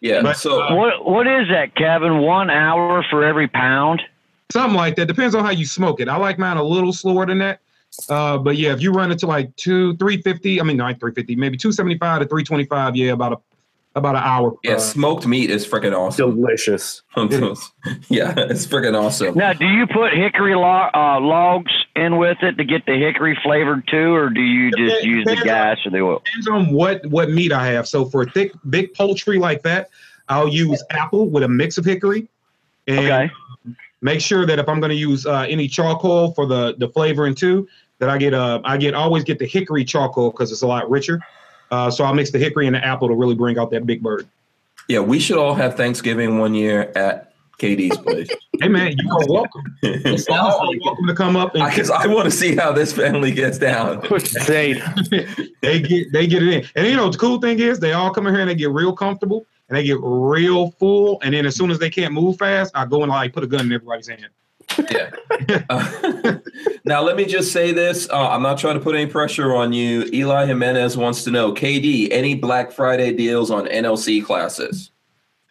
Yeah, But, so uh, What What is that, Kevin? One hour for every pound? Something like that. Depends on how you smoke it. I like mine a little slower than that. Uh, but yeah, if you run it to like two, three fifty, I mean not three fifty, maybe two seventy five to three twenty five, yeah, about a about an hour. yeah, Uh, smoked meat is freaking awesome. Delicious. Oh, yeah, it's freaking awesome. Now, do you put hickory lo- uh, logs in with it to get the hickory flavored too, or do you just use the gas or the oil? Uh, depends on what what meat I have. So for thick, big poultry like that, I'll use apple with a mix of hickory. And Okay. make sure that if I'm going to use uh, any charcoal for the the flavoring too, that I get uh I get always get the hickory charcoal because it's a lot richer. Uh, so I'll mix the hickory and the apple to really bring out that big bird. Yeah, we should all have Thanksgiving one year at KD's place. Hey man, you are welcome. it You're sounds like welcome to come up and Because I want to see how this family gets down. Say, they get they get it in. And you know the cool thing is they all come in here and they get real comfortable and they get real full. And then as soon as they can't move fast, I go and like put a gun in everybody's hand. Yeah. Uh, now, let me just say this. Uh, I'm not trying to put any pressure on you. Eli Jimenez wants to know KD, any Black Friday deals on NLC classes?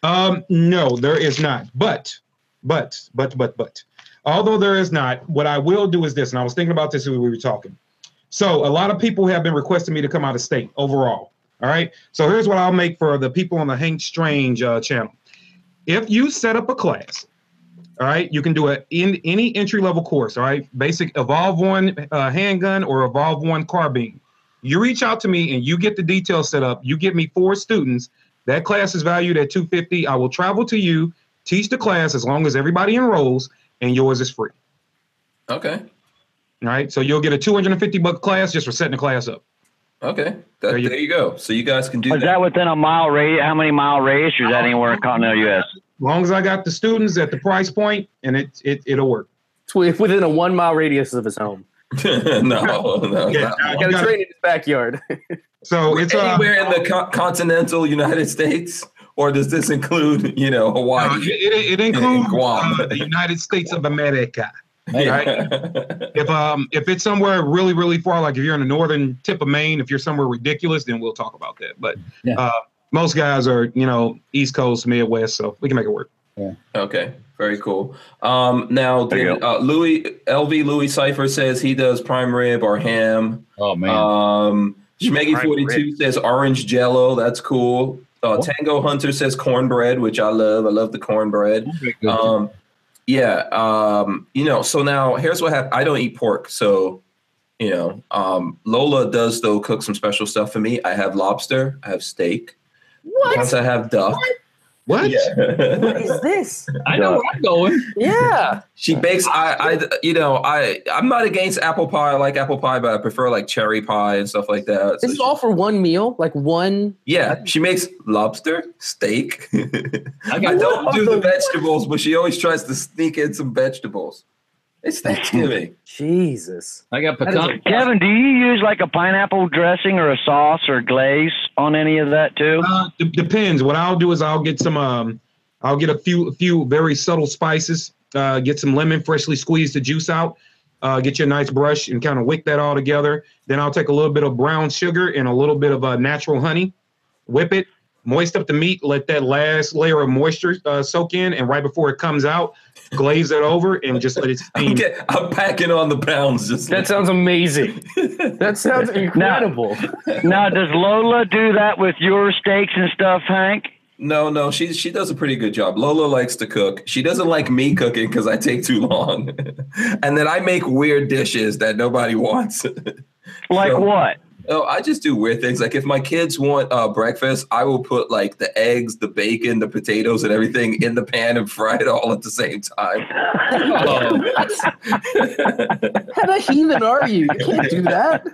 Um, no, there is not. But, but, but, but, but, although there is not, what I will do is this, and I was thinking about this when we were talking. So, a lot of people have been requesting me to come out of state overall. All right. So, here's what I'll make for the people on the Hank Strange uh, channel. If you set up a class, all right, you can do a in any entry level course. All right, basic evolve one uh, handgun or evolve one carbine. You reach out to me and you get the details set up. You get me four students. That class is valued at 250. I will travel to you, teach the class as long as everybody enrolls, and yours is free. Okay. All right. So you'll get a 250 buck class just for setting the class up. Okay. That, there, There you, you- go. So you guys Oh, can do Is that. that within a mile radius? How many mile radius? Or is that anywhere in continental U.S.? As long as I got the students at the price point and it it it'll work. it's wi- within a one mile radius of his home. no, no. Yeah, not- I I got a got- train in his backyard. So it's uh, Anywhere in the co- continental United States? Or does this include, you know, uh, Hawaii? it, it, it includes Guam. uh, the United States of America. Yeah. If um if it's somewhere really really far, like if you're in the northern tip of Maine, if you're somewhere ridiculous, then we'll talk about that. But Yeah. uh, most guys are you know East Coast, Midwest, so we can make it work. Okay, very cool. Um, now, There you did, uh, Louis LV Louis Cipher says he does prime rib or ham. Oh man. Uh, Um, Schmeggy Prime forty two says orange Jello. That's cool. Uh, What? Tango Hunter says cornbread, which I love. I love the cornbread. Uh, Um, yeah, um, you know. So now here's what happened. I don't eat pork, so you know. Um, Lola does though cook some special stuff for me. I have lobster. I have steak. What? Once I have duck. What? Yeah. What is this? I know where I'm going. Yeah. She bakes. I, I, you know, I, I'm not against apple pie. I like apple pie, but I prefer like cherry pie and stuff like that. So This is she- all for one meal, like one. yeah, she makes lobster, steak. I I got don't do What the the- vegetables, but she always tries to sneak in some vegetables. It's Thanksgiving. Jesus. I got pecan. Kevin, do you use like a pineapple dressing or a sauce or glaze on any of that too? Uh, d- depends. What I'll do is I'll get some. Um, I'll get a few, a few very subtle spices. Uh, get some lemon, freshly squeezed the juice out. Uh, get you a nice brush and kind of wick that all together. Then I'll take a little bit of brown sugar and a little bit of uh, natural honey. Whip it, moist up the meat. Let that last layer of moisture uh, soak in, and right before it comes out, glaze it over and just let it I'm, steam. get, I'm packing on the pounds. Just That sounds amazing. that sounds incredible. now, does Lola do that with your steaks and stuff, Hank? no, no. She she does a pretty good job. Lola likes to cook. She doesn't like me cooking because I take too long, and then I make weird dishes that nobody wants. Like So- what? Oh, I just do weird things. Like if my kids want uh, breakfast, I will put like the eggs, the bacon, the potatoes, and everything in the pan and fry it all at the same time. Oh, How the heathen are you? You can't do that.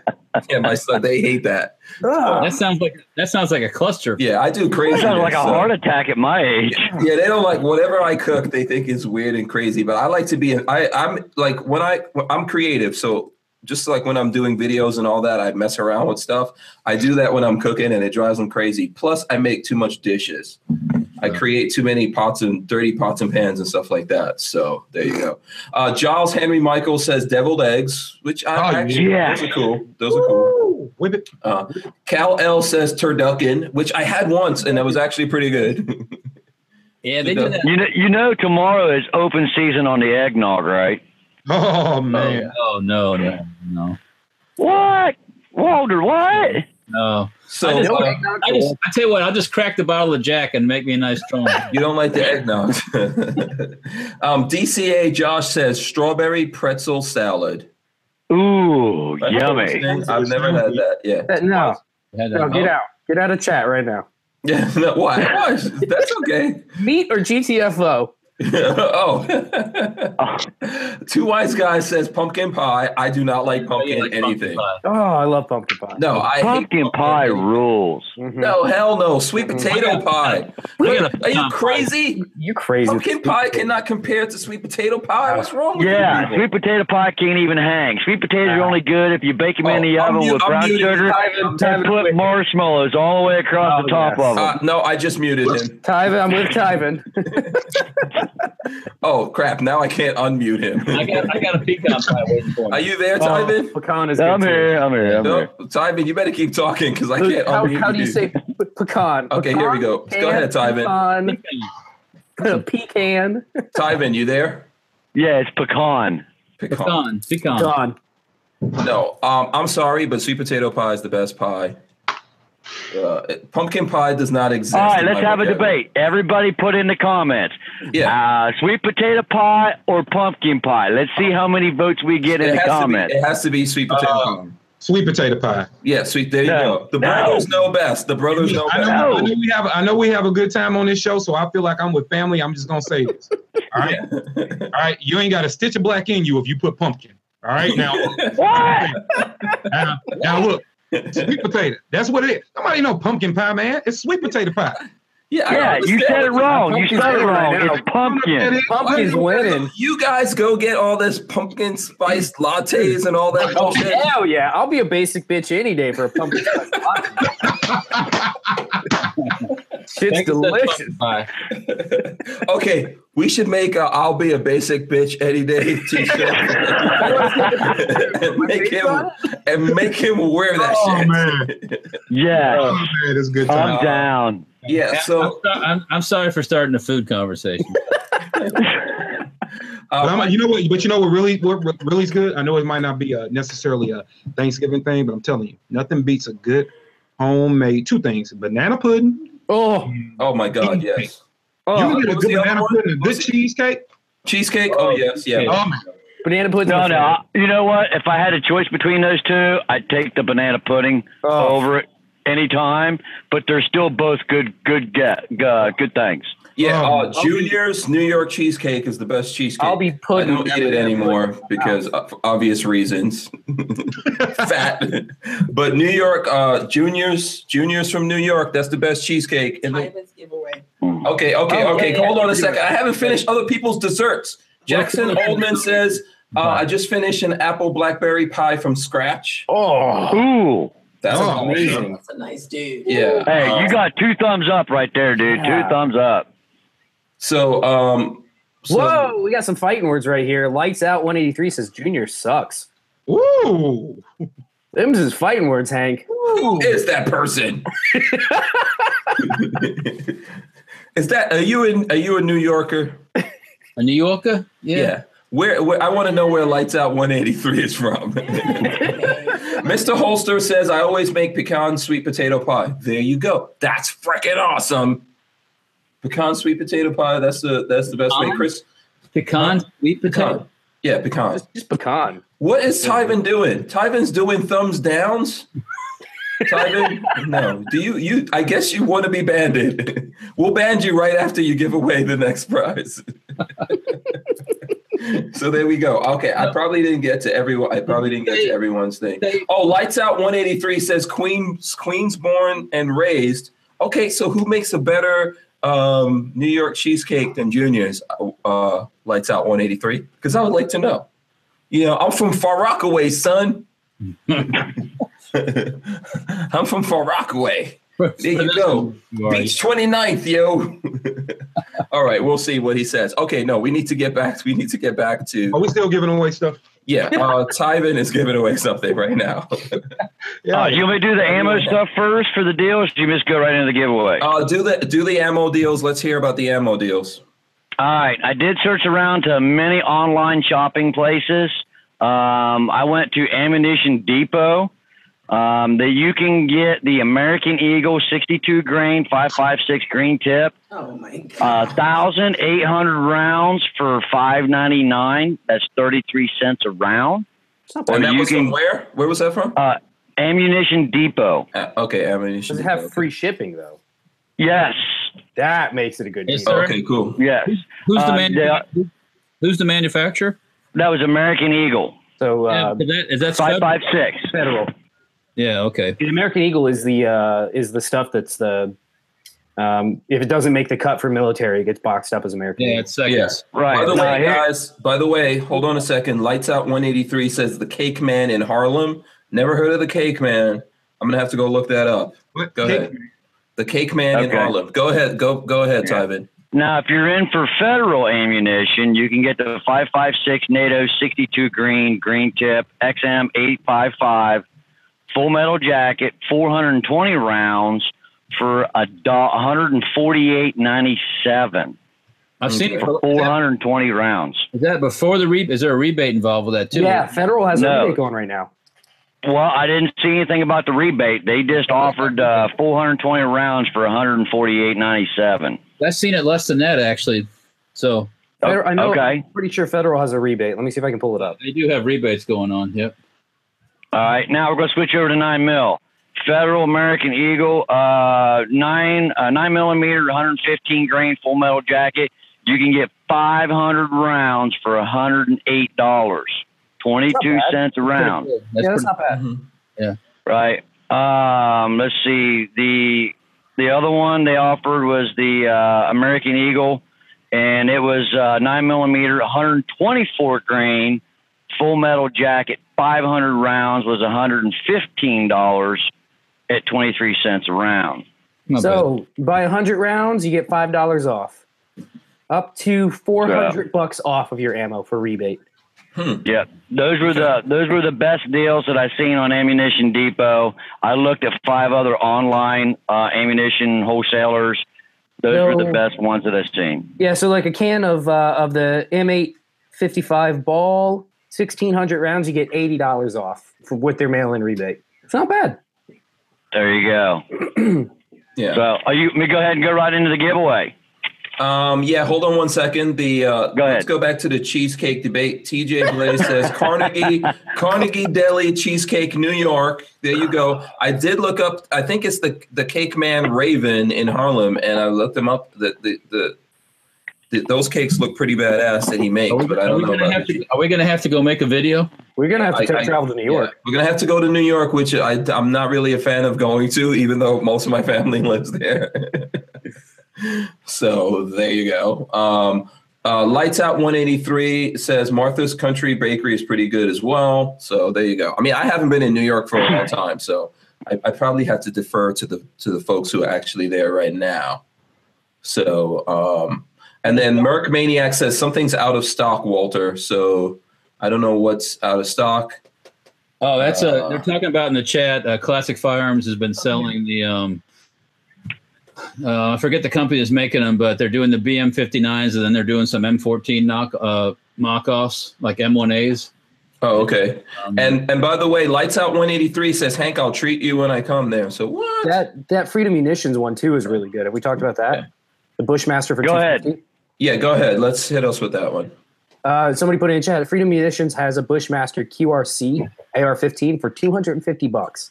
yeah, my son, they hate that. Ugh. that sounds like that sounds like a cluster. Yeah, I do crazy. That sounds like a heart attack at my age. Yeah, they don't like whatever I cook. They think is weird and crazy. But I like to be. I I'm like when I I'm creative. So just like when I'm doing videos and all that, I mess around with stuff. I do that when I'm cooking, and it drives them crazy. Plus, I make too much dishes. I create too many pots and dirty pots and pans and stuff like that. So there you go. Uh, Giles Henry Michael says deviled eggs, which I Oh, actually yes. those are cool. Those are cool. Woo! Whip it. Uh, Cal L says turducken, which I had once, and that was actually pretty good. Yeah, they do that. You know, you know, tomorrow is open season on the eggnog, right? Oh man. Oh no, no, no, What, Walter? What? no. so I just- uh, I just, I tell you what, I'll just crack the bottle of Jack and make me a nice strong. You don't like the eggnog. um, DCA Josh says strawberry pretzel salad. Ooh, That's yummy! interesting. I've never had that. Yeah. That- no, Had that- no, get out. Get out of chat right now. Yeah. No, why? Why? That's okay. Meat or GTFO? oh. Oh, Two wise guys says pumpkin pie. I do not like Oh, you pumpkin like pumpkin anything. pie. Oh, I love pumpkin pie. No, I hate pumpkin pie anything. rules. Mhm. No, hell no. Sweet potato Mm-hmm. pie. Look at Are you pecan pie. crazy? You're crazy. Pumpkin pie cannot compare to sweet potato pie. What's wrong with Yeah, you? people? sweet potato pie can't even hang. Sweet potatoes are only good if you bake them Oh, in the I'm oven mute- with I'm brown muted. sugar Tyvin, and Tyvin, put quick. marshmallows all the way across the Oh, top yes. of them. Uh, no, I just muted him. Tyvin, I'm with Tyvin. Oh crap! Now I can't unmute I him. got, I got a pecan pie waiting for me. Are you there, Oh, Tyvin? pecan Uh, is I'm good, too. here. I'm here. I'm No, here. Tyvin, you better keep talking because I can't How, unmute how do you dude. say pe- pecan? Okay, here we go. Go ahead, Tyvin. Pecan, pecan. pecan. Tyvin, you there? Yeah, it's pecan. Pecan, Pecan. pecan. Gone. No, um, I'm sorry, but sweet potato pie is the best pie. Uh, pumpkin pie does not exist. All right, in let's my have a vocabulary. debate. Everybody put in the comments. Yeah, Uh, sweet potato pie or pumpkin pie? Let's see how many votes we get in it the has, to be, comments. it has to be sweet potato Uh, pie. Sweet potato pie. Yeah, sweet. There you No. go. The No. brothers know best. The brothers know I best. know, I No. know we have I know we have a good time on this show, so I feel like I'm with family. I'm just gonna say this. All right. All right. You ain't got a stitch of black in you if you put pumpkin. All right. Now What? now, now look, sweet potato. That's what it is. Nobody know pumpkin pie, man. It's sweet potato pie. Yeah, I don't Yeah, you understand said it what the- wrong. You Pumpkin's said it winning right wrong. now. It's pumpkin. Pumpkin's Why- winning. You guys go get all this pumpkin spice lattes and all that Oh, bullshit. hell yeah. I'll be a basic bitch any day for a pumpkin. spice latte. Shit's delicious. okay, we should make a "I'll be a basic bitch any day" T-shirt and make him and make him wear that Oh shit. man, Yeah, oh man, that's good time. I'm down. Yeah. I'm, so- So, I'm, I'm sorry for starting a food conversation. But I'm- um, you know what? But you know what really what re- really is good. I know it might not be a necessarily a Thanksgiving thing, but I'm telling you, nothing beats a good homemade two things: banana pudding. Oh, oh my god, yes. you oh can get what was a good the other banana one? pudding, and a What good was it? cheesecake. Cheesecake. Oh yes, yeah. Oh man, banana pudding. No, no. I- You know what? If I had a choice between those two, I'd take the banana pudding Oh. over it any time. But they're still both good, good, get, uh, good things. Yeah, Um, uh, Junior's New York cheesecake is the best cheesecake. I'll be I putting. don't eat it anymore because of obvious reasons, fat. But New York, uh, Junior's Junior's from New York. That's the best cheesecake. in the- Ivan's giveaway. okay, okay, Oh, okay. yeah, yeah. Hold on a second. I haven't finished other people's desserts. Jackson Oldman says, uh, "I just finished an apple blackberry pie from scratch." Oh, Ooh. That's Oh, amazing. That's a nice dude. Yeah. Hey, um, you got two thumbs up right there, dude. Yeah. Two thumbs up. so. Um, so- Whoa, we got some fighting words right here. Lights out. One eighty three says Junior sucks. ooh, Them's is fighting words, Hank. Who is that person? is that are you in are you a New Yorker? A New Yorker? Yeah. Where, where I want to know where Lights Out 183 is from. Mr. Holster says I always make pecan sweet potato pie. There you go. That's freaking awesome. Pecan sweet potato pie. That's the that's the best way, Pecan? Chris. Pecan, sweet potato. Pecan. Yeah, pecan. Just, just pecan. What is Tyvin doing? Tyvin's doing thumbs downs. Tyvin, no. Do you you? I guess you want to be banded. We'll band you right after you give away the next prize. so there we go. Okay, I probably didn't get to everyone. I probably didn't get to everyone's thing. Oh, lights out. One eighty three says Queens, Queens born and raised. Okay, so who makes a better um, New York cheesecake than Juniors? Uh, lights out. One eighty three. Because I would like to know. You know, I'm from Far Rockaway, son. I'm from Far Rockaway. There you go. Beach 29th, yo. All right, we'll see what he says. Okay, no, we need to get back. We need to get back are to we still giving away stuff? yeah. Uh, Tyvin is giving away something right now. Yeah. Oh, you want me to do the ammo stuff first for the deal, or should you just go right into the giveaway? Uh, do the do the ammo deals. Let's hear about the ammo deals. All right. I did search around to many online shopping places. Um, I went to Ammunition Depot. Um, that you can get the American Eagle 62 grain 556 green tip, Oh my god. uh, 1,800 rounds for 5.99. That's 33 cents a round. And Or that you was can- from where? Where was that from? Uh, Ammunition Depot. Uh, okay, ammunition. Does it have free shipping though? Yes, That makes it a good Yes, deal. sir. Okay, cool. yes. Who's the Uh, man? Who's the manufacturer? That was American Eagle So Yeah, uh, is that, is that five federal? five six. federal. Yeah. Okay. The American Eagle is the uh, is the stuff that's the um, if it doesn't make the cut for military, it gets boxed up as American. Yeah. Eagle. It's seconds. Yes. Right. By the No, way, uh, here- guys, by the way, hold on a second. Lights Out 183 says the Cake Man in Harlem. Never heard of the Cake Man. I'm gonna have to go look that up. What- Go ahead. The Cake Man in Okay. Harlem. Go ahead. Go go ahead, Tyvin. Now, if you're in for federal ammunition, you can get the 5.56 NATO 62 green, green tip, XM 855, full metal jacket, 420 rounds for a do- 148.97 I've seen it. For, for 420 rounds. is that before the re? Is there a rebate involved with that too? yeah. Federal has No. a rebate going right now. Well, I didn't see anything about the rebate. They just offered uh, 420 rounds for 148.97. I've seen it less than that actually. So O- Federal, I know. Okay. I'm pretty sure federal has a rebate. Let me see if I can pull it up. they do have rebates going on. Yep. All right, now we're going to switch over to nine mil. Federal American Eagle, uh, nine uh, nine millimeter, 115 grain full metal jacket. You can get 500 rounds for 108 dollars, 22 cents a round. That's yeah, that's pretty- not bad. Right. Um, let's see. The the other one they offered was the uh, American Eagle, and it was uh, nine millimeter, 124 grain, full metal jacket. 500 rounds was 115 dollars at 23 cents a round. Not so buy hundred rounds, you get five dollars off, up to four hundred bucks off of your ammo for rebate. Yeah, those were the those were the best deals that I seen on Ammunition Depot. I looked at five other online uh, ammunition wholesalers. Those were No. the best ones that I seen. Yeah, so like a can of uh, of the M8 55 ball, sixteen hundred rounds, you get eighty dollars off for, with their mail in rebate. It's not bad. There you go. Yeah. So are you? Let me go ahead and go right into the giveaway. Um, yeah, hold on one second. The uh, Go let's ahead. go back to the cheesecake debate. TJ Blaze says Carnegie Carnegie Deli Cheesecake New York. There you go. I did look up. I think it's the the Cake Man Raven in Harlem, and I looked him up. The the, the, the those cakes look pretty badass that he makes, bad. Are we, but I don't know going to about have the to? Are we going to have to go make a video? We're gonna have to I- tra- I- travel to New Yeah, York. we're gonna have to go to New York, which I, I'm not really a fan of going to, even though most of my family lives there. so there you go. Um, uh, Lights Out 183 says Martha's Country Bakery is pretty good as well. So there you go. I mean, I haven't been in New York for a long time, so I, I probably have to defer to the to the folks who are actually there right now. So um, and then Merc Maniac says something's out of stock, Walter. So I don't know what's out of stock. Oh, that's uh, Uh, they're talking about in the chat. Uh, Classic Firearms has been selling the um, uh, I forget the company that's making them, but they're doing the BM 59s and then they're doing some M14 knock uh, mock offs like M1As. Oh, okay. Um, And and by the way, Lights Out 183 says, Hank, I'll treat you when I come there. So what? That that Freedom Munitions one too is really good. Have we talked about that? The Bushmaster for Go ahead. 250? yeah, go ahead. Let's hit us with that one. Uh, somebody put in chat. Freedom Munitions has a Bushmaster QRC AR-15 for two hundred and fifty bucks.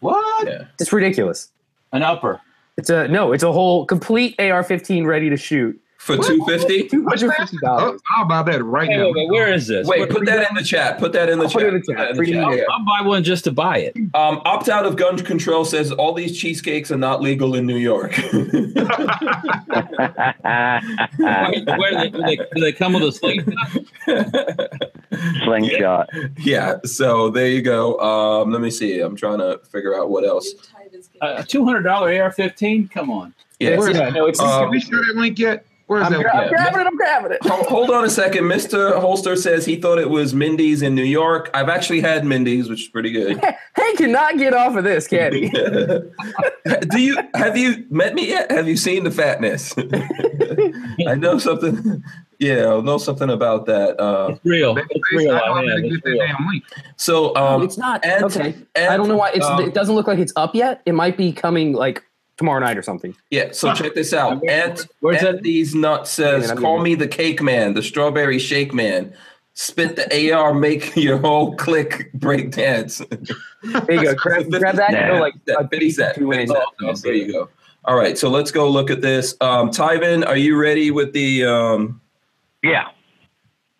what? Yeah. It's ridiculous. An upper. It's a no. It's a whole complete AR-15 ready to shoot. For 250? Two hundred fifty Oh, dollars. I'll buy that right Hey, now. wait, wait, where is this? Wait, put that in the chat. Put that in the I'll chat. put it in the Put chat. that in Pretty chat. I'll, Yeah. I'll buy one just to buy it. Um, opt out of gun control says all these cheesecakes are not legal in New York. Where, where do, they, do they- do they come with a slingshot? Slingshot. yeah, so there you go. Um, let me see. I'm trying to figure out what else. Uh, A two hundred dollar AR-15? Come on. Yeah. It's- yeah, no, it's Have Um, we share that link yet? Where is I'm, that? gra- I'm yeah. grabbing it. I'm grabbing it. Ho- Hold on a second. Mr. Holster says he thought it was Mindy's in New York. I've actually had Mindy's, which is pretty good. Hank cannot get off of this, can he? Do you have you met me yet? Have you seen the fatness? I know something. Yeah, I know something about that. Uh, It's real. That's It's crazy. real. I don't I know how have. to It's get that real. damn link. so um, it's not and- okay. and, I don't know why it's. um, it doesn't look like it's up yet. It might be coming like tomorrow night or something. Yeah, so check this out. Ant, Where's Ant that? these nuts Yeah, says, that'd be "Call good. me the cake man, the strawberry shake man. Spit the AR, make your whole click break dance." There you go. Grab, grab that. and go like uh, that a fifty cent. two inch. 50 cent. Oh, There you go. All right, so let's go look at this. Um, Tyvin, are you ready with the? Um, Yeah,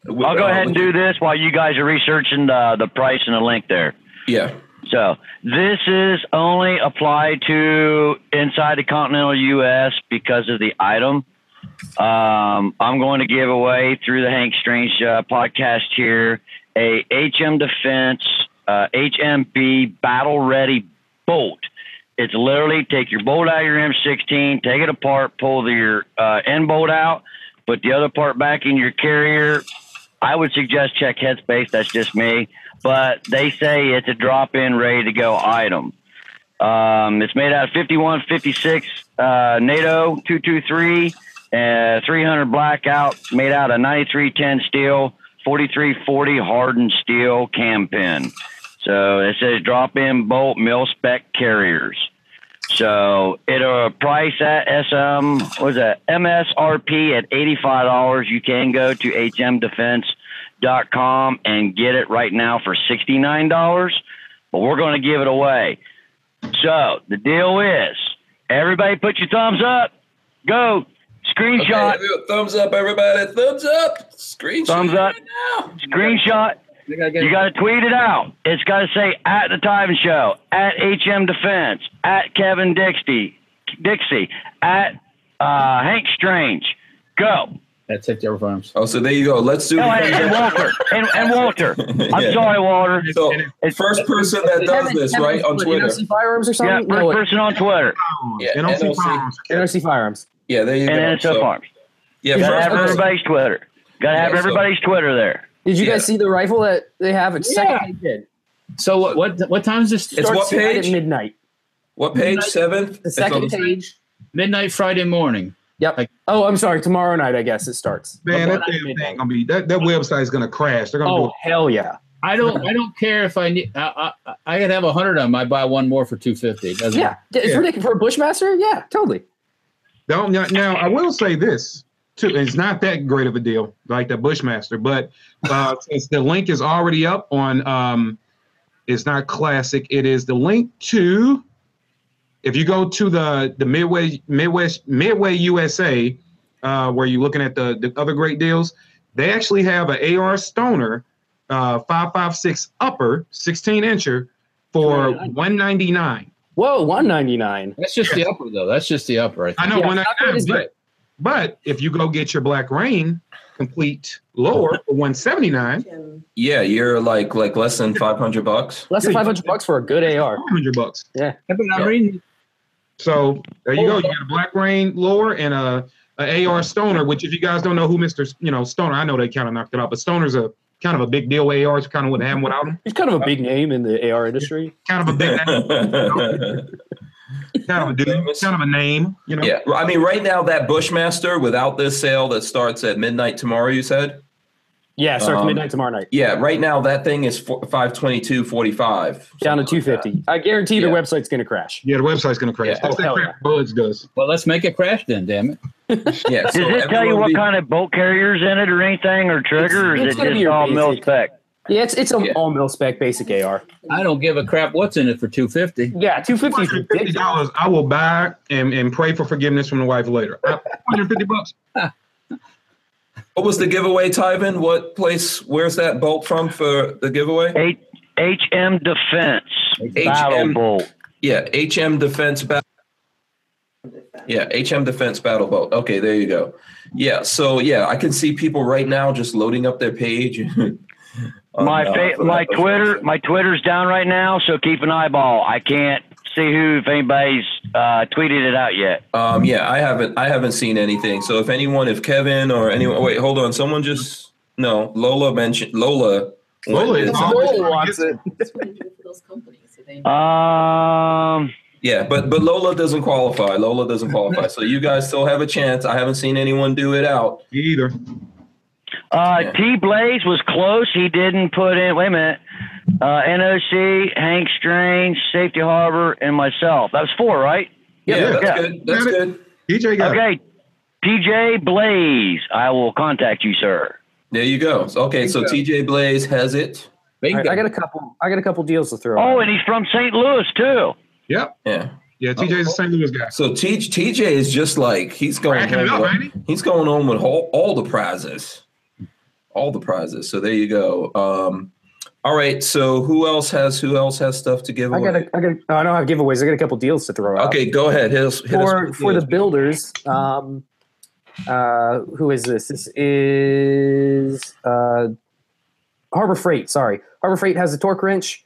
with, I'll go uh, ahead and with- do this while you guys are researching the the price and the link there. Yeah. So this is only applied to inside the continental U.S. because of the item. Um, I'm going to give away through the Hank Strange uh, podcast here a HM Defense uh, HMB battle ready bolt. It's literally take your bolt out of your M16, take it apart, pull the, your uh, end bolt out, put the other part back in your carrier. I would suggest check Headspace. That's just me but they say it's a drop in ready to go item. Um, it's made out of 51, 56 uh, NATO 223, uh, 300 blackout, made out of 9310 steel, 4340 hardened steel cam pin. So it says drop in bolt mill spec carriers. So it'll price at SM was that MSRP at eighty five dollars. You can go to hmdefense.com and get it right now for sixty nine dollars. But we're going to give it away. So the deal is, everybody, put your thumbs up. Go screenshot, Okay, thumbs up, everybody. Thumbs up. Screenshot. Thumbs up. right now. screenshot. They gotta get- You got to tweet it out. It's got to say at the Tyven Show, at HM Defense, at Kevin Dixie, Dixie, at uh, Hank Strange. Go. at Tech Dairy Farms. Oh, so there you go. Let's do. No, and, and Walter. And, and Walter. I'm Yeah. sorry, Walter. So first person that does Kevin- this Kevin, right on what, Twitter. NRC Firearms or Yeah, first something? no, wait, person on Twitter. Yeah, And also NLC. firearms. NRC Firearms. Yeah, there you And go. then so far. yeah, Gotta first have person- everybody's Twitter. Gotta have Yeah, so- everybody's Twitter there. Did you Yeah. guys see the rifle that they have? It's second they did. So what what what time is this? It's Starts what tonight page? At midnight. What page? Seventh. The second page. Midnight Friday morning. Yep. Oh, I'm sorry. Tomorrow night, I guess it starts. Man, Before that damn midnight. thing gonna be that, that website's gonna crash. They're gonna Oh hell yeah! I don't I don't care if I need I I, I could have a hundred of them. I buy one more for two fifty. Yeah, it's Yeah. ridiculous for a Bushmaster. Yeah, totally. do don't now, now I will say this too. and It's not that great of a deal, like the Bushmaster, but uh since the link is already up on um it's not classic, it is the link to if you go to the the Midway Midwest Midway USA, uh, where you're looking at the, the other great deals, they actually have an AR Stoner uh 556 upper 16 incher for 199. Whoa, one ninety nine. That's just the upper though. That's just the upper. I think. I know Yeah, one upper ninety is nine, good. but but if you go get your Black Rain complete lower for one seventy nine, Jim, Yeah, you're like like less than five hundred bucks. Less than five hundred bucks for a good AR. four hundred bucks. Yeah, but I'm Yeah. reading. So there you go. You got a Black Rain lower and a, a AR Stoner. Which if you guys don't know who Mister S- you know Stoner, I know they kind of knocked it out, but Stoner's a kind of a big deal. ARs kind of wouldn't have without him. He's kind of a big name in the AR industry. Kind of a big, kind yeah, of a dude, kind of a name. You know. well, I mean, right now that Bushmaster without this sale that starts at midnight tomorrow. You said. Yeah, starts Um, midnight tomorrow night. Yeah, right now that thing is five twenty two forty five. Down to two fifty. I guarantee the Yeah. website's gonna crash. Yeah, the website's gonna crash. Yeah. That's Oh, that hell crap Buds does. Well, let's make it crash then. Damn it. Yeah. Does it tell you what kind of bolt carrier's in it or anything or trigger? It's- it's or is gonna it just be your all mil basic. spec? Yeah, it's it's an Yeah. all mil spec basic AR. I don't give a crap what's in it for two fifty. Yeah, two fifty is $150 ridiculous. I will buy and, and pray for forgiveness from the wife later. I- 150 bucks. What was the giveaway, Tyvin? What place? Where's that bolt from for the giveaway? H- HM Defense Battle HM. Bolt. Yeah, HM Defense Battle. Yeah, HM Defense Battle Boat. Okay, there you go. Yeah, so yeah, I can see people right now just loading up their page. Oh, My no, fa- for my that- Twitter my Twitter's down right now, so keep an eyeball. I can't see who if anybody's uh, tweeted it out yet. Um, yeah, I haven't I haven't seen anything. So if anyone, if Kevin or anyone, wait, hold on, someone just no, Lola mentioned Lola. Lola went is in. on. Lola wants it. That's what you do for those companies. So they know. Um, Yeah, but but Lola doesn't qualify. Lola doesn't qualify. So you guys still have a chance. I haven't seen anyone do it out. Me either. uh, Yeah. T Blaze was close. He didn't put in. Wait a minute. Uh, NOC, Hank Strange, Safety Harbor, and myself. That was four, right? Yeah, that's Yeah. good. That's Got it. good. DJ got it. Okay, TJ Blaze, I will contact you, sir. There you go. Okay, so TJ Blaze has it. All right, I got a couple. I got a couple deals to throw. Oh, out. and he's from St. Louis too. Yep. Yeah. Yeah, TJ's a St. Louis guy. So T- TJ is just like he's going Cracking it home. up, with- ain't he's going home with all, all the prizes, all the prizes. So there you go. Um, all right. So who else has who else has stuff to give I away? got. A, I got. oh, I don't have giveaways. I got a couple deals to throw out. okay, go ahead. Hit us, hit us for with for the this. builders. Um, uh, who is this? This is uh, Harbor Freight. Sorry, Harbor Freight has a torque wrench.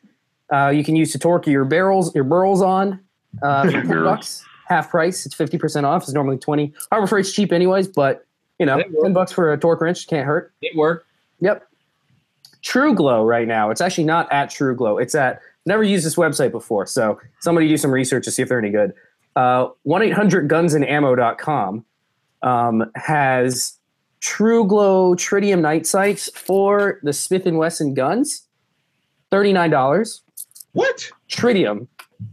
Uh, you can use to torque your barrels, your burls on. Uh, for 10 bucks, half price. It's fifty percent off. It's normally twenty. Harbor Freight's cheap anyways, but you know, They will. ten bucks for a torque wrench can't hurt. It worked. Yep. True Glow right now. It's actually not at True Glow. It's at never used this website before. So somebody do some research to see if they're any good. One eight hundred gunsandammo.com um, has True Glow tritium night sights for the Smith and Wesson guns. Thirty nine dollars. What? Tritium.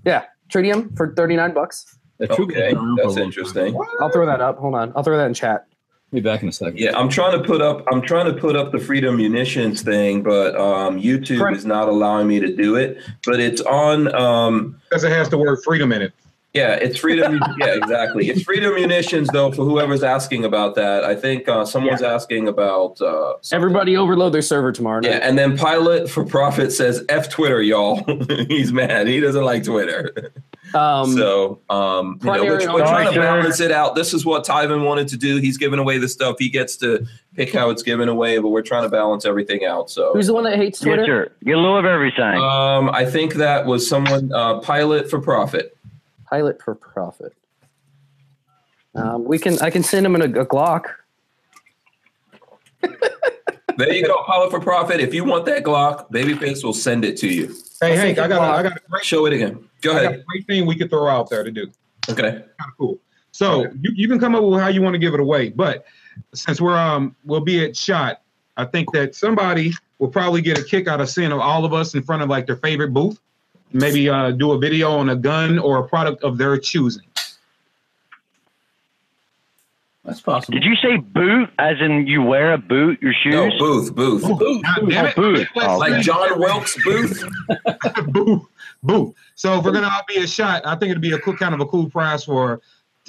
Yeah, tritium for thirty nine bucks. The true color's Okay, been around for a long that's time. interesting. I'll throw that up. Hold on. I'll throw that in chat. Be back in a second. Yeah, I'm trying to put up I'm trying to put up the Freedom Munitions thing, but um, YouTube Correct. is not allowing me to do it. But it's on. Um, Because it has the word freedom in it. Yeah, it's freedom. yeah, exactly. It's freedom munitions, though, for whoever's asking about that. I think uh, someone's asking about. Uh, something. Everybody overload their server tomorrow night. Yeah, and then Pilot for Profit says F Twitter, y'all. He's mad. He doesn't like Twitter. Um, so um, you know, primary which, and we're trying to alternate. balance it out. This is what Tyvin wanted to do. He's giving away the stuff. He gets to pick how it's given away, but we're trying to balance everything out. So Who's the one that hates Twitter? Yes, sir. Uh, Get a little of everything. um, I think that was someone uh, pilot for profit. Pilot for profit. Um, we can. I can send him in a, a Glock. There you go, pilot for profit. If you want that Glock, Babyface will send it to you. Hey, Hank, I got, a, I, got a great, Show it again. Go I got a ahead. great thing we could throw out there to do. Okay. kind of cool. So you, you can come up with how you want to give it away, but since we're um we'll be at shot, I think that somebody will probably get a kick out of seeing all of us in front of like their favorite booth. Maybe uh, do a video on a gun or a product of their choosing. That's possible. Did you say boot as in you wear a boot, your No, shoes? booth, booth. Booth, damn Oh, it. boot. Oh, Like okay. John Wilkes Booth. boo, boo. So if we're gonna all be a shot, I think it'd be a cool, kind of a cool prize for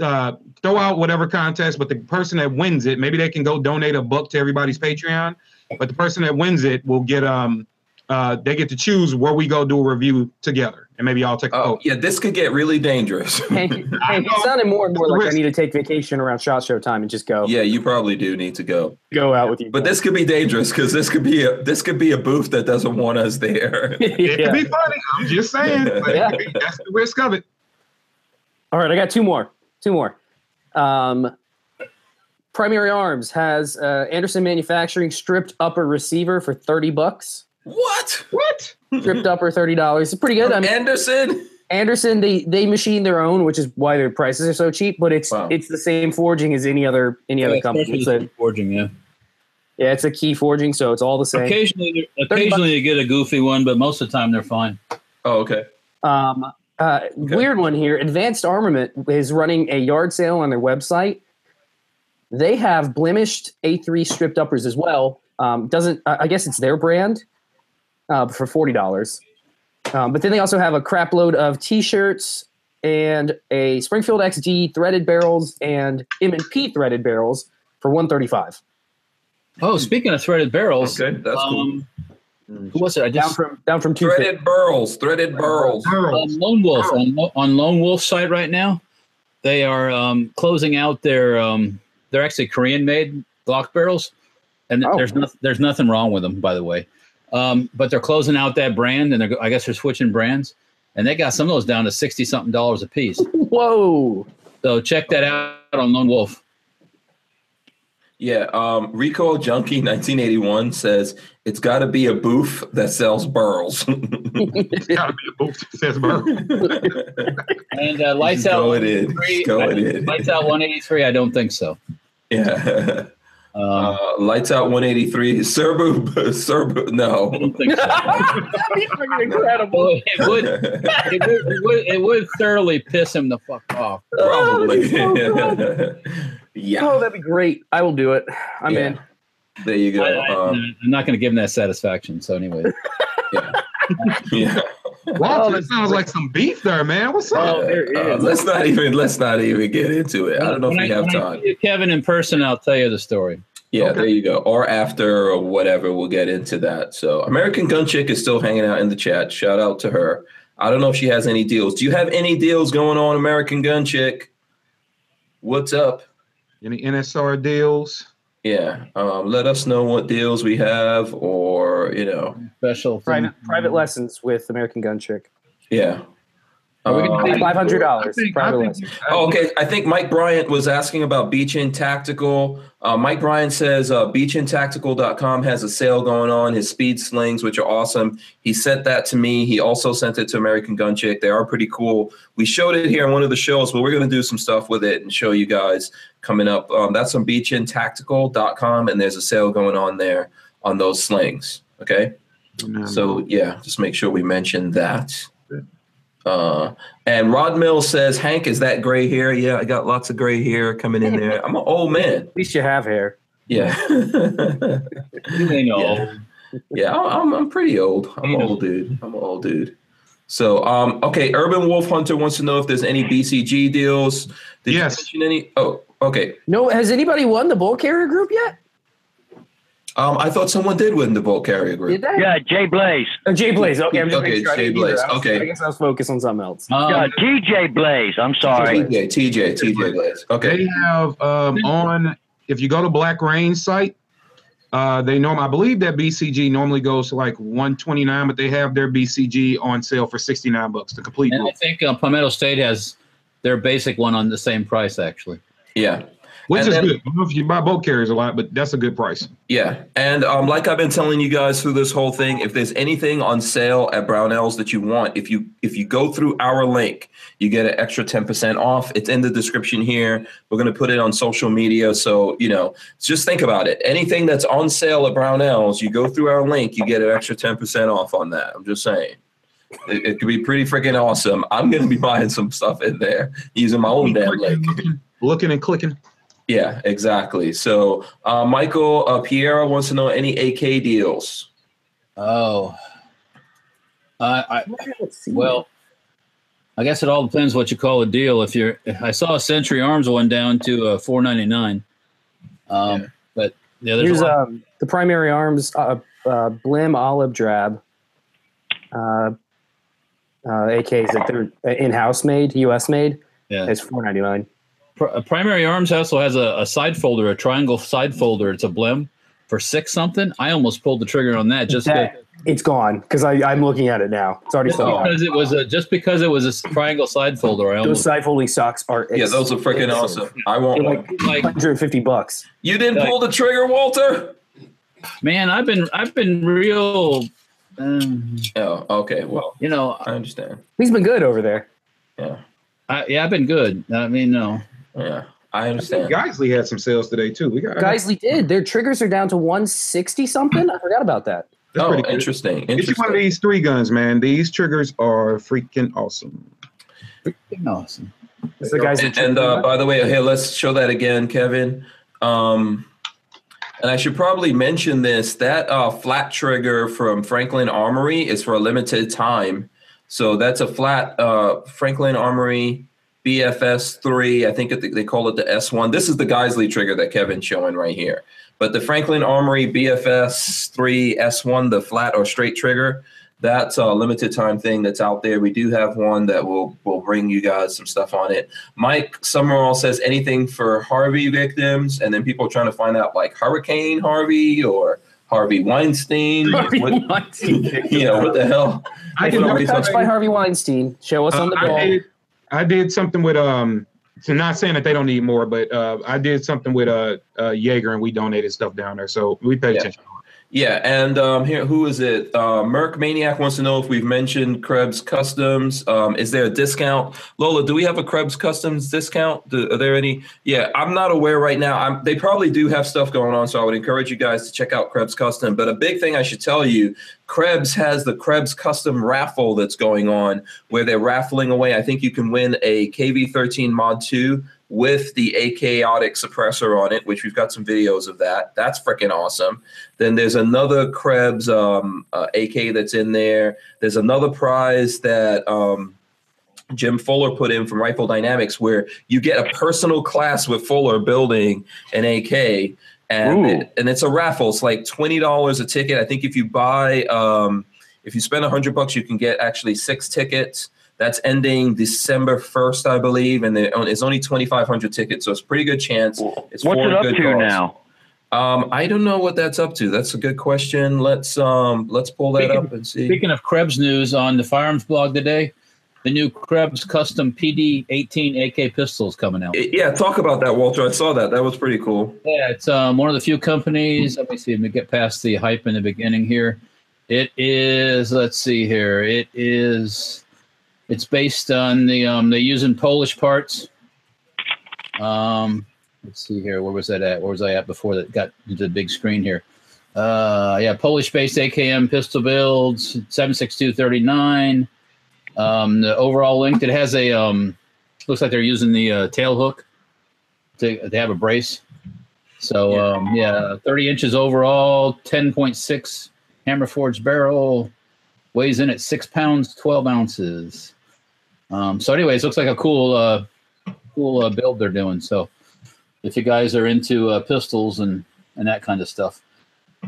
uh, throw out whatever contest. But the person that wins it, maybe they can go donate a buck to everybody's Patreon. But the person that wins it will get um uh they get to choose where we go do a review together, and maybe I'll take a Oh, vote. yeah, this could get really dangerous. Hank, Hank, it sounded more and more like I need to take vacation around shot show time and just go yeah, you probably do need to go. go out with you. But this could be dangerous because this could be a this could be a booth that doesn't want us there. It could yeah. be funny. I'm just saying. Like, Yeah. That's the risk of it. All right, I got two more. Two more. Um, Primary Arms has uh, Anderson Manufacturing stripped upper receiver for thirty bucks. What? What? Stripped upper thirty dollars. It's pretty good. I mean, Anderson? Anderson they they machine their own, which is why their prices are so cheap. But it's Wow. it's the same forging as any other any other company. It's a, forging, yeah. yeah, it's a key forging, so it's all the same. Occasionally, occasionally you get a goofy one, but most of the time they're fine. Oh, okay. Um, uh, Weird one here. Advanced Armament is running a yard sale on their website. They have blemished A3 stripped uppers as well. Um, doesn't I I guess it's their brand uh, for forty dollars. Um, but then they also have a crap load of T-shirts and a Springfield XD threaded barrels and M and P threaded barrels for one thirty-five. Oh, speaking of threaded barrels, Hmm. Okay, that's cool. Hmm. um, who was it? I Down just from down from two fifty. Threaded burls, threaded burls. Girl. Um, on Lone Wolf on, Lo- on Lone Wolf site right now. They are um, closing out their. Um, they're actually Korean made Glock barrels, and th- Oh. there's nothing. There's nothing wrong with them, by the way. Um, but they're closing out that brand, and they're, go- I guess they're switching brands. And they got some of those down to sixty something dollars a piece. Whoa! So check that out on Lone Wolf. Yeah, um, Recoil Junkie 1981 says it's got to be a booth that sells burls. It's gotta be a booth that says burger. And uh, lights out. Go it in. 183, Go I- it in. Lights out 183. I don't think so. Yeah. Um, Uh, lights out 183. Serbu, Serbu, I no. don't think so. incredible. Well, it would, it would, it would, it would thoroughly piss him the fuck off. Probably. Oh, yeah. Oh, that'd be great. I will do it. I'm Yeah. in. There you go. I, I, Um, am not going to give him that satisfaction. So anyway, yeah. Walter, that sounds like some beef there, man. What's up? Oh, there it Uh, is. let's not even let's not even get into it. I don't know if When we have when time. see you, Kevin in person, I'll tell you the story. Yeah, Okay. there you go. Or after or whatever, we'll get into that. So American Gun Chick is still hanging out in the chat. Shout out to her. I don't know if she has any deals. Do you have any deals going on, American Gun Chick? What's up? Any NSR deals? Yeah. Um, let us know what deals we have or you know. Special thing. Private Mm-hmm. private lessons with American Gun Chick. Yeah. Are we gonna Um, Five hundred I dollars. think, I Private think- lessons. Oh, okay. I think Mike Bryant was asking about Beach In Tactical. Uh, Mike Bryant says uh, beachintactical.com has a sale going on, his speed slings, which are awesome. He sent that to me. He also sent it to American Gun Chick. They are pretty cool. We showed it here in one of the shows, but we're going to do some stuff with it and show you guys coming up. Um, that's on beachintactical.com, and there's a sale going on there on those slings. Okay. So yeah, just make sure we mention that. Uh, and Rod Mills says, Hank, is that gray hair? Yeah, I got lots of gray hair coming in there. I'm an old man. At least you have hair. Yeah, You ain't no Yeah. old. yeah, I- I'm I'm pretty old. I'm an old dude. I'm an old dude. So um, okay, Urban Wolf Hunter wants to know if there's any BCG deals. Did Yes. you mention any? Oh, okay. No, has anybody won the bull carrier group yet? Um, I thought someone did win the bulk carrier group. Yeah, Jay Blaze. Oh, Jay Blaze. Okay, I'm just Okay, making sure I Jay didn't either. Blaze, I was- okay. I guess I was focused on something else. Um, yeah, TJ Blaze. I'm sorry. TJ, TJ, TJ Blaze. Okay. They have um, on if you go to Black Rain site, uh, they norm I believe that BCG normally goes to like 129, but they have their BCG on sale for 69 bucks to complete. and I group, think uh, Palmetto State has their basic one on the same price, actually. Yeah. Which and is then- good. I don't know if you buy boat carriers a lot, but that's a good price. Yeah. And um, like I've been telling you guys through this whole thing, if there's anything on sale at Brownells that you want, if you if you go through our link, you get an extra 10% off. It's in the description here. We're gonna put it on social media. So, you know, just think about it. Anything that's on sale at Brownells, you go through our link, you get an extra 10% off on that. I'm just saying. It, it could be pretty freaking awesome. I'm gonna be buying some stuff in there using my own damn link. Looking and clicking. Yeah, exactly. So, uh, Michael uh, Piera wants to know any AK deals. Oh, I, I Well, I guess it all depends what you call a deal. If you're, if I saw a Century Arms one down to uh, four ninety nine, um, but yeah, there's Here's a lot. um, the primary arms uh, uh, Blim Olive Drab. Uh, uh, AKs that they're in-house made, U.S. made. Yeah. It's four ninety nine. Pr- uh, Primary Arms also has a, a side folder, a triangle side folder. It's a blim for six something. I almost pulled the trigger on that just That- It's gone because I'm looking at it now. It's already just sold. out. because it was a just because it was a s- triangle side folder. I Those almost side folding socks are yeah, those are freaking expensive. awesome. I want They're one. like like 150 bucks. You didn't like- pull the trigger, Walter. man. I've been I've been real. Um, Oh, okay. Well, you know, I understand. He's been good over there. I, yeah, I've been good. I mean, no, Yeah, I understand. Geisley had some sales today too. We got Geisley did. Their triggers are down to 160 something. I forgot about that. that's oh, pretty good. interesting. Get you one of Interesting. these three guns, man. These triggers are freaking awesome. freaking awesome. It's the guys And, and, uh, by the way, here let's show that again, Kevin. Um, and I should probably mention this: that uh, flat trigger from Franklin Armory is for a limited time. So that's a flat uh, Franklin Armory BFS three. I think it, they call it the S one. This is the Geisley trigger that Kevin's showing right here. But the Franklin Armory BFS three S one, the flat or straight trigger, that's a limited time thing that's out there. We do have one that will will bring you guys some stuff on it. Mike Summerall says anything for Harvey victims, and then people trying to find out like Hurricane Harvey or Harvey Weinstein. what, you know what the hell? I if did, you know were he's touched something- by Harvey Weinstein, show us uh, on the I, bill. did, I did something with um. So not saying that they don't need more, but uh, I did something with uh, uh Jaeger and we donated stuff down there, so we paid Yeah. attention. Yeah, and um, here, who is it? Uh, Merc Maniac wants to know if we've mentioned Krebs Customs. Um, is there a discount? Lola, do we have a Krebs Customs discount? Do, are there any? Yeah, I'm not aware right now. I'm, they probably do have stuff going on, so I would encourage you guys to check out Krebs Custom. But a big thing I should tell you Krebs has the Krebs Custom raffle that's going on where they're raffling away. I think you can win a KV13 Mod 2 with the Achaotic suppressor on it, which we've got some videos of that. That's freaking awesome. Then there's another Krebs um, uh, AK that's in there. There's another prize that um, Jim Fuller put in from Rifle Dynamics where you get a personal class with Fuller building an AK. And, Ooh. and it's a raffle. It's like $20 a ticket. I think if you buy, um, if you spend 100 bucks, you can get actually six tickets. That's ending December 1st, I believe. And there- it's only 2,500 tickets. So it's a pretty good chance. It's What's for it a up good to cause. now? Um, I don't know what that's up to. That's a good question. Let's um let's pull that Speaking- up and see. Speaking of Krebs news on the firearms blog today, the new Krebs custom PD 18 AK pistols coming out. I- Yeah, talk about that, Walter. I saw that. That was pretty cool. Yeah, it's um, one of the few companies. Let me see. Let me get past the hype in the beginning here. It is. Let's see here. It is. It's based on the um, they using Polish parts. Um, let's see here. Where was that at? Where was I at before that got into the big screen here? Uh, yeah, Polish-based AKM pistol builds, seven six two thirty nine. Um, the overall length. It has a um, looks like they're using the uh, tail hook to they have a brace. So um, yeah, 30 inches overall, 10.6 hammer forged barrel, weighs in at six pounds, 12 ounces. Um, so, anyways, looks like a cool, uh, cool uh, build they're doing. So, if you guys are into uh, pistols and and that kind of stuff,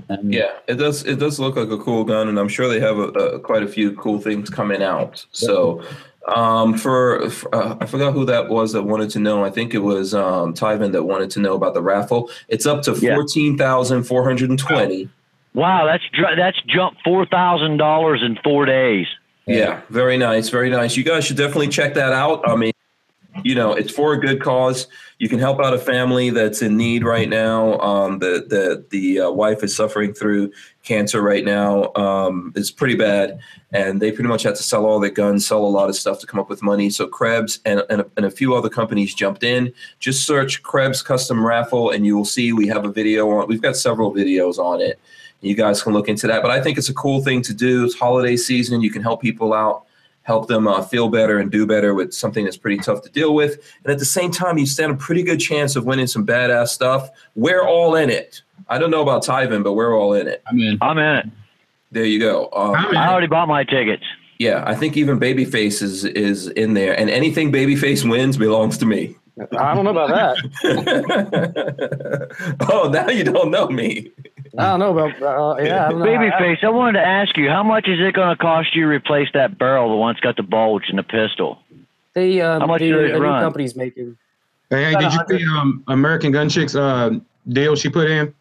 And Yeah, it does. It does look like a cool gun, and I'm sure they have a, a, quite a few cool things coming out. So, um, for, for- uh, I forgot who that was that wanted to know. I think it was um, Tyvin that wanted to know about the raffle. It's up to Yeah. fourteen thousand four hundred and twenty. Wow, that's dr- that's jumped four thousand dollars in four days. Yeah, very nice, very nice. You guys should definitely check that out. I mean, you know, it's for a good cause. You can help out a family that's in need right now. Um, the the the uh, wife is suffering through cancer right now. Um, it's pretty bad, and they pretty much had to sell all their guns, sell a lot of stuff to come up with money. So Krebs and and a, and a few other companies jumped in. Just search Krebs Custom Raffle, and you will see we have a video on. We've got several videos on it you guys can look into that. But I think it's a cool thing to do. It's holiday season. You can help people out, help them uh, feel better and do better with something that's pretty tough to deal with. And at the same time, you stand a pretty good chance of winning some badass stuff. We're all in it. I don't know about Tyvin, but we're all in it. I mean, I'm in it. There you go. Um, I'm in I it. already bought my tickets. yeah, I think even Babyface is, is in there. And anything Babyface wins belongs to me. I don't know about that. oh, now you don't know me. I don't know about. Uh, yeah, I don't know. Babyface, I wanted to ask you, how much is it going to cost you to replace that barrel, the one that's got the bulge and the pistol? They, um, How much the, did it the new run? company's making. Hey, did you see um, American Gun Chicks uh, deal she put in?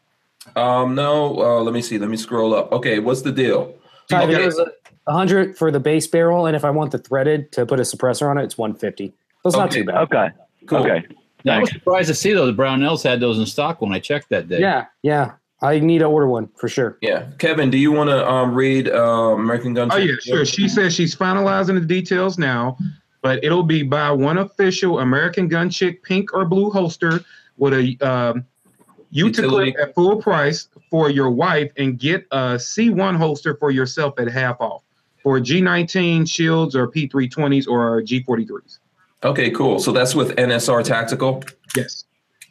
Um, no, uh, let me see. Let me scroll up. Okay, what's the deal? Tyler, Okay. it was a a hundred for the base barrel, and if I want the threaded to put a suppressor on it, it's one fifty. So it's not Okay. too bad. Okay. Cool. Okay. I was Thanks. surprised to see those Brownells had those in stock when I checked that day. Yeah, yeah. I need to order one for sure. Yeah, Kevin, do you want to um, read uh, American Gun? Oh yeah, sure. She says she's finalizing the details now, but it'll be buy one official American gun chick pink or blue holster with a um, Utica Utility. clip at full price for your wife, and get a C1 holster for yourself at half off for G19 shields or P320s or G43s. Okay, cool. So that's with NSR Tactical. Yes.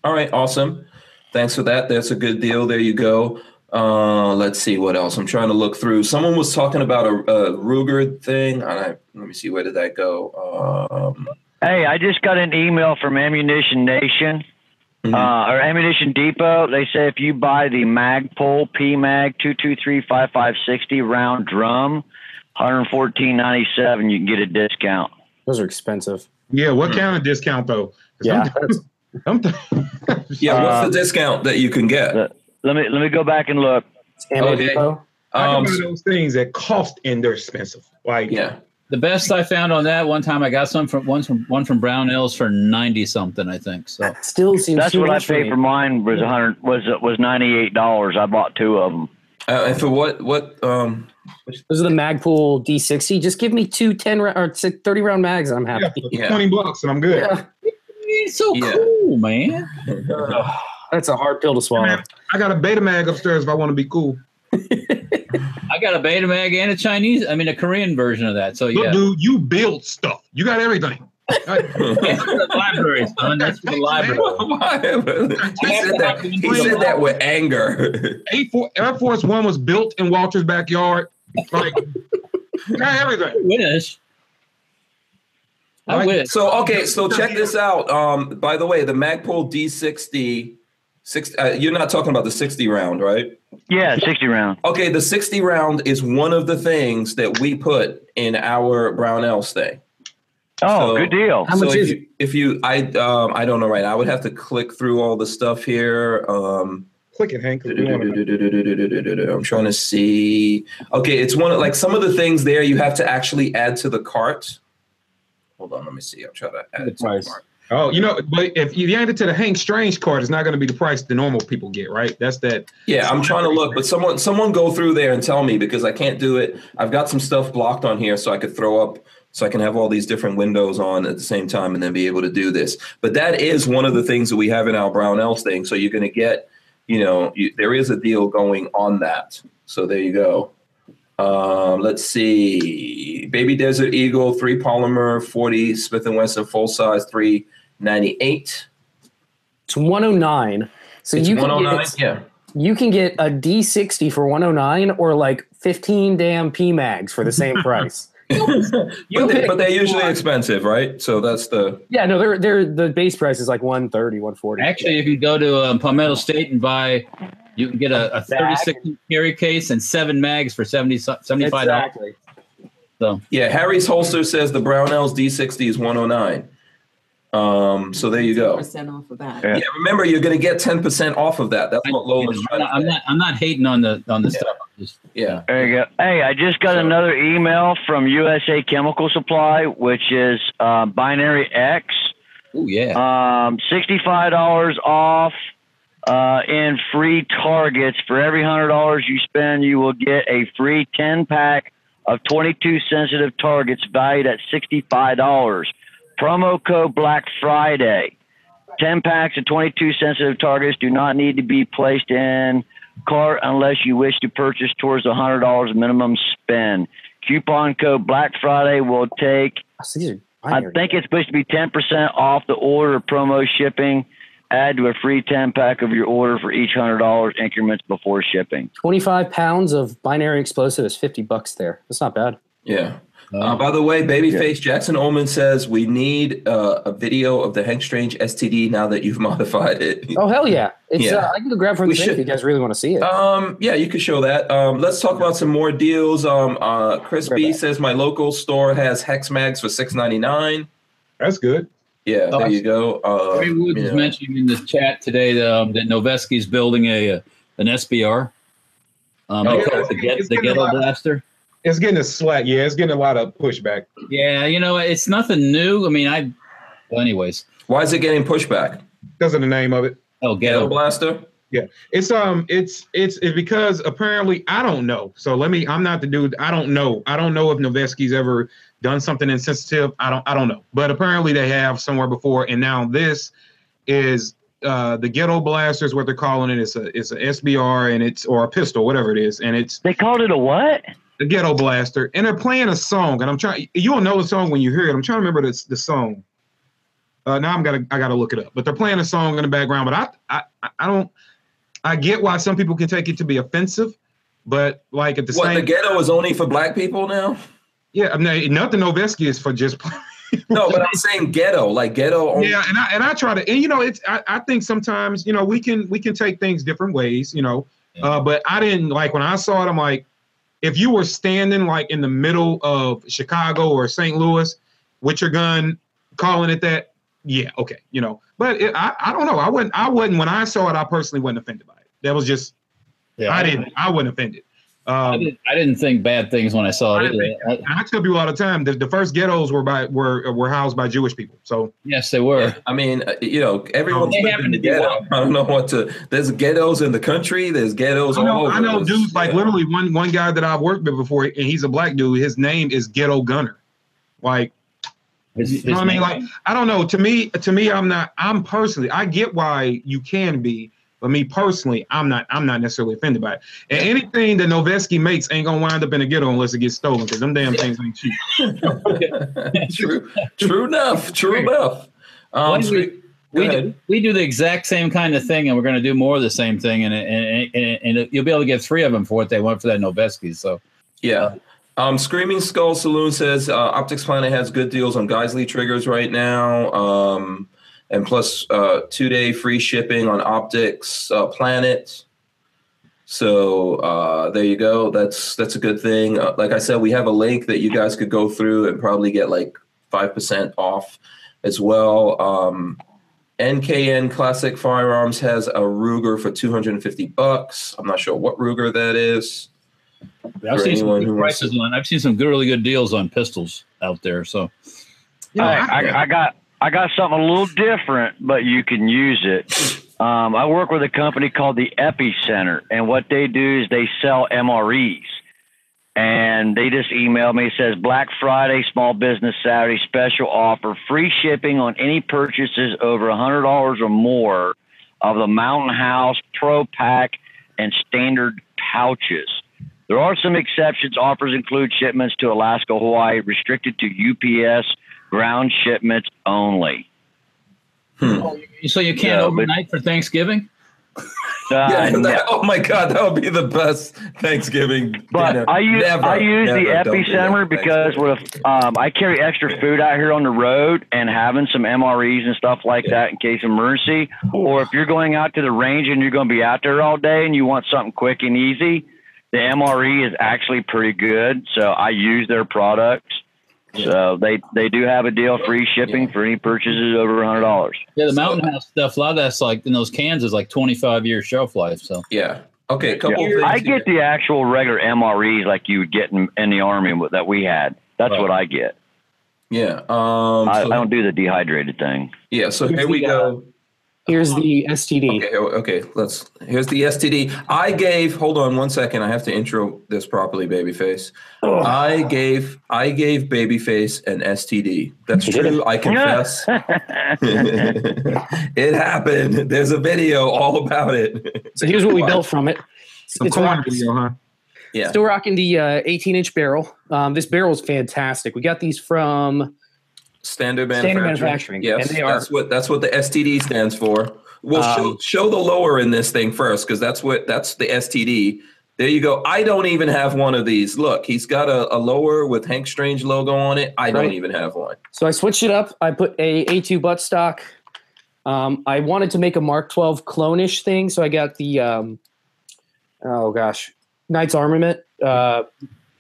All right, awesome. Thanks for that. That's a good deal. There you go. Uh, let's see what else. I'm trying to look through. Someone was talking about a, a Ruger thing. And I, let me see. Where did that go? Um, Hey, I just got an email from Ammunition Nation mhm. uh, or Ammunition Depot. They say if you buy the Magpul PMag 2235560 round drum, 114.97, you can get a discount. Those are expensive. Yeah. What kind of discount though? 'Cause Yeah, that's- I'm- I'm- Hmm. yeah, what's um, the discount that you can get? uh, Let me let me go back and look. it's ammo Okay. depot. I Um, can buy those things that cost and they're expensive. Like yeah. The best I found on that one time, I got some from one from one from Brownells for ninety something, I think. So That still seems That's too what I much paid me. for mine was 100 was was 98 dollars. I bought two of them. Uh, and for what? What? Um, Those are the Magpul D60. Just give me two 10 ra- or six- 30 round mags. I'm yeah, happy. for Yeah. twenty bucks and I'm good. Yeah, it's so Yeah. cool, man. that's a hard pill to swallow. I got a beta mag upstairs if I want to be cool. I got a Beta Mag and a Chinese, I mean a Korean version of that. So Look, yeah, dude, you build stuff. You got everything. Like, the library, son. That's for the library. Why? he said that. He said that with anger. A4 Air Force One was built in Walter's backyard. Like, got everything. Wish. I Right. wish. So okay, so check this out. Um, by the way, the Magpul D60, six. Uh, you're not talking about the 60 round, right? Yeah, 60 round. Okay, the 60 round is one of the things that we put in our Brownells thing. So- Oh, good deal. How so much if is you, if you, I, um, I don't know right now. I would have to click through all the stuff here. Um, Click it, Hank. 'cause we wanna know. I'm trying to see. Okay, it's one of like some of the things there you have to actually add to the cart. Hold on, let me see. I'll try to add it to the Price. cart. Oh, you know, but if you add it to the Hank Strange card, it's not going to be the price the normal people get, right? That's that. Yeah, I'm trying to look, but someone someone go through there and tell me because I can't do it. I've got some stuff blocked on here so I could throw up so I can have all these different windows on at the same time and then be able to do this. But that is one of the things that we have in our Brownells thing. So you're going to get, you know, you, there is a deal going on that. So there you go. Um, let's see. Baby Desert Eagle, three polymer, 40 Smith & Wesson full size, 398. It's 109. So It's you can, get, 109. it's- Yeah. you can get a D60 for 109 or like 15 damn P mags for the same price. but, they, but they're usually expensive, right? So that's the Yeah, no, they're, they're, the base price is like 130, 140. Actually, you can go to um, Palmetto State and buy You can get a, a Bag. 36 carry case and seven mags for 70, 75 dollars. Exactly. So Yeah, Harry's holster says the Brownells D60 is 109. Um, so there you go. Percent off of that. Yeah, remember you're going to get 10% off of that. That's I, what Lola's am trying not, to I'm say. not. I'm not hating on the on the Yeah. stuff. I'm just- Yeah. There you go. Hey, I just got another email from USA Chemical Supply, which is uh, Binary X. oh yeah. Um, sixty-five dollars off uh, in free targets. For every hundred dollars you spend, you will get a free ten-pack of twenty-two sensitive targets, valued at sixty-five dollars. Promo code Black Friday. Ten packs of twenty-two sensitive targets do not need to be placed in cart unless you wish to purchase towards the hundred dollars minimum spend. Coupon code Black Friday will take So these are I binary. think it's supposed to be 10% off the order promo shipping. Add to a free 10 pack of your order for each $100 increments before shipping. 25 pounds of binary explosive is 50 bucks there. That's not bad. Yeah. Uh, by the way, Babyface Jackson Ullman says we need uh, a video of the Hank Strange STD now that you've modified it. Oh, hell yeah. It's, Yeah. Uh, I can go grab from We the thing if should- you guys really want to see it. Um, yeah, you could show that. Um, let's talk about some more deals. Um, uh, Chris Right B back. says my local store has hex mags for six ninety nine. That's good. Yeah, Oh, there I- you go. Uh, Ray Wood you was know. mentioning in the chat today that, um, that Noveski's building a, uh an SBR. Um, Oh, they call yeah. it the, get, It's the getting a ghetto lot of- blaster. It's getting a slack. Yeah, it's getting a lot of pushback. Yeah, you know, it's nothing new. I mean, I. Well, anyways, Why is it getting pushback? Because of the name of it. oh Ghetto ghetto. blaster. It's um, it's it's it's because apparently I don't know. So let me. I'm not the dude. I don't know. I don't know if Noveski's ever done something insensitive. I don't. I don't know. But apparently they have somewhere before, and now this is uh the ghetto blaster is what they're calling it. It's a it's a SBR and it's or a pistol, whatever it is, and it's They called it a what? the ghetto blaster, and they're playing a song. And I'm trying. You'll know the song when you hear it. I'm trying to remember the the song. Uh, now I'm gotta I gotta look it up. But they're playing a song in the background. But I I I don't. I get why some people can take it to be offensive, but like at the what the same ghetto is only for black people now? yeah, I mean, nothing Noveski is for just. No, but I'm saying ghetto, like ghetto. Oh. Only. yeah, and I and I try to and you know it's I, I think sometimes you know we can we can take things different ways you know, Yeah. uh, but I didn't like when I saw it I'm like, if you were standing like in the middle of Chicago or St. Louis with your gun, calling it that, yeah, okay, you know, but it, I I don't know I wasn't I wasn't when I saw it I personally wasn't offended by it. That was just I didn't I wasn't offended. I Um, didn't, I didn't think bad things when I saw I it. didn't Either. I, And I tell people all the time that the first ghettos were by were were housed by Jewish people. So yes, they were. I mean, uh, you know, everyone's They living happen in the to be ghetto. white. I don't know what to. There's ghettos in the country. There's ghettos I all know, over. I know It's- dudes like yeah. literally one one guy that I've worked with before, and he's a black dude. His name is Ghetto Gunner. Like His- you know his what I mean? Like name. I don't know. To me, to me, I'm not. I'm personally, I get why you can be, but me personally, I'm not. I'm not necessarily offended by it. And anything that Noveski makes ain't gonna wind up in a ghetto unless it gets stolen, because them damn things ain't cheap. true, true enough. True enough. Why Um, do sweet- go we ahead. do, we do the exact same kind of thing, and we're going to do more of the same thing, and and, and and you'll be able to get three of them for what they want for that Noveski. So Yeah. Um, Screaming Skull Saloon says uh, Optics Planet has good deals on Geisley triggers right now, um, and plus uh, two day free shipping on Optics uh, Planet. So uh, there you go. That's that's a good thing. Uh, like I said, we have a link that you guys could go through and probably get like five percent off as well. Um, NKN Classic Firearms has a Ruger for two hundred and fifty bucks. I'm not sure what Ruger that is. I've For seen some anyone who good wants prices on. I've seen some good, really good deals on pistols out there. So Yeah, Hey, I, I got I got something a little different, but you can use it. Um, I work with a company called the Epicenter, and what they do is they sell MREs. And they just emailed me. It says Black Friday, Small Business Saturday special offer, free shipping on any purchases over hundred dollars or more of the Mountain House Pro Pack and standard pouches. There are some exceptions. Offers include shipments to Alaska, Hawaii, restricted to UPS ground shipments only. so you can't Yeah, but- overnight for Thanksgiving. Uh, Yeah, that- oh my God, that would be the best Thanksgiving But dinner. I use Never, I use the never don't do that. epicenter because with um, I carry extra food out here on the road and having some MREs and stuff like that in case of emergency. Or if you're going out to the range and you're going to be out there all day and you want something quick and easy, the MRE is actually pretty good. So I use their products. So they they do have a deal free shipping for any purchases over a hundred dollars. Yeah, the Mountain House stuff, a lot of that's like in those cans is like 25 year shelf life. So Yeah. Okay. A couple Yeah. of things. I get the actual regular MREs like you would get in, in the army and what- that we had. That's Right. what I get. Yeah. Um. I, I so- don't do the dehydrated thing. yeah. So Here's here we the, uh, go. Here's the STD. Okay, oh, okay, let's. Here's the STD. I gave. Hold on one second. I have to intro this properly, babyface. I gave. I gave babyface an STD. That's true. I confess. it happened. There's a video all about it. So here's what we built from it. Some It's corn rock- video, huh? Yeah. Still rocking the uh, 18 inch barrel. Um, this barrel is fantastic. We got these from Standard manufacturing. Standard Manufacturing, Yes, and they are- that's what that's what the STD stands for. Well, show, Um, show the lower in this thing first, because that's what that's the STD. There you go. I don't even have one of these. Look, he's got a, a lower with Hank Strange logo on it. I don't Right. even have one. So I switched it up. I put a A2 buttstock. Um, I wanted to make a Mark 12 clone-ish thing, so I got the um, oh gosh, Knight's Armament uh,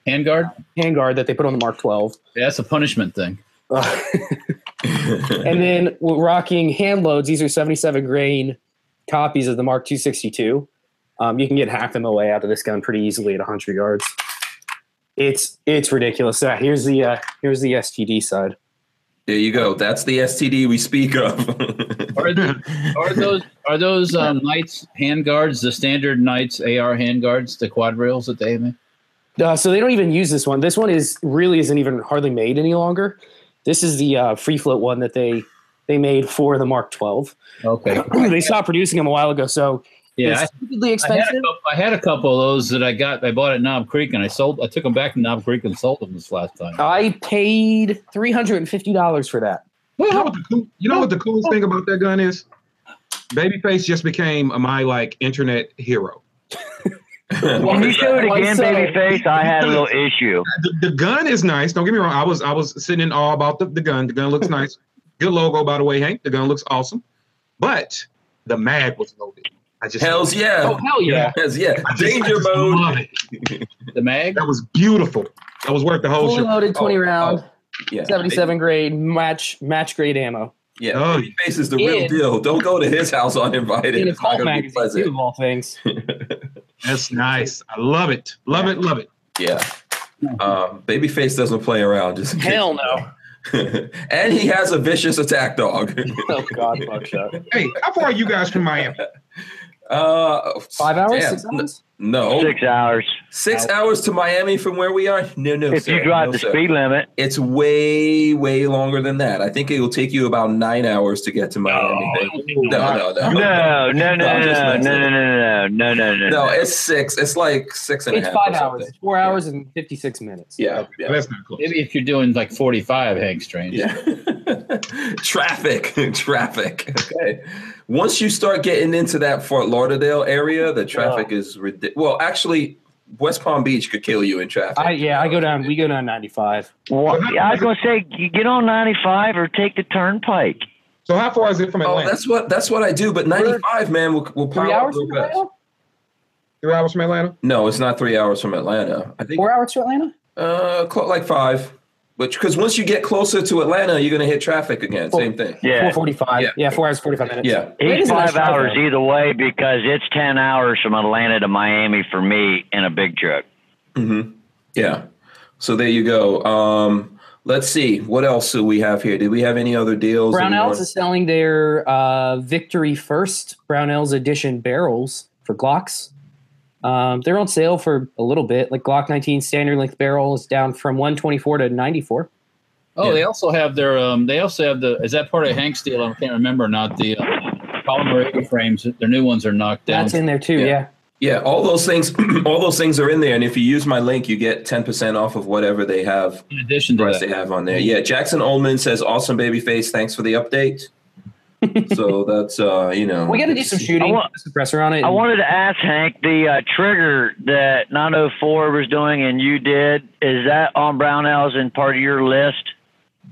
handguard, handguard that they put on the Mark Uh, 12, yeah, that's a punishment thing. and then we're rocking hand loads. These are 77 grain copies of the Mark 262. Um, you can get half MOA out of this gun pretty easily at 100 yards. It's it's ridiculous. So here's the uh, here's the STD side. There you go. That's the STD we speak of. Are, are those are those um, knights handguards the standard knights AR handguards, the quad rails that they have? in? Uh, so they don't even use this one. This one is really isn't even hardly made any longer. This is the uh, free float one that they they made for the Mark 12. Okay, they stopped producing them a while ago, so yeah, I- it's stupidly I had, a expensive. couple, I had a couple of those that I got. I bought at Knob Creek and I sold. I took them back to Knob Creek and sold them this last time. I paid three hundred and fifty dollars for that. You know, what the cool, you know what the coolest thing about that gun is? Babyface just became my like internet hero. Can you show it Why again, so? babyface? I had a little issue. The, the gun is nice. Don't get me wrong. I was I was sitting in awe about the, the gun. The gun looks nice. Good logo, by the way, Hank. The gun looks awesome. But the mag was loaded. I just Hells Oh, yeah. hell yeah. Hells yeah. I just- I Danger just mode. love it. The mag. That was beautiful. That was worth the whole Fully show. Oh, loaded twenty round, Oh, Yeah. seventy seven grade match match grade ammo Yeah. Oh. Babyface is the real In- deal. Don't go to his house uninvited. in a It's not cult going to be magazine too, pleasant. of all things. That's nice. I love it. Love it. Love it. Yeah. Um, Babyface doesn't play around. Just in case. Hell no! and he has a vicious attack dog. Oh God, Buckshot. Hey, how far are you guys from Miami? Uh, Five hours, damn. six hours. No, six, Six hours. hours to Miami from where we are. No, no. If sir. you drive No, the sir. speed limit, it's way, way longer than that. I think it will take you about nine hours to get to Miami. no, no, no, no, no, no, No, I'm just no, no, no, messing. no, no, no, no, no, No, no. it's six. It's like six and a It's half. five or hours. something. It's four hours and fifty six minutes. Yeah, yeah, That's not close. Maybe if you're doing like 45, Hank Strange. yeah. traffic, traffic. Okay. Once you start getting into that Fort Lauderdale area, the traffic is ridiculous. Well, actually, West Palm Beach could kill you in traffic. I yeah, I go down. We go down ninety five. Well, I was gonna say, you get on 95 or take the turnpike. So how far is it from Oh, Atlanta? that's what that's what I do. But ninety five, man, will will power Three up hours real from fast. Atlanta. Three hours from Atlanta? No, it's not three hours from Atlanta. I think Four hours to Atlanta. uh, clo- like five. But because once you get closer to Atlanta, you're gonna hit traffic again. Well- Same thing. Yeah. Four forty-five. Yeah. Yeah. four hours forty-five minutes. Yeah. He's Atlanta's a nice five drive, hours though. either way because it's 10 hours from Atlanta to Miami for me in a big truck. hmm Yeah. So there you go. Um, let's see what else do we have here. Did we have any other deals? that we Brownells want- is selling their uh, Victory First Brownells Edition barrels for Glocks. Um, they're on sale for a little bit. Like Glock 19 standard length barrel is down from 124 to 94. Oh, Yeah. they also have their. Um, they also have the. Is that part of Hank's deal? I can't remember. or Not the uh, polymer eighty frames. Their new ones are knocked down. That's in there too. Yeah. Yeah. Yeah, all those things, all those things are in there. And if you use my link, you get ten percent off of whatever they have in addition to price that, they have on there. Yeah, Jackson Oldman says, "Awesome baby face, thanks for the update." so that's uh, you know We got to do some shooting. I wa- suppressor on it. I and- wanted to ask Hank the uh, trigger that 904 was doing and you did. Is that on Brownells and part of your list?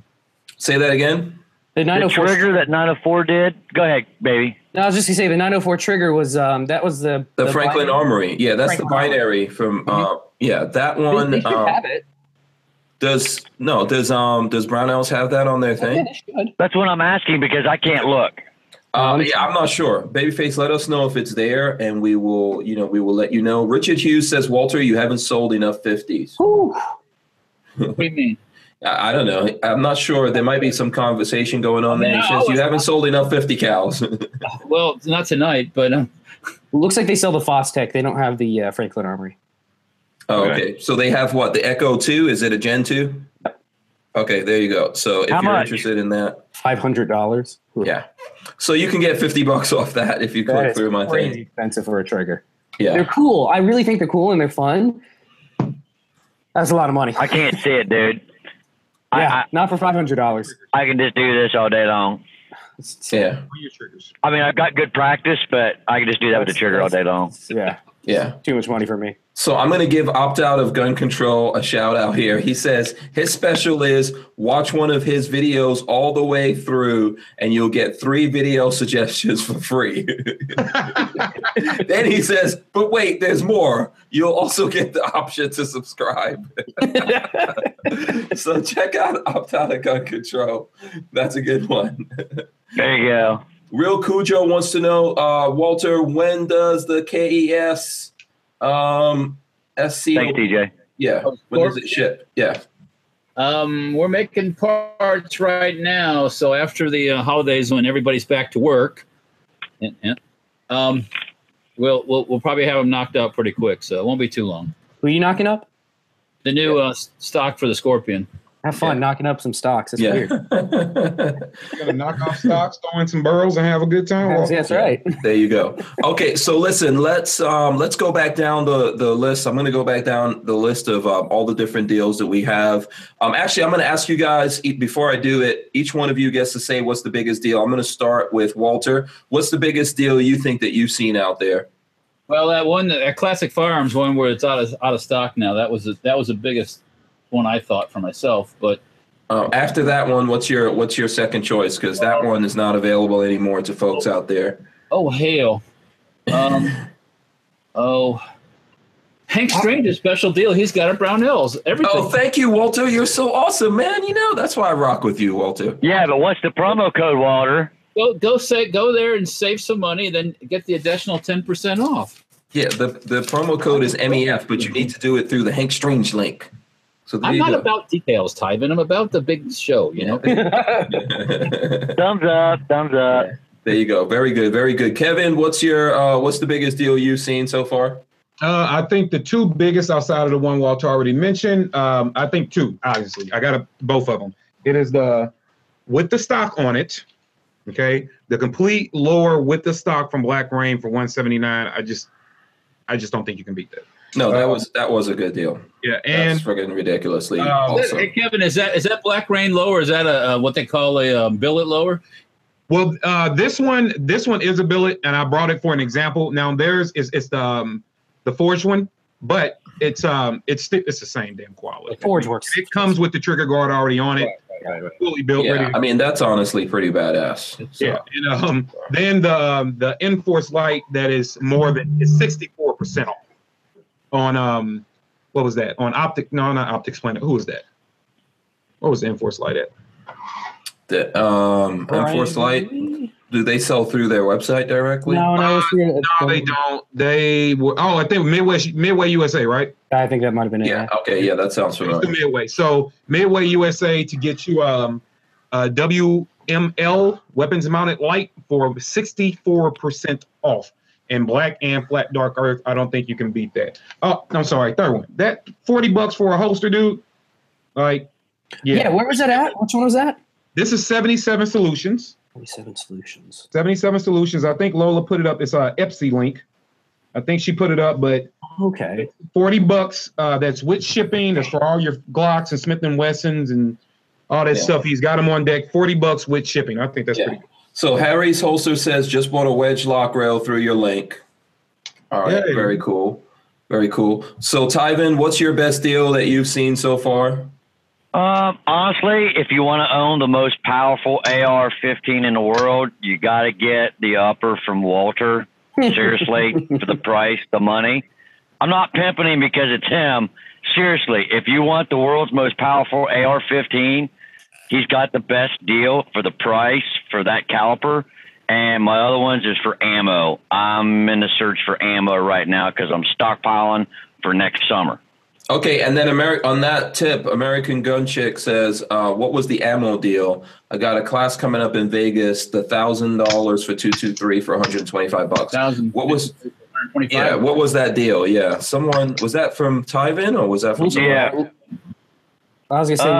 Say that again. the The 904. trigger that 904 did. Go ahead, baby. No, I was just gonna say the 904 trigger was um that was the The, Franklin binary. Armory. Yeah, that's Franklin Mm-hmm. the binary from. Uh, yeah, that one. They, they should um, have it. Does no? Does um? Does Brownells have that on their Yeah, thing? they should. That's what I'm asking because I can't look. Um, yeah, I'm not sure. Babyface, let us know if it's there, and we will. You know, we will let you know. Richard Hughes says, Walter, you haven't sold enough fifties. Whew. What do you mean? I, I don't know. I'm not sure. There might be some conversation going on there. He No, says you it's haven't sold enough fifty cows. Well, not tonight, but um, Looks like they sell the Fostech. They don't have the uh, Franklin Armory. oh, okay. So they have what? The Echo Two? Is it a Gen Two? Okay, there you go. So if How you're much? interested in that, Five hundred dollars. yeah. So you can get fifty bucks off that if you That click is through my crazy thing. expensive for a trigger. They're Yeah. cool. I really think they're cool and they're fun. That's a lot of money. I can't see it, dude. yeah, not for five hundred dollars. I, I can just do this all day long. Yeah. What are your triggers? I mean, I've got good practice, but I can just do that with the trigger all day long. Yeah, Yeah. too much money for me. So I'm going to give opt out of gun control a shout out here. He says his special is watch one of his videos all the way through and you'll get three video suggestions for free. then he says, but wait, there's more. You'll also get the option to subscribe. so check out opt out of gun control. That's a good one. There you go. Real Cujo wants to know, uh, Walter, when does the KES um, SC? Thanks, DJ. Yeah. Of When does course. it ship? Yeah. um, we're making parts right now. So after the uh, holidays, when everybody's back to work, eh, eh, um, we'll, we'll we'll probably have them knocked out pretty quick. So it won't be too long. Who are you knocking up? The new uh, s- stock for the Scorpion. Have fun knocking up some stocks. That's Yeah. weird. You gonna knock off stocks, throw in some burrows, and have a good time. That's, that's right. there you go. Okay, so listen, let's um let's go back down the the list. I'm going to go back down the list of um, all the different deals that we have. Um actually, I'm going to ask you guys e- before I do it, each one of you gets to say what's the biggest deal. I'm going to start with Walter. What's the biggest deal you think that you've seen out there? Well, that one, that classic firearms one, where it's out of out of stock now. That was the, that was the biggest one I thought for myself. But Um, after that one, what's your what's your second choice? Because that one is not available anymore to folks out there. oh hell, um, oh, Hank Strange's special deal. He's got a Brownells. Everything. Oh, thank you, Walter. You're so awesome, man. You know that's why I rock with you, Walter. Yeah, but what's the promo code, Walter? go go say go there and save some money, then get the additional ten percent off. Yeah, the the promo code is MEF, but you need to do it through the Hank Strange link. So there I'm you not go. about details, Tyvin. I'm about the big show. You know. Thumbs up, thumbs up. there you go. Very good, very good. Kevin, what's your uh, what's the biggest deal you've seen so far? Uh, I think the two biggest outside of the one Walter already mentioned, um, I think two, obviously. I got a, both of them. It is the with the stock on it, okay? The complete lower with the stock from Black Rain for 179. I just I just don't think you can beat that. No, that was that was a good deal. Yeah, That's Uh, and friggin' ridiculously Uh, Hey awesome. Kevin, is that is that black rain lower? Is that a, uh what they call a um, billet lower? well, uh, this one this one is a billet, and I brought it for an example. Now theirs is it's the um, the forged one, but it's um it's sti- it's the same damn quality. Forge works. It comes with the trigger guard already on it, fully built, ready Yeah, to I mean that's honestly pretty badass. So, Yeah, and um, then the um, the enforce light that is more than is sixty four percent off on um, what was that on optic? No, not optics planet. Who was that? What was the enforce light at? The um, Enforce Light. Do they sell through their website directly? No, no, it's the- it's the- No, Uh, they don't. Um, They were. Oh, I think Midwest Midway USA, right? I think that might have been it. Yeah. Okay. Yeah, that sounds It's the familiar. Midway. So Midway USA to get you um, a WML weapons mounted light for sixty four percent off. and black and flat dark earth. I don't think you can beat that. Oh, I'm sorry, third one. That forty bucks for a holster, dude. Like, yeah. yeah. Where was that at? Which one was that? This is seventy-seven solutions. Forty-seven solutions. Seventy-seven solutions. I think Lola put it up. It's a Epsi link. I think she put it up, but Okay. forty bucks. Uh, that's with shipping. That's for all your Glocks and Smith and Wessons and all that Yeah. stuff. He's got them on deck. Forty bucks with shipping. I think that's Yeah. pretty. Good. So Harry's Holster says just bought a wedge lock rail through your link. All right, Yay. very cool, very cool. So Tyvin, what's your best deal that you've seen so far? Um, honestly, if you want to own the most powerful AR-15 in the world, you got to get the upper from Walter. Seriously, for the price, the money. I'm not pimping him because it's him. Seriously, if you want the world's most powerful AR-15, he's got the best deal for the price for that caliper. And my other ones is for ammo. I'm in the search for ammo right now because I'm stockpiling for next summer. Okay, and then Ameri- on that tip, American Gun Chick says, uh, "What was the ammo deal? I got a class coming up in Vegas, the thousand dollars for two two three for one hundred twenty five bucks. Thousand. What was 125? yeah? What was that deal? Yeah, someone was that from Tyvin or was that from someone? Yeah. I was gonna say look Uh,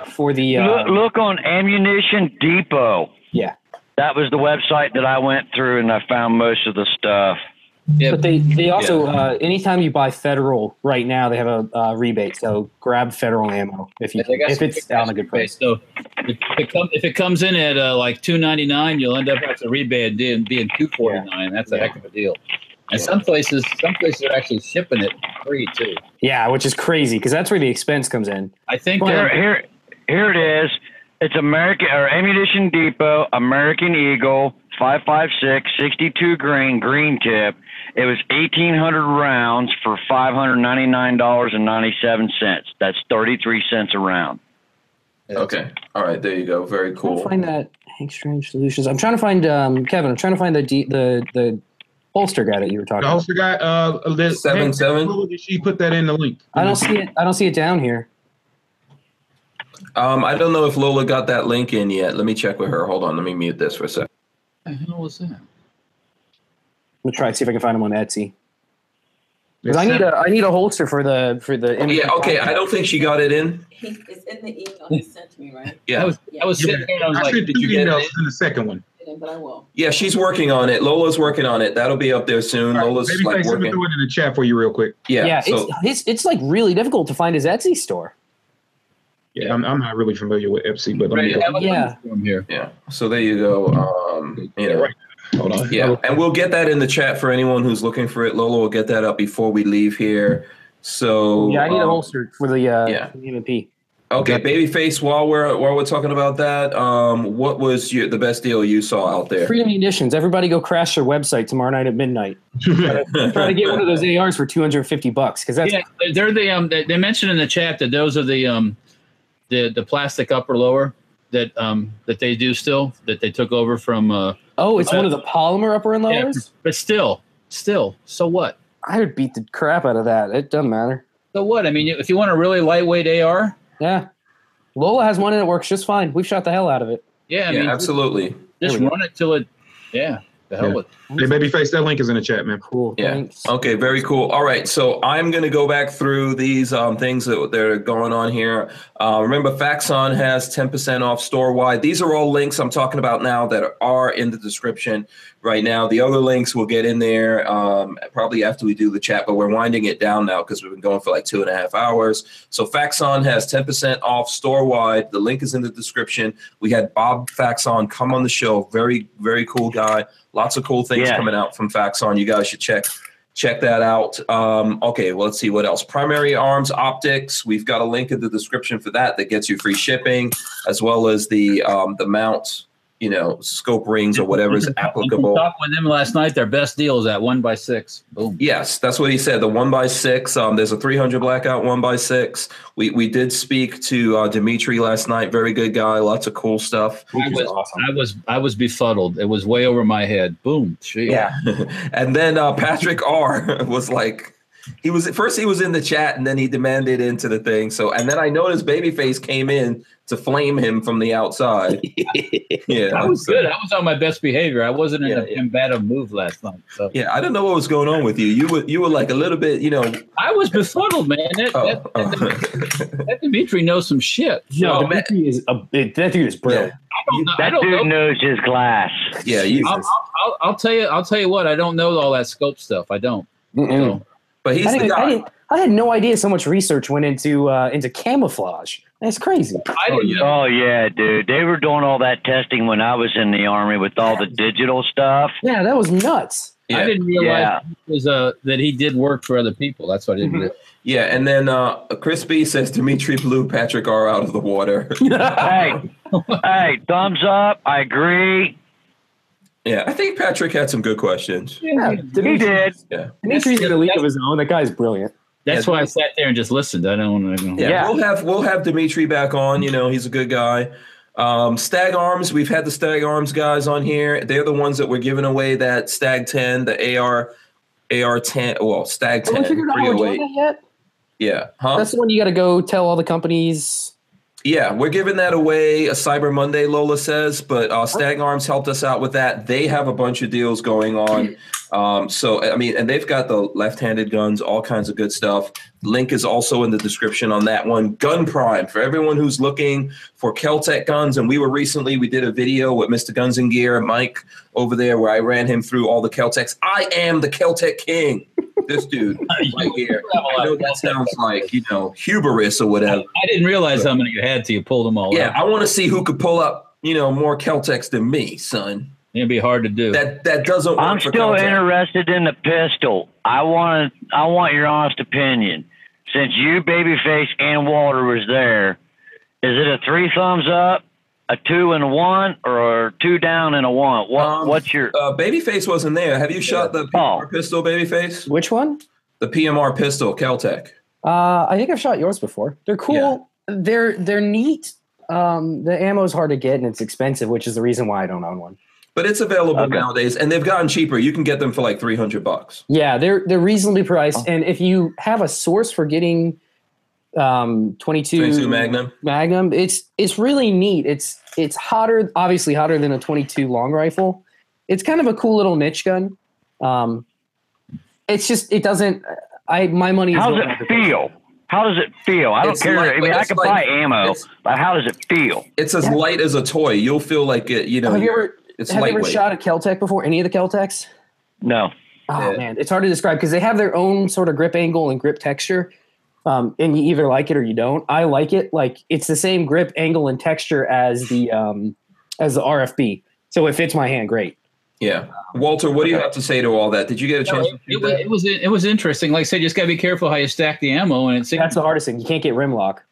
around for the uh, look, look on Ammunition Depot. Yeah. That was the website that I went through and I found most of the stuff. Yeah, But they, they also, uh, anytime you buy federal right now, they have a uh, rebate. So grab federal ammo if you Yeah, they can, got if some it's on a good price. So if it, come, if it comes in at uh, like two ninety nine, you'll end up having to rebid being being two forty nine. That's a Yeah. heck of a deal. And some places, some places are actually shipping it free too. Yeah, which is crazy because that's where the expense comes in. I think uh, Here, they're here, here it is. It's American or Ammunition Depot, American Eagle, 556, 62 grain green tip. It was 1,800 rounds for $599.97. That's 33 cents a round. Okay, all right, there you go. Very I'm trying cool. to find that Hank Strange Solutions. I'm trying to find um, Kevin. I'm trying to find the de- the the holster guy that you were talking. The about. holster guy, uh, let- Seven, hey, seven? who did She put that in the link. I don't see it. I don't see it down here. Um, I don't know if Lola got that link in yet. Let me check with her. Hold on, let me mute this for a sec. what the hell was that? I'm gonna try and see if I can find him on Etsy. 'Cause I need a I need a holster for the for the. Oh, Yeah, okay. I don't think she got it in. He, it's in the email he sent me, right? I Yeah, was I was sitting there. and I was I like, sent did two you get emails it? in the second one. But I will. yeah. She's working on it. Lola's working on it. That'll be up there soon. All right, Lola's Babyface, like let me working. throw it in the chat for you real quick. Yeah. yeah, so, it's, it's it's like really difficult to find his Etsy store. Yeah, I'm, I'm not really familiar with FC, but let Right, me I was Yeah. from here. yeah. So there you go. Um, you know. Right. hold on. Yeah, and we'll get that in the chat for anyone who's looking for it. Lola will get that up before we leave here. So yeah, I need a um, holster for the uh, yeah. for the M&P. Okay, babyface. While we're while we're talking about that, um, what was your the best deal you saw out there? Freedom Munitions. Everybody go crash their website tomorrow night at midnight. Try to get one of those ARs for 250 bucks because that's Yeah, they're the um. They, they mentioned in the chat that those are the um, the the plastic upper lower that um that they do still that they took over from uh. oh, it's one of the polymer upper and yeah, lowers. but still, still, so what? I would beat the crap out of that. It doesn't matter. So what? I mean, if you want a really lightweight AR, Yeah, Lola has one and it works just fine. We've shot the hell out of it. yeah, I yeah, mean, absolutely. just There we go. run it till it, yeah, the hell Yeah. with. Hey, Babyface, that link is in the chat, man. Cool. Yeah. Thanks. Okay, very cool. All right, so I'm going to go back through these um, things that, that are going on here. Uh, remember, Faxon has 10% off store wide. These are all links I'm talking about now that are in the description right now. The other links will get in there um, probably after we do the chat, but we're winding it down now because we've been going for like two and a half hours. So, Faxon has 10% off store wide. The link is in the description. We had Bob Faxon come on the show. Very, very cool guy. Lots of cool things Yeah. coming out from Faxon. You guys should check check that out. Um, okay, well, let's see what else. Primary Arms Optics. We've got a link in the description for that that gets you free shipping, as well as the um, the mount, you know, scope rings or whatever is applicable. Talked with them last night. Their best deal is at one by six. Boom. Yes, that's what he said. The one by six. Um, there's a 300 blackout one by six. We we did speak to uh, Dimitri last night. Very good guy. Lots of cool stuff. I was, I was, I was befuddled. It was way over my head. Boom. Gee. and then uh, Patrick R was like, he was first he was in the chat and then he demanded into the thing. So and then I noticed Babyface came in to flame him from the outside. yeah, I was so- good. I was on my best behavior. I wasn't in Yeah, a yeah. combative move last night. So Yeah, I don't know what was going on with you. You were you were like a little bit, you know. I was befuddled, man. That, Oh, that, that, that Dimitri knows some shit. No, Oh, man. that dude is a, it, that dude is brilliant. I don't know. I That don't dude know. knows his glass. yeah, you, I'll, I'll, I'll, I'll tell you. I'll tell you what. I don't know all that scope stuff. I don't. Mm-mm. So, but he's I, the didn't, I, guy. didn't, I had no idea so much research went into uh, into camouflage. That's crazy. Oh yeah. dude. They were doing all that testing when I was in the army with all the digital stuff. Yeah, that was nuts. I Yeah. didn't realize Yeah. it was, uh, that he did work for other people. That's what I didn't. realize. Yeah, and then uh, Crispy says Dimitri Blue, Patrick are out of the water. hey, hey, thumbs up. I agree. yeah, I think Patrick had some good questions. Yeah, He Dimitri, did. Yeah, Dimitri's in a league of his own. That guy's brilliant. That's Yeah. why I sat there and just listened. I don't want to. yeah, Yeah. We'll have we'll have Dimitri back on. You know, he's a good guy. Um, Stag Arms, we've had the Stag Arms guys on here. They're the ones that were giving away that Stag Ten, the AR AR ten. Well, Stag Ten. Have we Oh, figured out how we're 308. doing that yet? Yeah, huh? That's the one you got to go tell all the companies. Yeah, we're giving that away a Cyber Monday, Lola says, but uh, Stag Arms helped us out with that. They have a bunch of deals going on. Um, so, I mean, and they've got the left handed guns, all kinds of good stuff. Link is also in the description on that one. Gun Prime, for everyone who's looking for Keltec guns. And we were recently, we did a video with Mr. Guns and Gear, Mike over there, where I ran him through all the Keltecs. I am the Keltec King. This dude right here. I know that sounds like, you know, hubris or whatever. I didn't realize how many you had till you pulled them all Yeah, out. I want to see who could pull up, you know, more Keltex than me, son. It'd be hard to do. That that doesn't. Work I'm for still Keltex. interested in the pistol. I want I want your honest opinion. Since you, Babyface, and Walter was there, is it a three thumbs up, a two and a one, or two down and a one? What Um, What's your Uh, Babyface wasn't there. Have you shot the PMR Oh. pistol, Babyface? Which one? The PMR pistol, Keltec. Uh, I think I've shot yours before. They're cool. They're they're neat. Um, the ammo's hard to get and it's expensive, which is the reason why I don't own one. But it's available Okay. nowadays, and they've gotten cheaper. You can get them for like three hundred bucks. Yeah, they're they're reasonably priced, and if you have a source for getting um, twenty Twenty two two Magnum. Magnum, it's it's really neat. It's it's hotter, obviously hotter than a twenty two long rifle. It's kind of a cool little niche gun. Um, it's just it doesn't. I my money. Is How does going out it the- feel? How does it feel? I don't It's care. like- I mean, I it's can like- buy ammo, it's- but how does it feel? It's as Yeah. light as a toy. You'll feel like it. You know, Have you ever it's have you ever lightweight. shot a Keltec before? Any of the Keltecs? No. Oh Yeah. man, it's hard to describe because they have their own sort of grip angle and grip texture. Um, and you either like it or you don't. I like it. Like it's the same grip angle and texture as the um, as the RFB. So it fits my hand great. yeah, Walter. What do you have to say to all that? Did you get a No, chance? it, to shoot it was, that? it was it was interesting. Like I said, you just gotta be careful how you stack the ammo, and it's That's the hardest thing. You can't get rim lock.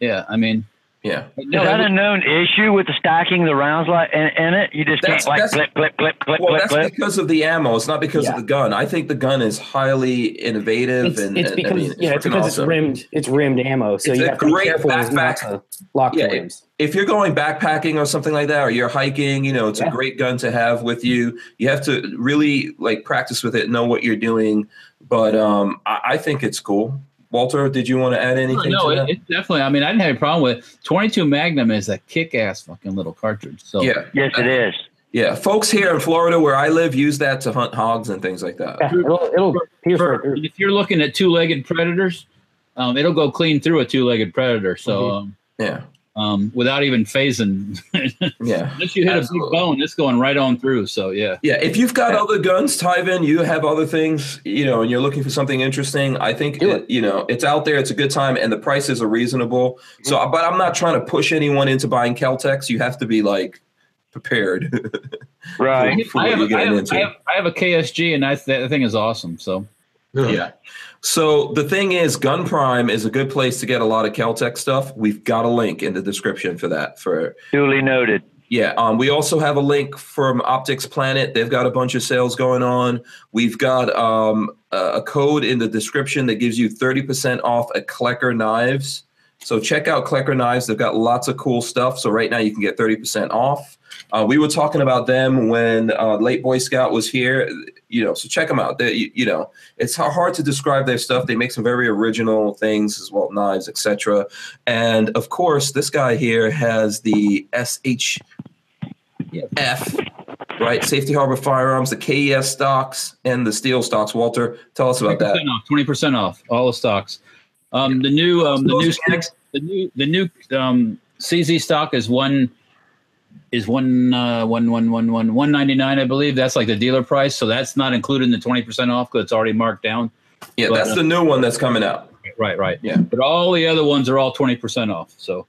yeah. I mean, Yeah. Is that a known issue with the stacking the rounds like in, in it? You just That's- can't like that's- clip, clip, clip, clip, Well, clip, that's clip. because of the ammo. It's not because Yeah. of the gun. I think the gun is highly innovative It's, and and- it's I because mean, yeah, it's freaking because awesome. it's rimmed. It's rimmed ammo. So It's you a have to be great careful not backpack. to lock Yeah, the rims. if you're going backpacking or something like that, or you're hiking, you know, it's Yeah. a great gun to have with you. You have to really like practice with it, know what you're doing. But um, I, I think it's cool. Walter, did you want to add anything? no, to that? it, it definitely. I mean, I didn't have a problem with it. 22 Magnum is a kick-ass fucking little cartridge. So yeah, Yes, it is. yeah. Folks here in Florida, where I live, use that to hunt hogs and things like that. Yeah, it'll it'll pierce right for, through. if you're looking at two-legged predators, um, it'll go clean through a two-legged predator. So um, Yeah, um, without even phasing, yeah. unless you hit a Absolutely. big bone, it's going right on through. So yeah, Yeah, if you've got other guns, Tyvin, you have other things, you know, and you're looking for something interesting. I think Do it- you know it's out there. It's a good time, and the prices are reasonable. So, but I'm not trying to push anyone into buying Caltex. You have to be like prepared. Right. For what I have, you're I, getting have, into. I, have, I have a KSG, and I, that thing is awesome. So yeah. So the thing is, Gun Prime is a good place to get a lot of Caltech stuff. We've got a link in the description for that for Duly noted. Yeah, um, we also have a link from Optics Planet. They've got a bunch of sales going on. We've got um, a a code in the description that gives you 30% off at Klecker Knives. So check out Klecker Knives. They've got lots of cool stuff. So right now you can get 30% off. Uh, we were talking about them when uh, Late Boy Scout was here. You know, so check them out. They, you, you know, it's h- hard to describe their stuff. They make some very original things as well, knives, etc. And of course, this guy here has the SH F, right? Safety Harbor Firearms, the KES stocks, and the steel stocks. Walter, tell us about that. 20% off, 20% off all the stocks. Um, the new, um, the new, Those next- the new, the new um, CZ stock is one is one uh, one one one one one ninety nine, I believe. That's like the dealer price, so that's not included in the twenty percent off because it's already marked down. Yeah, But, that's uh, the new one that's coming out. Right, right. Yeah. But all the other ones are all 20% off. So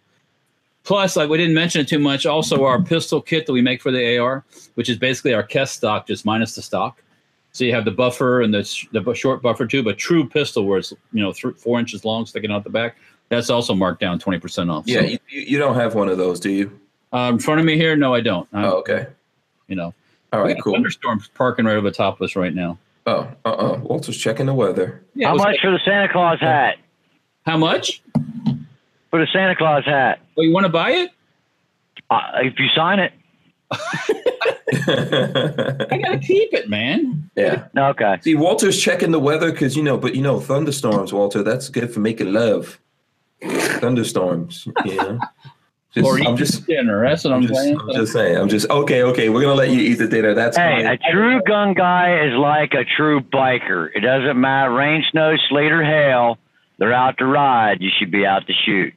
plus, like we didn't mention it too much, also our pistol kit that we make for the AR, which is basically our Kest stock, just minus the stock. So you have the buffer and the, sh- the bu- short buffer tube, a true pistol where it's, you know, th- four inches long sticking out the back. That's also marked down 20% off. Yeah, So, you, you you don't have one of those, do you? uh, in front of me here, no, I don't. I'm, Oh, okay. You know, All we right, got cool. thunderstorms parking right over top of us right now. Oh, uh, uh Walter's checking the weather. Yeah, it How was much like- for the Santa Claus hat? how much? For the Santa Claus hat, Oh, you want to buy it? uh, if you sign it. I got to keep it, man. yeah. No, okay. See, Walter's checking the weather because you know, but you know, thunderstorms, Walter. That's good for making love. thunderstorms. Yeah. Just, or eat I'm just. dinner. That's what I'm, I'm just, saying. I'm just saying. I'm just okay. Okay, we're gonna let you eat the dinner. That's Hey, fine. a true gun guy is like a true biker. It doesn't matter rain, snow, sleet, or hail. They're out to ride. You should be out to shoot.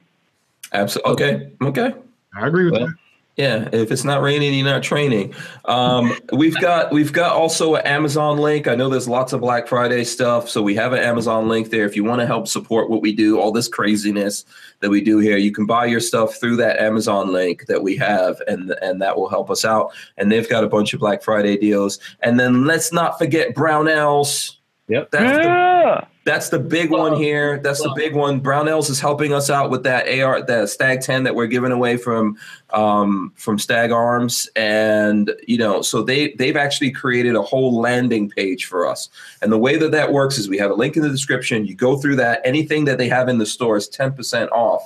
Absolutely. Okay. Okay. I agree with Well, that. Yeah, if it's not raining, you're not training. Um, we've got we've got also an Amazon link. I know there's lots of Black Friday stuff, so we have an Amazon link there. If you want to help support what we do, all this craziness that we do here, you can buy your stuff through that Amazon link that we have, and and that will help us out. And they've got a bunch of Black Friday deals. And then let's not forget Brownells. Yep. That's the Yeah. that's the big one here. That's the big one. Brownells is helping us out with that AR, that Stag Ten that we're giving away from um, from Stag Arms, and you know, so they they've actually created a whole landing page for us. And the way that that works is we have a link in the description. You go through that. Anything that they have in the store is ten percent off.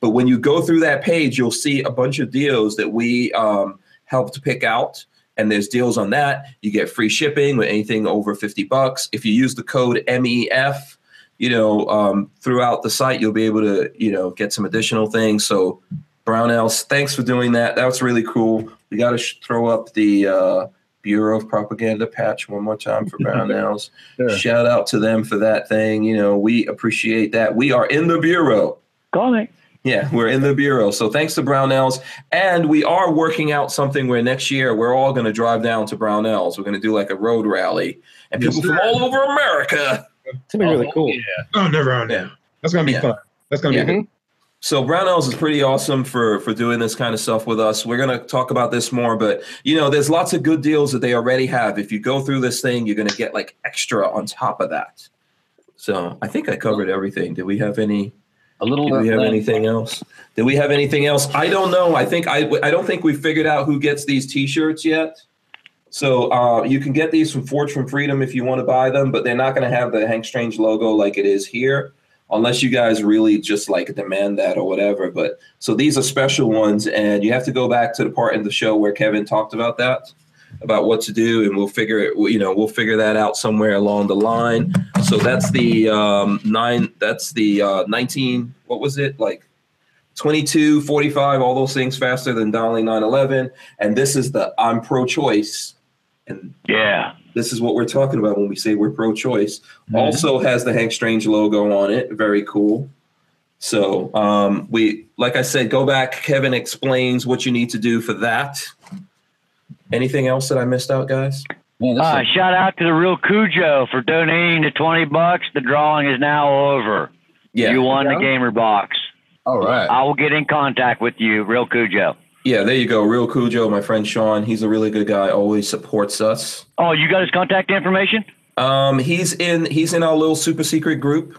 But when you go through that page, you'll see a bunch of deals that we um, helped pick out and there's deals on that. You get free shipping with anything over 50 bucks. If you use the code E MEF, you know, um, throughout the site, you'll be able to, you know, get some additional things. So Brownells, thanks for doing that. That was really cool. We got to sh- throw up the uh, Bureau of Propaganda patch one more time for Brownells. Sure. Shout out to them for that thing. You know, we appreciate that. We are in the Bureau. Call me. Yeah, we're in the bureau. So thanks to Brownells. And we are working out something where next year we're all going to drive down to Brownells. We're going to do like a road rally. And Yes, people from sir. all over America. It's gonna be really cool. Yeah. Oh, never on that. That's gonna be Yeah. fun. That's gonna Yeah. be good. So Brownells is pretty awesome for for doing this kind of stuff with us. We're going to talk about this more, but you know, there's lots of good deals that they already have. If you go through this thing, you're going to get like extra on top of that. So I think I covered everything. Did we have any A little. Do we have uh, anything else? Do we have anything else? I don't know. I think I I don't think we figured out who gets these T-shirts yet. So uh, you can get these from Forge from Freedom if you want to buy them, but they're not going to have the Hank Strange logo like it is here, unless you guys really just like demand that or whatever. But so these are special ones, and you have to go back to the part in the show where Kevin talked about that, about what to do, and we'll figure it. You know, we'll figure that out somewhere along the line. So that's the um, nine. That's the uh, nineteen. What was it like? 22, 45, all those things faster than dialing 911. And this is the I'm pro choice. And Yeah. this is what we're talking about when we say we're pro choice. Also has the Hank Strange logo on it. Very cool. So um, we, like I said, go back. Kevin explains what you need to do for that. Anything else that I missed out, guys? man, that's Uh, a- shout out to the real Cujo for donating the 20 bucks. The drawing is now over. Yeah. You won Yeah. the gamer box. all right. I will get in contact with you, real Cujo. yeah, there you go. Real Cujo, my friend Sean. He's a really good guy, always supports us. Oh, you got his contact information? Um, he's in he's in our little super secret group.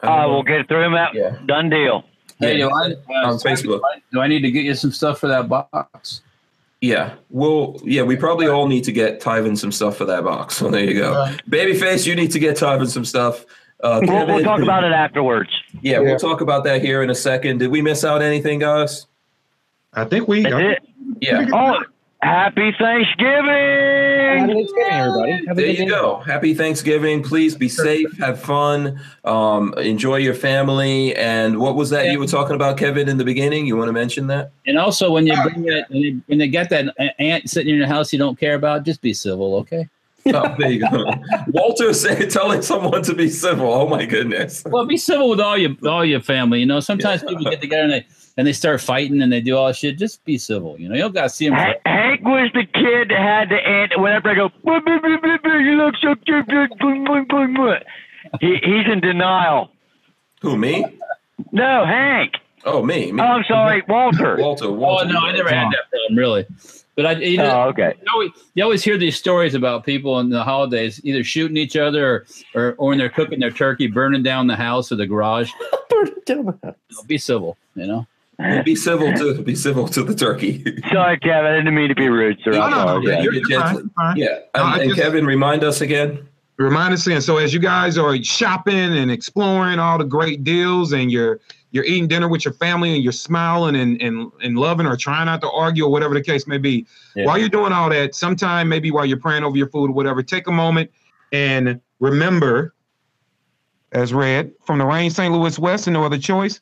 I don't I know. will get it through him out. Yeah. Done deal. Hey, yeah. do I, uh, On Facebook. Do I need to get you some stuff for that box? Yeah. Well, yeah, we probably all need to get Tyvin some stuff for that box. So there you go. Babyface, you need to get Tyvin some stuff. Uh, We'll, we'll Kevin- talk about it afterwards. Yeah, Yeah. we'll talk about that here in a second. Did we miss out anything, guys? I think we. That's I it. Yeah. Oh, happy Happy Thanksgiving! Thanksgiving, everybody. Have a There good you day. go. Happy Thanksgiving. Please be safe. Have fun. Um, enjoy your family. And what was that you were talking about, Kevin, in the beginning? You want to mention that? And also, when you bring that, when, you, when they got that a- aunt sitting in your house you don't care about, just be civil, okay? Oh, there you go. Walter said telling someone to be civil. Oh my goodness. Well, be civil with all your all your family. You know, sometimes Yeah. people get together and they and they start fighting and they do all that shit. Just be civil. You know, you don't gotta see them. Ha- Hank was the kid that had the aunt. Whenever I go, "Boo, boo, boo, boo, boo, you look so cute, boo, boo, boo, boo, boo," He, he's in denial. Who me? No, Hank. Oh, me. me. Oh, I'm sorry, Walter. Walter. Oh Walter. no, I never had that problem really. But I, you, know, Oh, okay. you, always, you always hear these stories about people in the holidays either shooting each other or, or, or when they're cooking their turkey, burning down the house or the garage. You know, be civil, you know. Be civil to be civil to the turkey. Sorry, Kevin. I didn't mean to be rude, sir. No, I no, no, apologize. you're, Yeah, you're fine, gently. you're fine. Yeah, No, I and, and just- Kevin, remind us again. Remind us again. So as you guys are shopping and exploring all the great deals, and you're you're eating dinner with your family, and you're smiling and and, and loving, or trying not to argue, or whatever the case may be. Yeah. While you're doing all that, sometime maybe while you're praying over your food or whatever, take a moment and remember, as read from the Rain St. Louis West, and no other choice.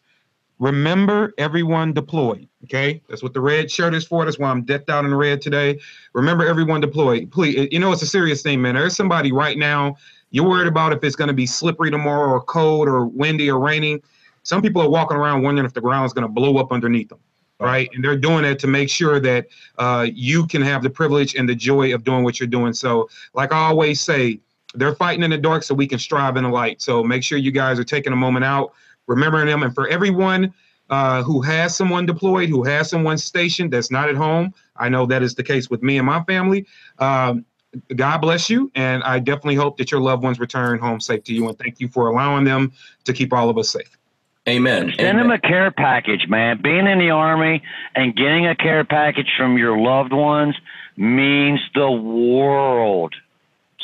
Remember everyone deployed. Okay, that's what the red shirt is for. That's why I'm decked out in red today. Remember everyone deployed. Please, you know it's a serious thing, man. There's somebody right now you're worried about if it's going to be slippery tomorrow or cold or windy or raining. Some people are walking around wondering if the ground is going to blow up underneath them, right? And they're doing it to make sure that uh, you can have the privilege and the joy of doing what you're doing. So, like I always say, they're fighting in the dark so we can strive in the light. So, make sure you guys are taking a moment out, remembering them. And for everyone uh, who has someone deployed, who has someone stationed that's not at home, I know that is the case with me and my family. Um, God bless you. And I definitely hope that your loved ones return home safe to you. And thank you for allowing them to keep all of us safe. Amen. Amen. Send them a care package, man. Being in the army and getting a care package from your loved ones means the world.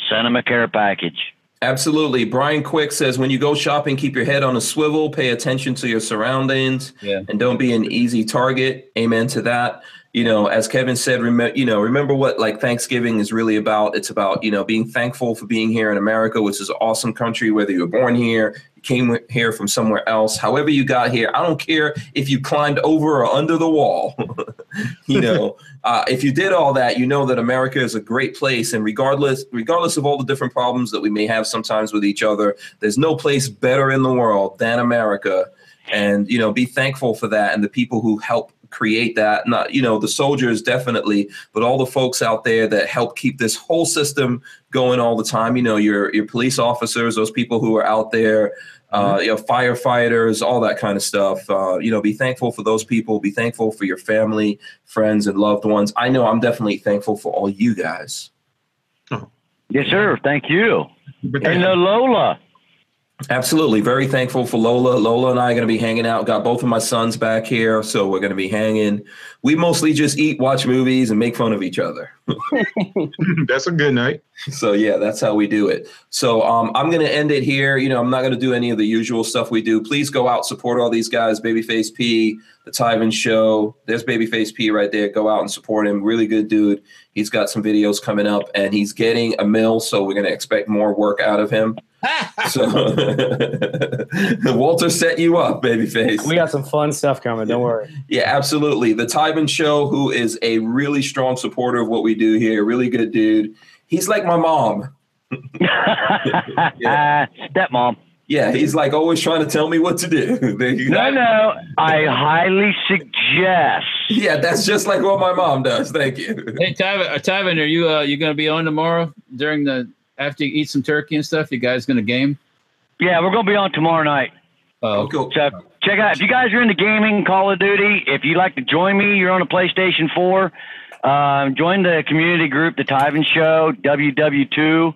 Send them a care package. Absolutely. Brian Quick says when you go shopping, keep your head on a swivel, pay attention to your surroundings, Yeah. and don't be an easy target. Amen to that. You know, as Kevin said, remember, you know, remember what like Thanksgiving is really about. It's about, you know, being thankful for being here in America, which is an awesome country, whether you were born here, you came here from somewhere else, however you got here. I don't care if you climbed over or under the wall. you know, uh, if you did all that, you know that America is a great place, and regardless, regardless of all the different problems that we may have sometimes with each other, there's no place better in the world than America. And you know, be thankful for that, and the people who help create that. Not you know, the soldiers definitely, but all the folks out there that help keep this whole system going all the time. You know, your your police officers, those people who are out there. Uh, you know, firefighters, all that kind of stuff. Uh, you know, be thankful for those people. Be thankful for your family friends and loved ones. I know I'm definitely thankful for all you guys. Yes, sir. Thank you. But And uh, Lola. Absolutely. Very thankful for Lola. Lola and I are going to be hanging out. Got both of my sons back here, so we're going to be hanging. We mostly just eat, watch movies, and make fun of each other. that's a good night. So yeah, that's how we do it. So um, I'm going to end it here. You know, I'm not going to do any of the usual stuff we do. Please go out, support all these guys. Babyface P, the Tyven Show. There's Babyface P right there. Go out and support him. Really good dude. He's got some videos coming up, and he's getting a mill, so we're going to expect more work out of him. so Walter set you up, babyface. We got some fun stuff coming. Don't worry. Yeah, absolutely. The Tyven Show, who is a really strong supporter of what we do here, really good dude. He's like my mom. Stepmom. Yeah, he's like always trying to tell me what to do. There you No, go. no. I highly suggest. Yeah, that's just like what my mom does. Thank you. Hey, Tyvin, uh, Tyvin are you uh, you going to be on tomorrow during the after you eat some turkey and stuff? You guys going to game? Yeah, we're going to be on tomorrow night. Oh, Cool. So check out if you guys are into gaming, Call of Duty. If you'd like to join me, you're on a PlayStation 4. Um, join the community group, the Tyven Show WW2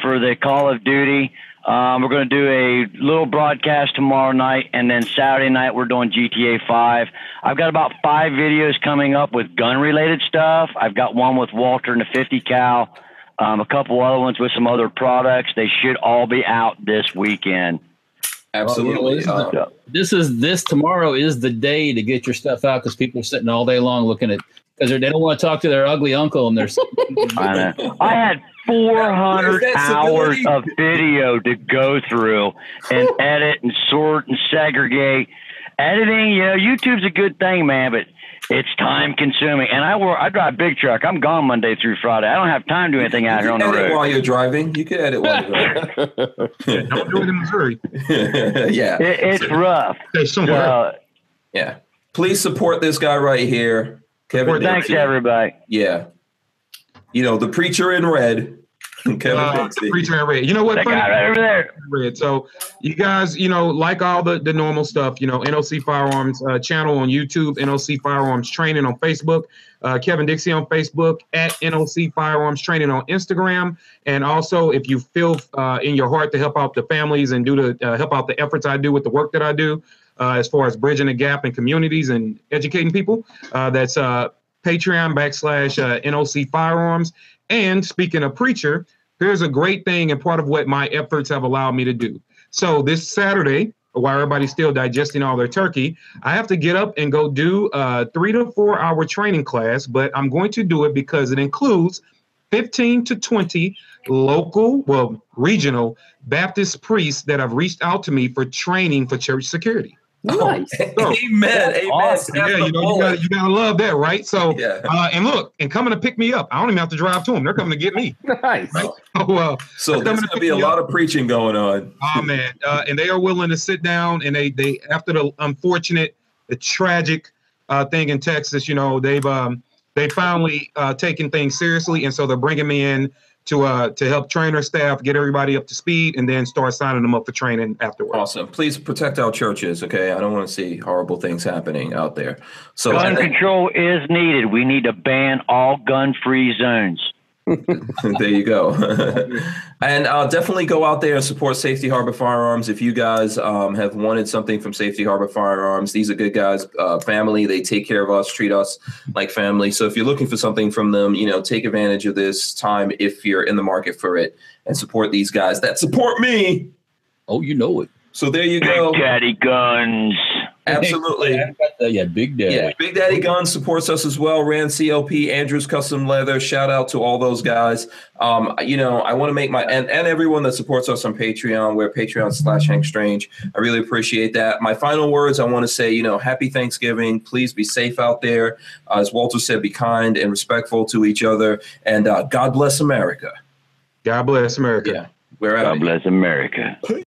for the Call of Duty. Um, we're going to do a little broadcast tomorrow night, and then Saturday night we're doing GTA 5. I've got about five videos coming up with gun-related stuff. I've got one with Walter and the 50 cal, um, a couple other ones with some other products. They should all be out this weekend. Absolutely. Um, So- this is this tomorrow is the day to get your stuff out because people are sitting all day long looking at because they don't want to talk to their ugly uncle and they're I know. I had 400 Where's that hours civility? of video to go through and edit and sort and segregate. Editing, you know, YouTube's a good thing, man, but it's time consuming. And I work, I drive big truck. I'm gone Monday through Friday. I don't have time to do anything out here on the edit road. while you're driving. You can edit while you're Don't do it in Missouri. driving. yeah. It, it's rough. Stay somewhere. Uh, Yeah. Please support this guy right here, Kevin. Support Dempsey. thanks, everybody. Yeah. You know the preacher in red. Kevin uh, Bixby. Preacher in Red. You know what? That Funny- guy right over there. Red. So you guys, you know, like all the the normal stuff, you know, NOC Firearms uh, channel on YouTube, NOC Firearms Training on Facebook, uh, Kevin Dixie on Facebook, at NOC Firearms Training on Instagram, and also if you feel uh, in your heart to help out the families and do to uh, help out the efforts I do with the work that I do, uh, as far as bridging the gap in communities and educating people, uh, that's uh, Patreon backslash uh, NOC Firearms. And speaking of preacher, here's a great thing and part of what my efforts have allowed me to do. So this Saturday, while everybody's still digesting all their turkey, I have to get up and go do a three to four hour training class, but I'm going to do it because it includes 15 to 20 local, well, regional Baptist priests that have reached out to me for training for church security. Nice. Amen. Amen. awesome. Tap Yeah, the you know, you bullet. gotta, you gotta love that, right? So, Yeah. uh, and look, and coming to pick me up. I don't even have to drive to them; they're coming to get me. Nice. So, uh, So I'm there's gonna gonna be a pick you lot of preaching going on. Oh man, uh, and they are willing to sit down and they they after the unfortunate, the tragic uh, thing in Texas, you know, they've um they finally uh, taken things seriously, and so they're bringing me in to uh to help train our staff, get everybody up to speed, and then start signing them up for training afterwards. Awesome. Please protect our churches, okay? I don't want to see horrible things happening out there. So Gun control is needed. We need to ban all gun-free zones. there you go. and uh, definitely go out there and support Safety Harbor Firearms. If you guys um, have wanted something from Safety Harbor Firearms, these are good guys, uh, family. They take care of us, treat us like family. So if you're looking for something from them, you know, take advantage of this time if you're in the market for it and support these guys that support me. Oh, you know it. So there you Big go. Daddy guns. Absolutely. yeah, Big Daddy. Yeah, Big Daddy Gun supports us as well. Rand CLP, Andrews Custom Leather. Shout out to all those guys. Um, you know, I want to make my and, and everyone that supports us on Patreon. We're Patreon slash Hank Strange. I really appreciate that. My final words, I want to say, you know, happy Thanksgiving. Please be safe out there. Uh, as Walter said, be kind and respectful to each other. And uh, God bless America. God bless America. Yeah, we're out. God bless America.